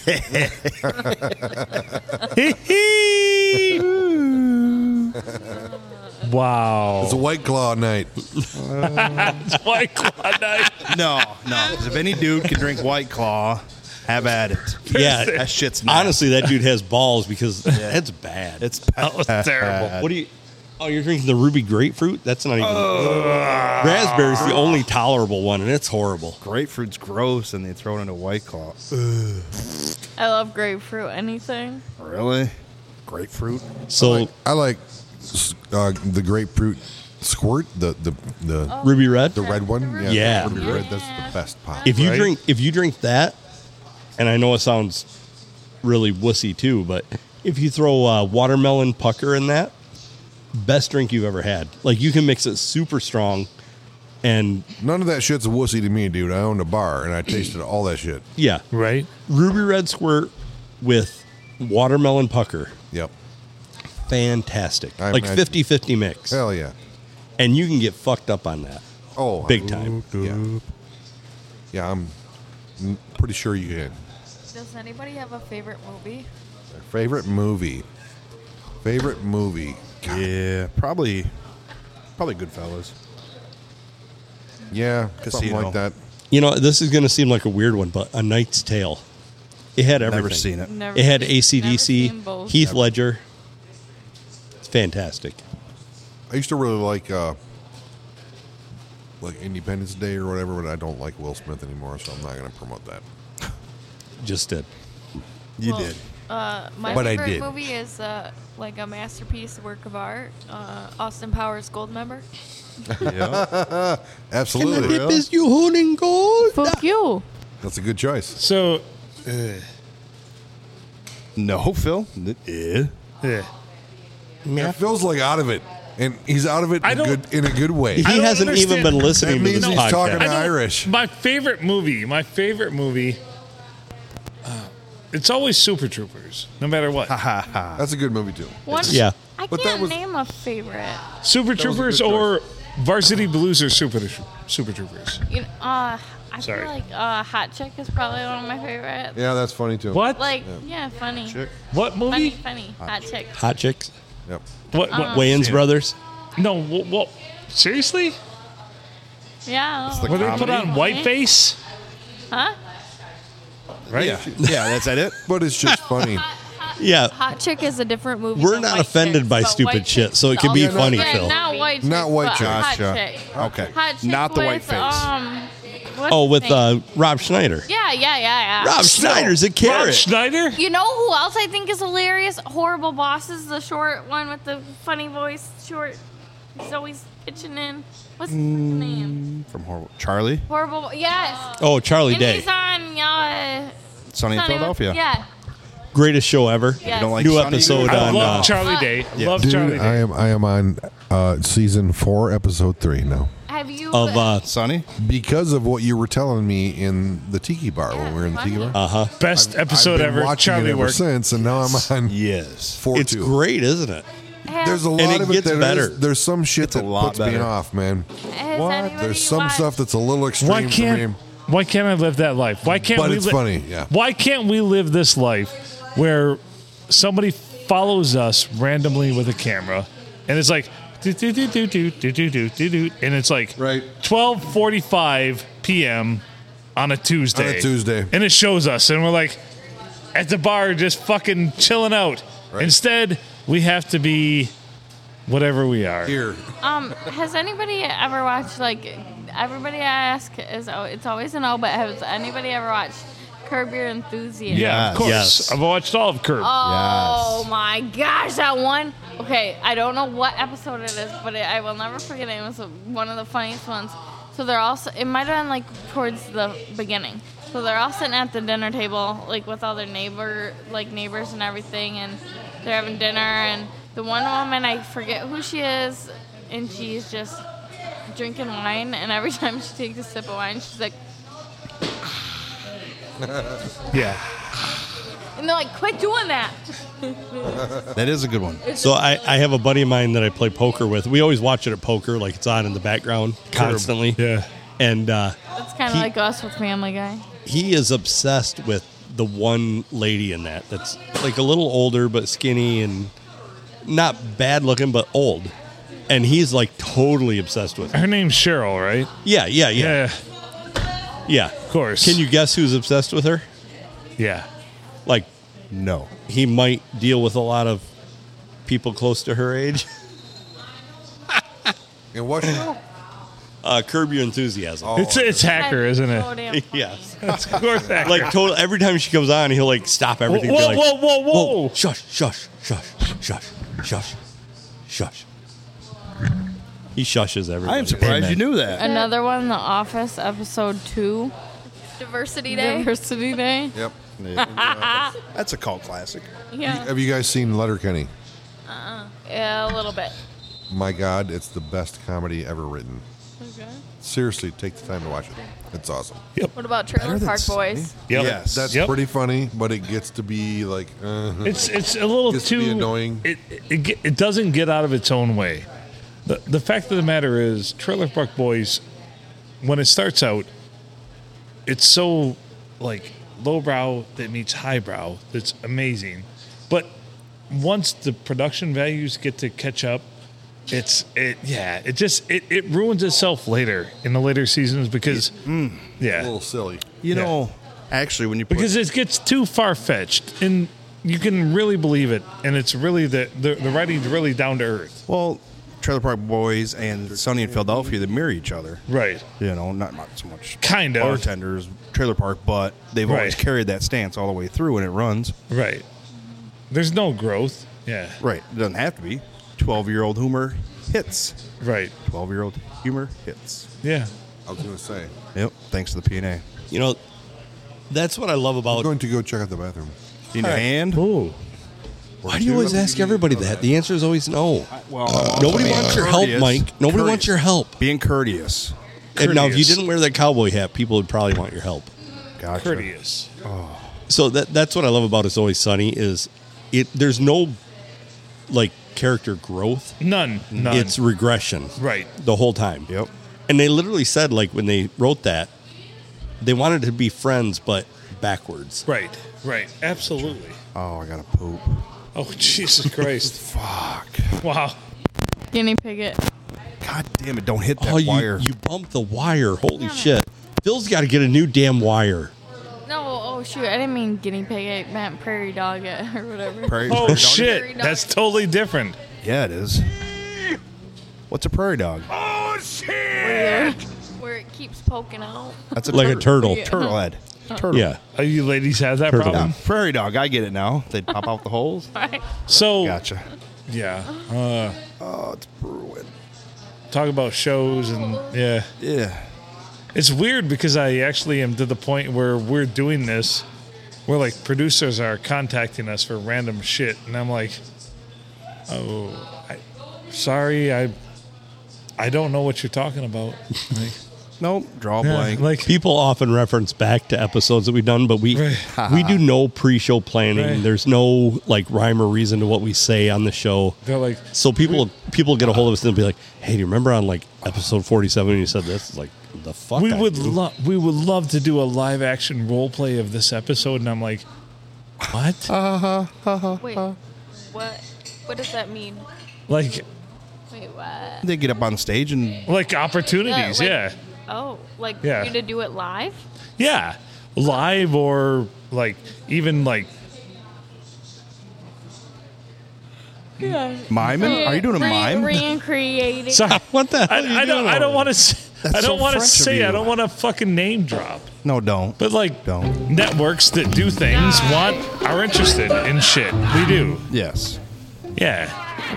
wow.
It's a white claw night.
it's White Claw night.
No, no. 'cause If any dude can drink White Claw, have at it.
Yeah.
that shit's nasty.
Honestly, that dude has balls because that's bad.
It's
That was
terrible.
What do you? Oh, you're drinking the ruby grapefruit? That's not even. Raspberry's the only tolerable one, and it's horrible.
Grapefruit's gross, and they throw it into White Claw.
I love grapefruit. Anything.
Really? Grapefruit?
So I like,
I like s- uh, the grapefruit squirt, the the the
ruby red,
the red one. Yeah, the
Yeah.
ruby red. That's the best pop.
If you
right?
drink, if you drink that, and I know it sounds really wussy too, but if you throw uh, watermelon pucker in that, best drink you've ever had. Like you can mix it super strong, and
none of that shit's wussy to me, dude. I owned a bar and I tasted all that shit.
Yeah.
Right.
Ruby red squirt with watermelon pucker.
Yep.
Fantastic.
I
like
imagine.
50 50 mix.
Hell yeah.
And you can get fucked up on that.
Oh,
Big time.
Yeah. Yeah, I'm I'm pretty sure you can.
Does anybody have a favorite movie?
Favorite movie. Favorite movie.
Yeah, probably, probably Goodfellas.
Yeah, something
Casino.
like that.
You know, this is going to seem like a weird one, but A Knight's Tale. It had
Never
everything.
seen it. Never
it had
seen-
never seen
ACDC,
both.
Heath
Never.
Ledger. It's fantastic.
I used to really like uh like Independence Day or whatever, but I don't like Will Smith anymore, so I'm not going to promote that.
Just did.
You
Well, Uh, my
But I
favorite
did.
movie is uh, like a masterpiece work of art. Uh, Austin Powers Gold Member.
Yeah. Absolutely.
you holding gold?
Fuck you.
That's a good choice.
So,
No, Phil. Yeah.
Yeah.
It feels like out of it, and he's out of it in, a good, in a good way.
He I don't hasn't even understand- been listening
That
to
means
this
he's
podcast.
talking
I
to
don't-
Irish.
My favorite movie. My favorite movie. uh, it's always Super Troopers, no matter what.
That's a good movie too.
One,
Yeah.
I
But that
can't
was-
name a favorite.
Super
That was a good
Troopers
choice.
or Varsity Blues or Super Super Troopers.
You know, uh, I
Sorry.
feel like uh, Hot Chick is probably one of my favorites.
Yeah, that's funny too.
What?
Like, yeah, funny.
What
Funny,
movie?
funny. Hot Chick.
Hot chicks.
Yep.
What? what
Um,
Wayans Brothers.
No. What? what seriously?
Yeah.
Were they put on whiteface?
Huh?
Right?
Yeah, yeah that's that it.
but it's just funny.
Yeah.
Hot Chick is a different movie.
We're
than
not
White
offended
Chicks,
by
but
stupid
White
shit,
Chicks
so it
is
can be
also-
funny,
Yeah,
Phil.
Not white.
Not
Chicks,
White
but
Chicks.
Hot
Gotcha.
Chick.
Okay.
Hot Chick
Not the
with,
white face.
Um, what's
Oh,
his
with
name?
uh, Rob Schneider.
Yeah, yeah, yeah, yeah.
Rob Schneider's a carrot.
Schneider?
You know who else I think is hilarious? Horrible Bosses, the short one with the funny voice, short. He's always pitching in. What's his name?
From horrible Charlie.
Mm.
Horrible. Yes.
Oh, Charlie
and
Day.
He's on uh,
Sunny in Philadelphia.
Yeah.
Greatest show ever.
Yes. You
don't
don't
like
like
new
Sunny
episode
Day? I
on
love
uh,
Charlie Day. Yeah. Love
Dude,
Charlie Day.
I am I am on uh, season four, episode three now.
Have you?
of uh,
Sunny
because of what you were telling me in the tiki bar when we were in the tiki bar.
Uh huh.
Best episode
I've been
ever.
watching
Charlie
it ever
worked.
since, and now I'm on
yes
four
It's
two.
great, isn't it?
There's a lot
And it
of it
gets
that
better.
is- there's some shit that
lot
puts me
better.
off, man.
Has anybody
There's some
watched-
stuff that's a little extreme
Why
for
can't
me.
Why can't I live that life? Why can't
But
we
it's
li-
funny, yeah.
Why can't we live this life where somebody follows us randomly with a camera and it's like do do do do do do do do do do and it's like right 12:45 p.m. on a Tuesday.
Tuesday.
And it shows us and we're like at the bar just fucking chilling out. Instead, we have to be whatever we are.
Here.
Um, has anybody ever watched like everybody I ask is oh, it's always a no, but has anybody ever watched Curb Your Enthusiasm?
Yeah, of course.
Yes.
I've watched all of Curb.
Oh my gosh, that one. Okay, I don't know what episode it is, but it, I will never forget it. It was one of the funniest ones. So they're all, s- it might have been like towards the beginning. So they're all sitting at the dinner table, like with all their neighbor, like neighbors and everything, and they're having dinner. And the one woman, I forget who she is, and she's just drinking wine. And every time she takes a sip of wine, she's like,
Yeah.
and they're like, quit doing that.
That
is a good one.
So I, I have a buddy of mine that I play poker with. We always watch it at poker, like it's on in the background constantly.
Yeah.
And uh,
That's kind of
He-
like us with Family Guy.
he is obsessed with the one lady in that that's like a little older but skinny and not bad looking but old. And he's like totally obsessed with her.
Her name's Cheryl, right?
Yeah, yeah, yeah. Yeah. Of
course.
Can you guess who's obsessed with her?
Yeah.
Like
no.
He might deal with a lot of people close to her age.
And what show?
Uh, Curb Your Enthusiasm.
It's- it's hacker, isn't it?
Oh,
So damn
yes.
That's course hacker.
Like total. Every time she comes on, he'll like stop everything. and be
Whoa,
like, "Oh,
whoa, whoa, whoa.
Shush, shush, shush, shush, shush, shush. He shushes everybody.
I am surprised you knew that.
Another one, The Office, episode two.
Diversity Day.
Diversity Day.
Yep.
yeah.
That's a cult classic.
Have you guys seen Letterkenny?
Uh-uh. Yeah, a little bit.
My God, it's the best comedy ever written. Seriously, take the time to watch it. It's awesome.
Yep.
What about Trailer Park Boys?
Yep.
Yes, that's
Yep.
pretty funny, but it gets to be like uh,
It's it's a little
gets
too
to be annoying.
It, it ge- it doesn't get out of its own way. The the fact of the matter is, Trailer Park Boys, when it starts out, it's so like lowbrow that meets highbrow. That's amazing, but once the production values get to catch up, it's it yeah it just it, it ruins itself later in the later seasons because
Mm.
yeah
a little silly.
You know, actually, when you put
because it gets too far fetched, and you can really believe it, and it's really the the, the writing's really down to earth.
Well, Trailer Park Boys and Sunny in Philadelphia, they mirror each other.
Right.
You know, not, not so much
Kind of.
bartenders, Trailer Park, but they've always
Right.
carried that stance all the way through and it runs.
Right. There's no growth. Yeah.
Right. It doesn't have to be. 12 year old humor hits.
Right.
12 year old humor hits.
Yeah.
I was gonna say.
Yep. Thanks to the PNA.
You know, that's what I love about.
I'm going to go check out the bathroom.
Need a hand?
Ooh.
Why do you always ask everybody that? The answer is always no.
Well,
Nobody wants your help, Mike. Nobody wants your help.
Being courteous.
And now, if you
Courteous.
didn't wear that cowboy hat, people would probably want your help.
Gotcha.
Courteous.
So that that's what I love about It's Always Sunny is it. There's no like character growth.
None. None.
It's regression.
Right.
The whole time.
Yep.
And they literally said like when they wrote that, they wanted to be friends but backwards.
Right. Right. Absolutely.
Oh, I gotta poop.
Oh Jesus Christ. Fuck. Wow.
Guinea pig it.
God damn it! Don't hit that
Oh, you,
wire.
you bumped the wire. Holy shit. Phil's got to get a new damn wire.
No, oh shoot, I didn't mean guinea pig it, meant prairie dog it or whatever.
Prairie-
Oh
dog?
shit. That's totally different.
Yeah, it is. What's a prairie dog?
Where, where it keeps poking out.
That's
Like a turtle.
Turtle head. Turtle.
Yeah.
Oh, you ladies have that
Turtle.
problem.
Yeah, prairie dog. I get it now. They pop out the holes.
So
Gotcha.
yeah. Uh,
oh, it's brewing.
Talk about shows and yeah.
Yeah.
It's weird because I actually am to the point where we're doing this where like producers are contacting us for random shit, and I'm like, oh, I, sorry, I, I don't know what you're talking about. Like,
nope, draw
Yeah,
blank.
Like
people often reference back to episodes that we've done, but we we do no pre-show planning.
Right.
There's no like rhyme or reason to what we say on the show.
They're like-
so people people get a hold of us and they'll be like, "Hey, do you remember on like episode 47 you said this?" It's like the fuck.
we
I
would
do.
lo- we would love to do a live action role play of this episode, and I'm like, what?
Wait, what? What does that mean?
like
Wait, what?
They get up on stage and
like opportunities,
Uh, like-
yeah.
Oh, like
Yeah.
you to do it live?
Yeah, live or like even like
Yeah.
Miming? Are you doing a mime?
Recreating.
sorry.
what the
I, I don't. I don't want to.
That's
I
so
don't want to
French of
say. I
you.
don't want to fucking name drop.
No, don't.
But like,
don't.
Networks that do things want are interested in shit. We do.
Yes.
Yeah.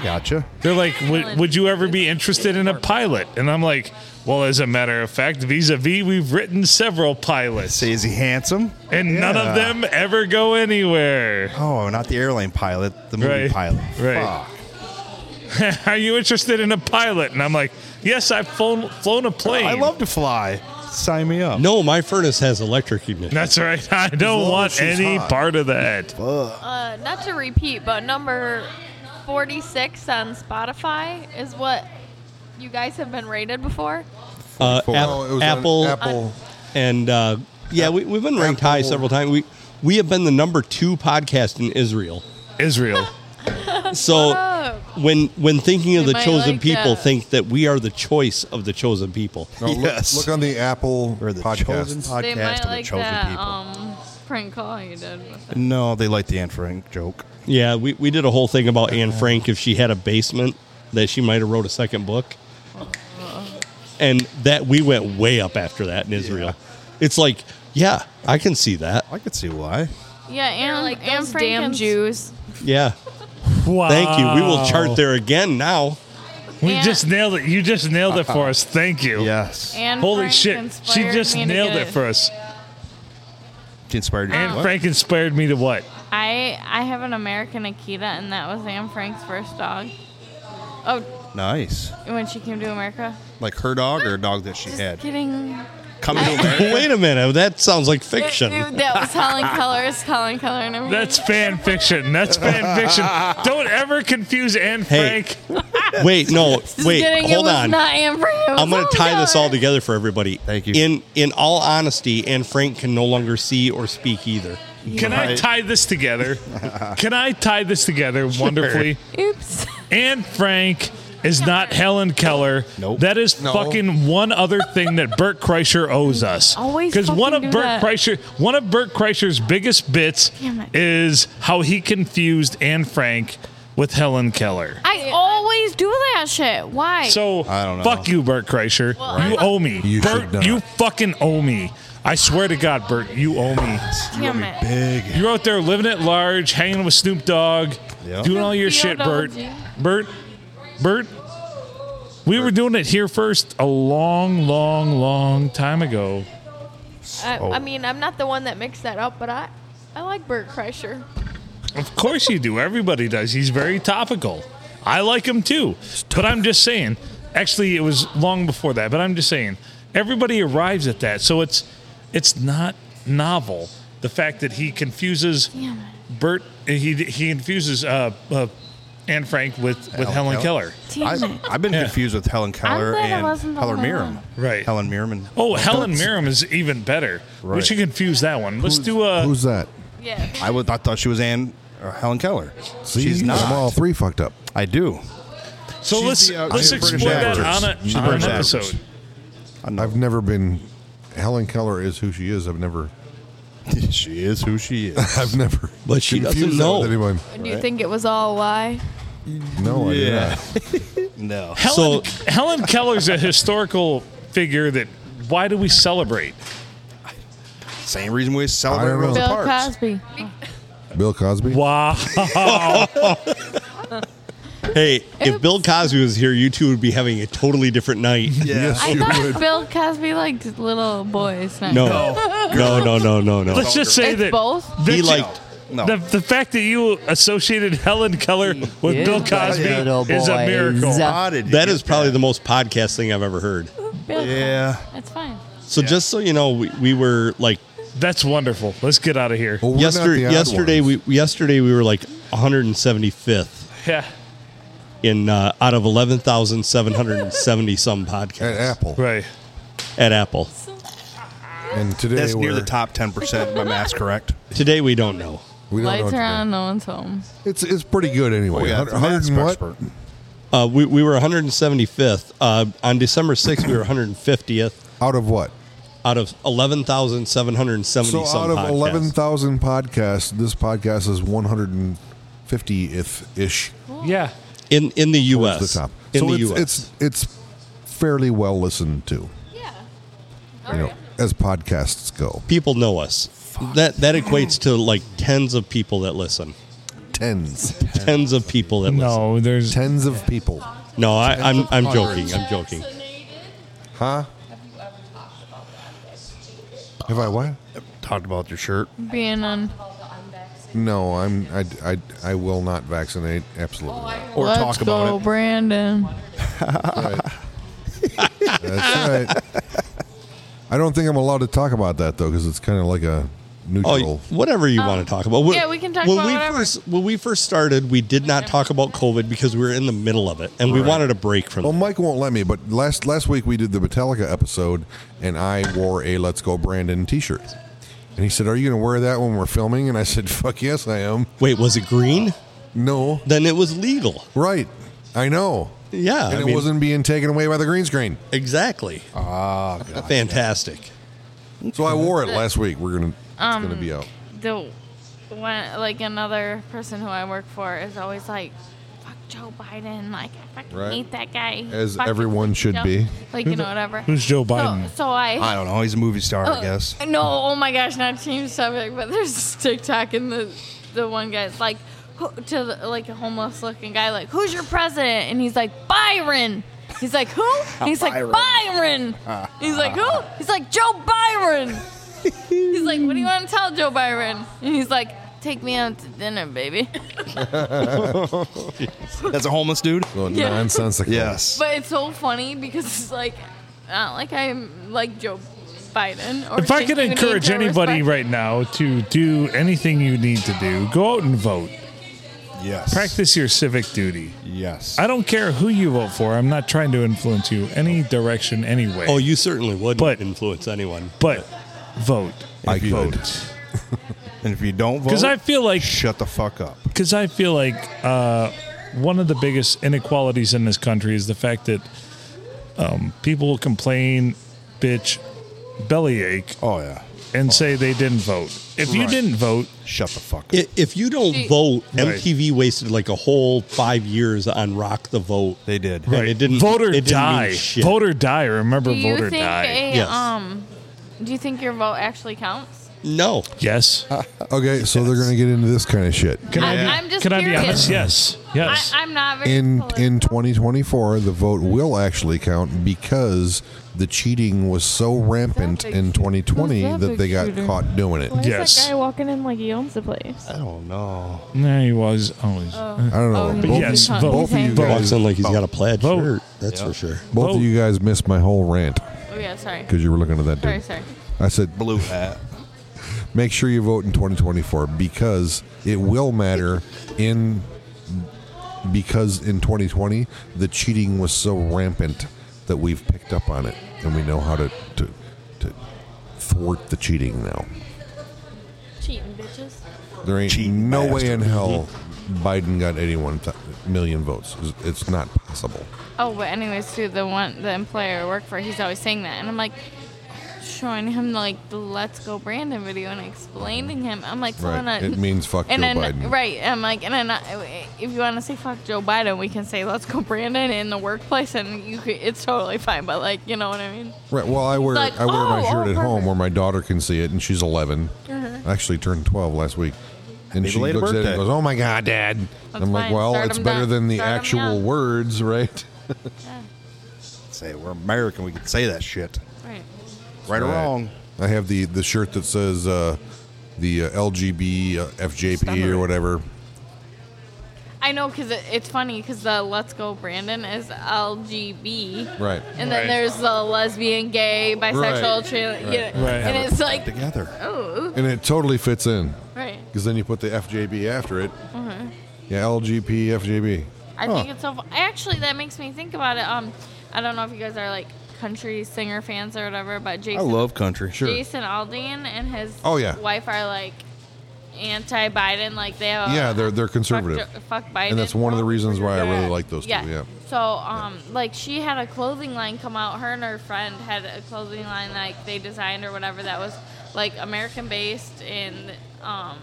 Gotcha.
They're like, would, would you ever be interested in a pilot? And I'm like, well, as a matter of fact, vis-a-vis, we've written several pilots.
Say, is he handsome?
And none
Yeah.
of them ever go anywhere.
Oh, not the airline pilot, the movie
Right.
pilot.
Right. Are you interested in a pilot? And I'm like, yes, I've flown, flown a plane.
I love to fly. Sign me up.
No, my furnace has electric ignition.
That's right. I
long
don't
as
want
she's
any
hot.
part of that.
Uh, not to repeat, but number 46 on Spotify is what you guys have been rated before.
Uh, Ap-
No, Oh, it was on
Apple,
Apple.
and uh, yeah, we, we've been ranked high several times. We we have been the number two podcast in Israel.
Israel.
so when when thinking of
They
the
might
chosen
like
people,
that.
think that we are the choice of the chosen people.
No, look- Look, on the Apple
The
podcast.
chosen podcast
they
of
might
the
like
chosen
that
people.
um, prank call you did. With it.
No, they like the Anne Frank joke.
Yeah, we, we did a whole thing about
Uh-huh.
Anne Frank if she had a basement that she might have wrote a second book. And that we went way up after that in Israel. It's like, yeah, I can see that.
I could see why.
Yeah, and
like,
like and
those damn
Franken's-
Jews.
Yeah. Thank you. We will
Oh.
chart there again now.
We
Yeah.
just nailed it. You just nailed it for us. Thank you.
Yes.
Anne
Holy
Frank
shit. She
inspired
just
me to
nailed
get
it
it.
for us.
She inspired you. to
Anne
what?
Frank inspired me to what?
I I have an American Akita, and that was Anne Frank's first dog. Oh,
Nice.
when she came to America.
Like her dog or a dog that she had.
Kidding.
Coming to America.
Wait a minute. That sounds like fiction.
Dude, that was Helen Keller's Helen Keller and everything.
That's fan fiction. That's fan fiction. Don't ever confuse Anne
Hey.
Frank.
Wait, no.
Just
Wait,
kidding, it
hold
was
on.
Not Anne Frank. it was
I'm going
Helen
to tie this
Keller.
all together for everybody. Thank you. In in all honesty, Anne Frank can no longer see or speak either.
Can I tie this together? Can I tie this together wonderfully?
Oops.
Anne Frank is not Helen Keller. Nope. That is fucking one other thing that Burt Kreischer owes us.
Always
because one of
fucking
Bert Burt
do that.
Kreischer, one of Burt Kreischer's biggest bits
Damn it.
is how he confused Anne Frank with Helen Keller.
I always do that shit. Why?
So
I don't know.
fuck you, Burt Kreischer. you owe me.
You should
Burt,
not.
you fucking owe me. I swear to God, Burt, you owe me.
damn it.
Big.
You're out there living at large, hanging with Snoop Dogg,
Yeah.
doing all your shit, Bert. Bert, Bert, we were doing it here first a long, long, long time ago.
I,
So-
I mean, I'm not the one that mixed that up, but I, I like Bert Kreischer.
Of course you do. Everybody does. He's very topical. I like him too. But I'm just saying, actually it was long before that, but I'm just saying everybody arrives at that. So it's it's not novel the fact that he confuses
Damn
Bert uh, he he confuses uh, uh Anne Frank with with Helen, Keller.
I, I've been confused with Helen Keller
glad I
and
wasn't the
Helen
only
Mirren.
Right.
Helen Mirren.
Oh, Helen Mirren is even better. We
Right.
should confuse that one. Let's do a
Uh, Who's that?
Yeah.
I, was, I thought she was Anne or Helen Keller.
See,
She's not.
I'm all three fucked up.
I do.
So
She's
let's
the, uh,
let's
Iron British
explore that
actress.
on,
She's
a,
the
on an
British actress.
episode.
I've never been. Helen Keller is who she is. I've never.
she is who she is.
I've never.
But she doesn't
confused that
know.
with anyone.
Do you think it was all a lie?
No, I did
Yeah.
not.
no.
Helen Helen Keller's a historical figure that why do we celebrate?
Same reason we celebrate
I don't know.
Rosa
Bill
Parks.
Cosby.
Bill Cosby.
Wow.
Hey, if Bill Cosby was here, you two would be having a totally different night.
Yes,
I thought Bill Cosby liked little boys. not
No.
girls.
No, no, no, no, no.
Let's just say
It's
that
both?
that
He
you-
liked-
The, the fact that you associated Helen Keller
Mm.
with Bill Cosby is a miracle.
That is probably the most podcast thing I've ever heard.
Bill
Yeah.
Cosby. That's fine.
So just so you know, we, we were like,
"That's wonderful. Let's get out of here."
Well,
we're not
yesterday,
the odd
yesterday, we yesterday we were like 175th
Yeah.
in uh, out of 11,770 some podcasts at
Apple,
right?
At Apple.
And today
That's near
we're-
the top ten percent. If my math's correct.
Today we don't know.
We
Lights are on. No one's home.
It's it's pretty good anyway.
Oh, yeah,
Hun-
the math's
and what?
Uh, we, we were 175th. Uh, on December 6th, we were 150th.
Out of what?
Out of 11,770
So
some
out of
podcasts.
eleven thousand podcasts, this podcast is one hundred and fiftieth ish.
Yeah.
In in the U.S.
The top.
In
so
the
it's,
U.S.
it's it's fairly well listened to. Yeah. You know, as podcasts go,
people know us. That that equates to like tens of people that listen.
Tens.
Tens of people that listen.
No, there's
tens of people.
No, I,
Tens
I'm
of
I'm
hundreds.
joking. I'm joking.
Huh? Have I what?
Talked about your shirt.
Being on.
No, I'm. I, I, I will not vaccinate. Absolutely. Not.
Let's go, Brandon.
That's right. I don't think I'm allowed to talk about that though, because it's kind of like a neutral.
Oh, whatever you want to talk about. When-
Oh. Yeah, we can talk
when
about
we
whatever.
first when we first started, we did not talk about COVID because we were in the middle of it and we
Right. Oh
wanted a break from
Well,
it.
Mike won't let me. But last last week we did the Metallica episode, and I wore a "Let's Go Brandon" T-shirt. And he said, "Are you going to wear that when we're filming?" And I said, "Fuck yes, I am."
Wait, was it green?
No.
Then it was legal.
Right. I know.
Yeah,
And
I
it
mean-
wasn't being taken away by the green screen.
Exactly. Oh,
Ah,
fantastic.
So I wore it last week. We're gonna. It's gonna
Um,
be out.
The one, like another person who I work for is always like, "Fuck Joe Biden!" Like I fucking
Right.
hate that guy.
As
Fuck
everyone should
Joe-
be.
Like
Who
you
the-
know whatever.
who's Joe
So-
Biden?
So, I.
I don't know. He's a movie star,
Oh,
I guess.
No, oh my gosh, not to change subject, but there's this TikTok and the the one guy's like who, to the, like a homeless looking guy like, "Who's your president?" And he's like, "Byron." He's like, "Who?" And he's like,
Byron.
"Byron." He's like, "Who?" He's like, "Joe Byron." He's like, "What do you want to tell Joe Byron?" And he's like, "Take me out to dinner, baby."
That's a homeless dude.
Yeah. nonsensical.
Yes.
But it's so funny because it's like, not like I'm like Joe Biden. Or
If I
think
could
you need
encourage
to
anybody
respect-
right now to do anything you need to do, go out and vote.
Yes.
Practice your civic duty.
Yes.
I don't care who you vote for. I'm not trying to influence you any direction, anyway.
Oh, you certainly would not influence anyone.
But vote.
I
If you
could.
vote.
And if you don't vote,
'Cause I feel like
shut the fuck up.
Because I feel like uh, one of the biggest inequalities in this country is the fact that um, people complain, bitch, bellyache.
Oh yeah,
and say they didn't vote. If you
Right.
didn't vote,
shut the fuck
I- If you don't vote,
Right.
MTV wasted like a whole five years on Rock the Vote.
They did.
Right. It didn't
Vote or
it didn't mean
die.
shit.
Vote or die. Remember,
Do you
vote or
think
die.
a, um, do you think your vote actually counts?
No.
Yes.
okay, so they're going to get into this kind of shit.
Can
I- Yeah. I'm just
Can I
curious.
be honest? Yes. Yes.
I, I'm not very.
In in 2024, the vote will actually count because the cheating was so rampant in 2020
Who's that
that
big
they got
shooter?
caught doing it.
that guy walking in like he owns the place?
Uh,
I don't know.
No, he was always.
Oh.
I don't know.
Oh,
um, Both
he's
yes,
hung-
vote.
he's
Both of you
hanging.
guys
Walks in
Oh.
like he's got a plaid
Vote.
shirt. That's for sure.
Both
Vote.
of you guys missed my whole rant
Oh yeah, sorry.
because you were looking at that dude.
Sorry, sorry.
I said
blue hat.
Make sure you vote in 2024 because it will matter in because in 2020 the cheating was so rampant that we've picked up on it and we know how to to, to thwart the cheating now.
Cheating bitches.
There ain't no way in hell Biden got 81 th- million votes. It's- It's not possible.
Oh, but anyways, too, the one the employer I work for, he's always saying that, and I'm like showing him like the "Let's Go Brandon" video and explaining him. I'm like, so
Right.
in a-
It means fuck
in
Joe
a-
Biden.
Right. I'm like, and then uh, if you want to say fuck Joe Biden, we can say "Let's Go Brandon" in the workplace, and you could, it's totally fine. But like, you know what I mean?
Right. Well, I wear
Like,
I wear my
oh,
shirt
oh,
at home
perfect.
where my daughter can see it, and she's 11.
Mhm.
Actually, turned 12 last week. and
Maybe
she
later
looks at it
birthday.
and goes, "Oh my god, Dad!" I'm like,
fine.
"Well,
Start
it's
'em
better
down.
than the
Start 'em
actual
young."
words, right?"
Say we're American, we can say that shit.
Right.
Right or wrong.
I have the the shirt that says uh, the uh, LGB uh, FJP or whatever.
I know because it, it's funny because the Let's Go Brandon is LGB.
Right.
And then
Right.
there's the lesbian, gay, bisexual,
Right.
trans.
Right.
You know,
Right.
And
Have
it's
it
like.
together.
Oh.
And it totally fits in.
Right.
Because then you put the FJB after it.
Mhm.
Yeah, LGP FJB.
I think it's so. fu- Actually, that makes me think about it. Um, I don't know if you guys are like country singer fans or whatever, but
I
Jason.
love country.
Jason Aldean and his
Oh, yeah.
wife are like anti-Biden. Like they have. a-
yeah, they're they're conservative.
Fuck, fuck Biden.
And that's one of the reasons why I really like those
yeah.
two. Yeah.
So, um, like she had a clothing line come out. Her and her friend had a clothing line like they designed or whatever that was like American based and um,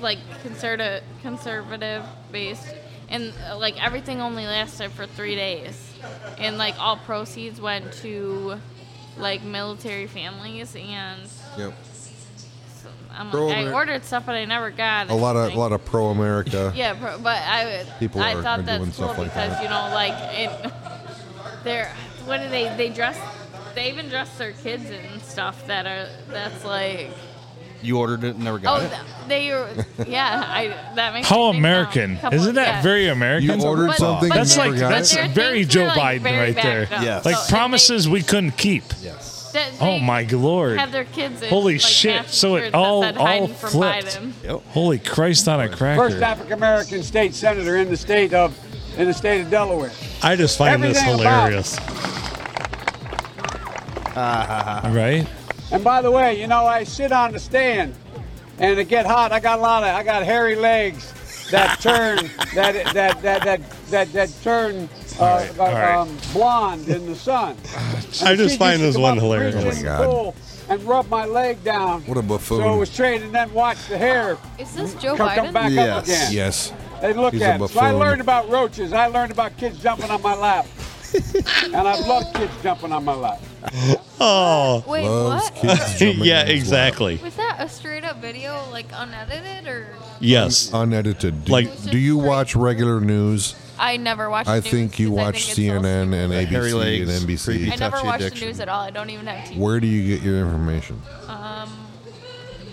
like conservative conservative based, and uh, like everything only lasted for three days, and like all proceeds went to like military families and.
Yep.
so I'm
Pro
like, I
Ameri-
ordered stuff, but I never got
A lot of
anything.
a lot of pro America.
Yeah, pro- but I
People
I
are-
thought
are
that's
doing
cool
stuff like
because
that.
you know, like it, they're what do they they dress they even dress their kids in stuff that are that's like
You ordered it and never
oh
got it.
th- they are yeah I that makes
How
me think now.
American?
Couple-
Isn't that
yeah.
very American?
You ordered But- something but
that's
they're-
like
but
that's
they're
very
things
Joe
that are, like,
Biden
very
right there.
backed up. Yes. So
Like
if
promises we couldn't keep.
that
Oh
they
my lord!
have their kids in,
Holy
like,
shit!
matching
So
shirts
it
that
all
said
all
hiding from
flipped.
Biden.
Holy Christ on a cracker!
First African American state senator in the state of in the state of Delaware.
I just find this
Everything about
hilarious.
right?
And by the way, you know I sit on the stand, and it get hot. I got a lot of I got hairy legs that turn that that that that that, that turn uh,
All right,
uh,
all right.
Um, blonde in the sun.
I just find this one hilarious.
Oh my Pool and rub my leg down.
What a buffoon.
So it was straight, and then watch the hair.
Is this
Ah.
Joe
come, come
Biden?
back up again.
Yes.
They look
He's a
at. it. So I
buffoon.
learned about roaches. I learned about kids jumping on my lap, and I love kids jumping on my lap.
Oh.
Wait, Loves what? kids jumping
yeah,
on his lap.
exactly.
Um,
Was that a straight up video, like unedited, or
Yes.
um,
Unedited. Do like, you, do you watch regular news?
I never watched.
I
news
think you
'cause I
watch
think it's
CNN and
The hairy
ABC
legs,
and NBC.
creepy
I never watched the news at all. I don't even have TV.
Where do you get your information?
Um,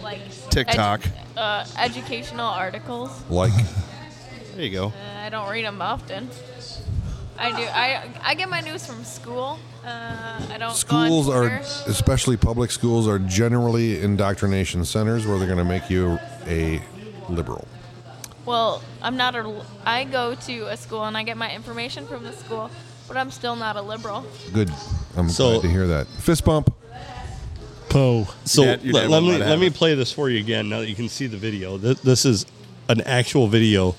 like edu-
TikTok.
uh, educational articles.
Like,
there you go.
Uh, I don't read them often. I do. I I get my news from school. Uh, I don't.
schools
go on
are,
Twitter.
especially public schools, are generally indoctrination centers where they're going to make you a liberal.
Well, I'm not a. I go to a school and I get my information from the school, but I'm still not a liberal.
Good. I'm glad to hear that. Fist bump.
Poe.
So
Your dad- your
let,
dad
let
won't
me
let it
let me play this for you again now that you can see the video. This, this is an actual video.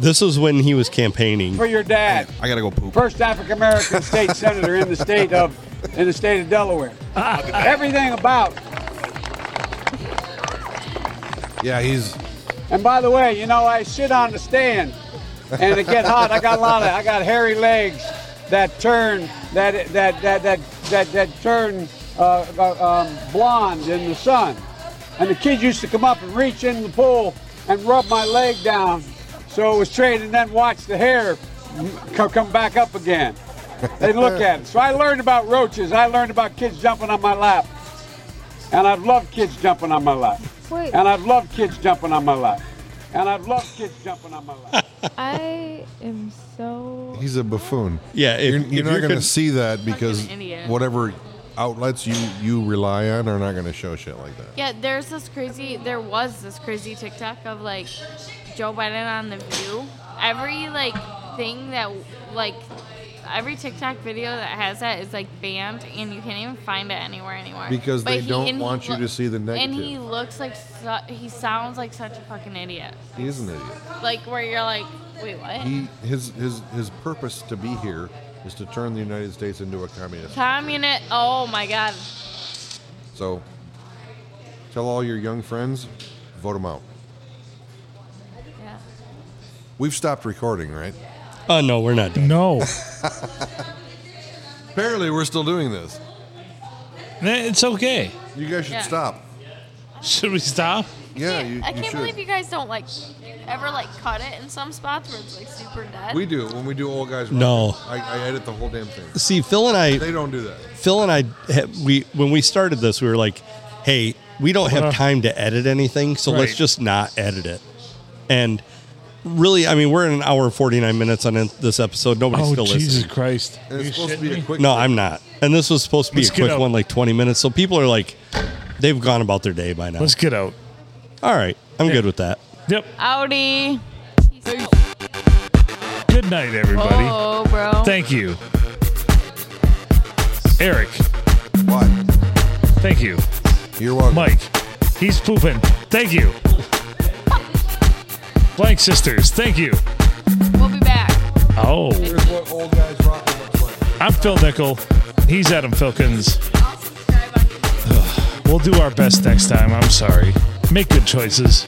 this was when he was campaigning.
For your dad,
I gotta go poop.
first African American state senator in the state of in the state of Delaware. Everything about.
Yeah, he's
And by the way, you know I sit on the stand, and it get hot. I got a lot of I got hairy legs that turn that that that that that, that turn uh, uh, um, blonde in the sun. And the kids used to come up and reach in the pool and rub my leg down, so it was straight, and then watch the hair come, come back up again. They look at it. So I learned about roaches. I learned about kids jumping on my lap, and I've loved kids jumping on my lap.
Wait.
And I've loved kids jumping on my lap. And I've loved kids jumping on my lap.
I am so.
He's a buffoon.
Yeah, if-
you're,
if
you're
you're
not going to
con-
see that because
Fucking idiot.
whatever outlets you you rely on are not going to show shit like that.
Yeah, there's this crazy. There was this crazy TikTok of like Joe Biden on the View. Every like thing that like every TikTok video that has that is like banned, and you can't even find it anywhere anymore.
Because they don't
and
want you
loo-
to see the
And he
negative.
looks like su- he sounds like such a fucking idiot.
He is an idiot.
Like where you're like, wait, what?
He his his his purpose to be here is to turn the United States into a communist.
Communist. Oh my god.
So tell all your young friends, vote them out.
Yeah.
We've stopped recording, right?
Oh no, we're not done.
No.
Apparently, we're still doing this.
Nah, It's okay.
You guys should
Yeah.
stop.
Should we stop?
Yeah,
can't-
you-
I
you
can't
should.
believe you guys don't like ever like cut it in some spots where it's like super dead.
We do when we do old guys.
No.
I, I edit the whole damn thing.
See, Phil and I.
They don't do that.
Phil and I, ha- we when we started this, we were like, "Hey, we don't have time to edit anything, so let's
Right.
just not edit it." And really, I mean, we're in an hour and forty nine minutes on it- this episode. Nobody's
oh
still
Jesus
listening.
Christ!
And it's
You
supposed to
shitting
be a
me?
quick-
No, I'm not. And this was supposed to be
Let's
a
get
quick
out.
one, like twenty minutes. So people are like, they've gone about their day by now.
Let's get out.
All right, I'm good with that.
Yep.
Ah. Audi.
Good night, everybody.
Oh, bro.
Thank you, Eric.
What?
Thank you.
You're welcome,
Mike. He's pooping. Thank you. Blank sisters. Thank you.
We'll be back.
Oh.
Here's what old guys rock looks like.
I'm Phil Nickel. He's Adam Filkins. Ugh, We'll do our best next time. I'm sorry. Make good choices.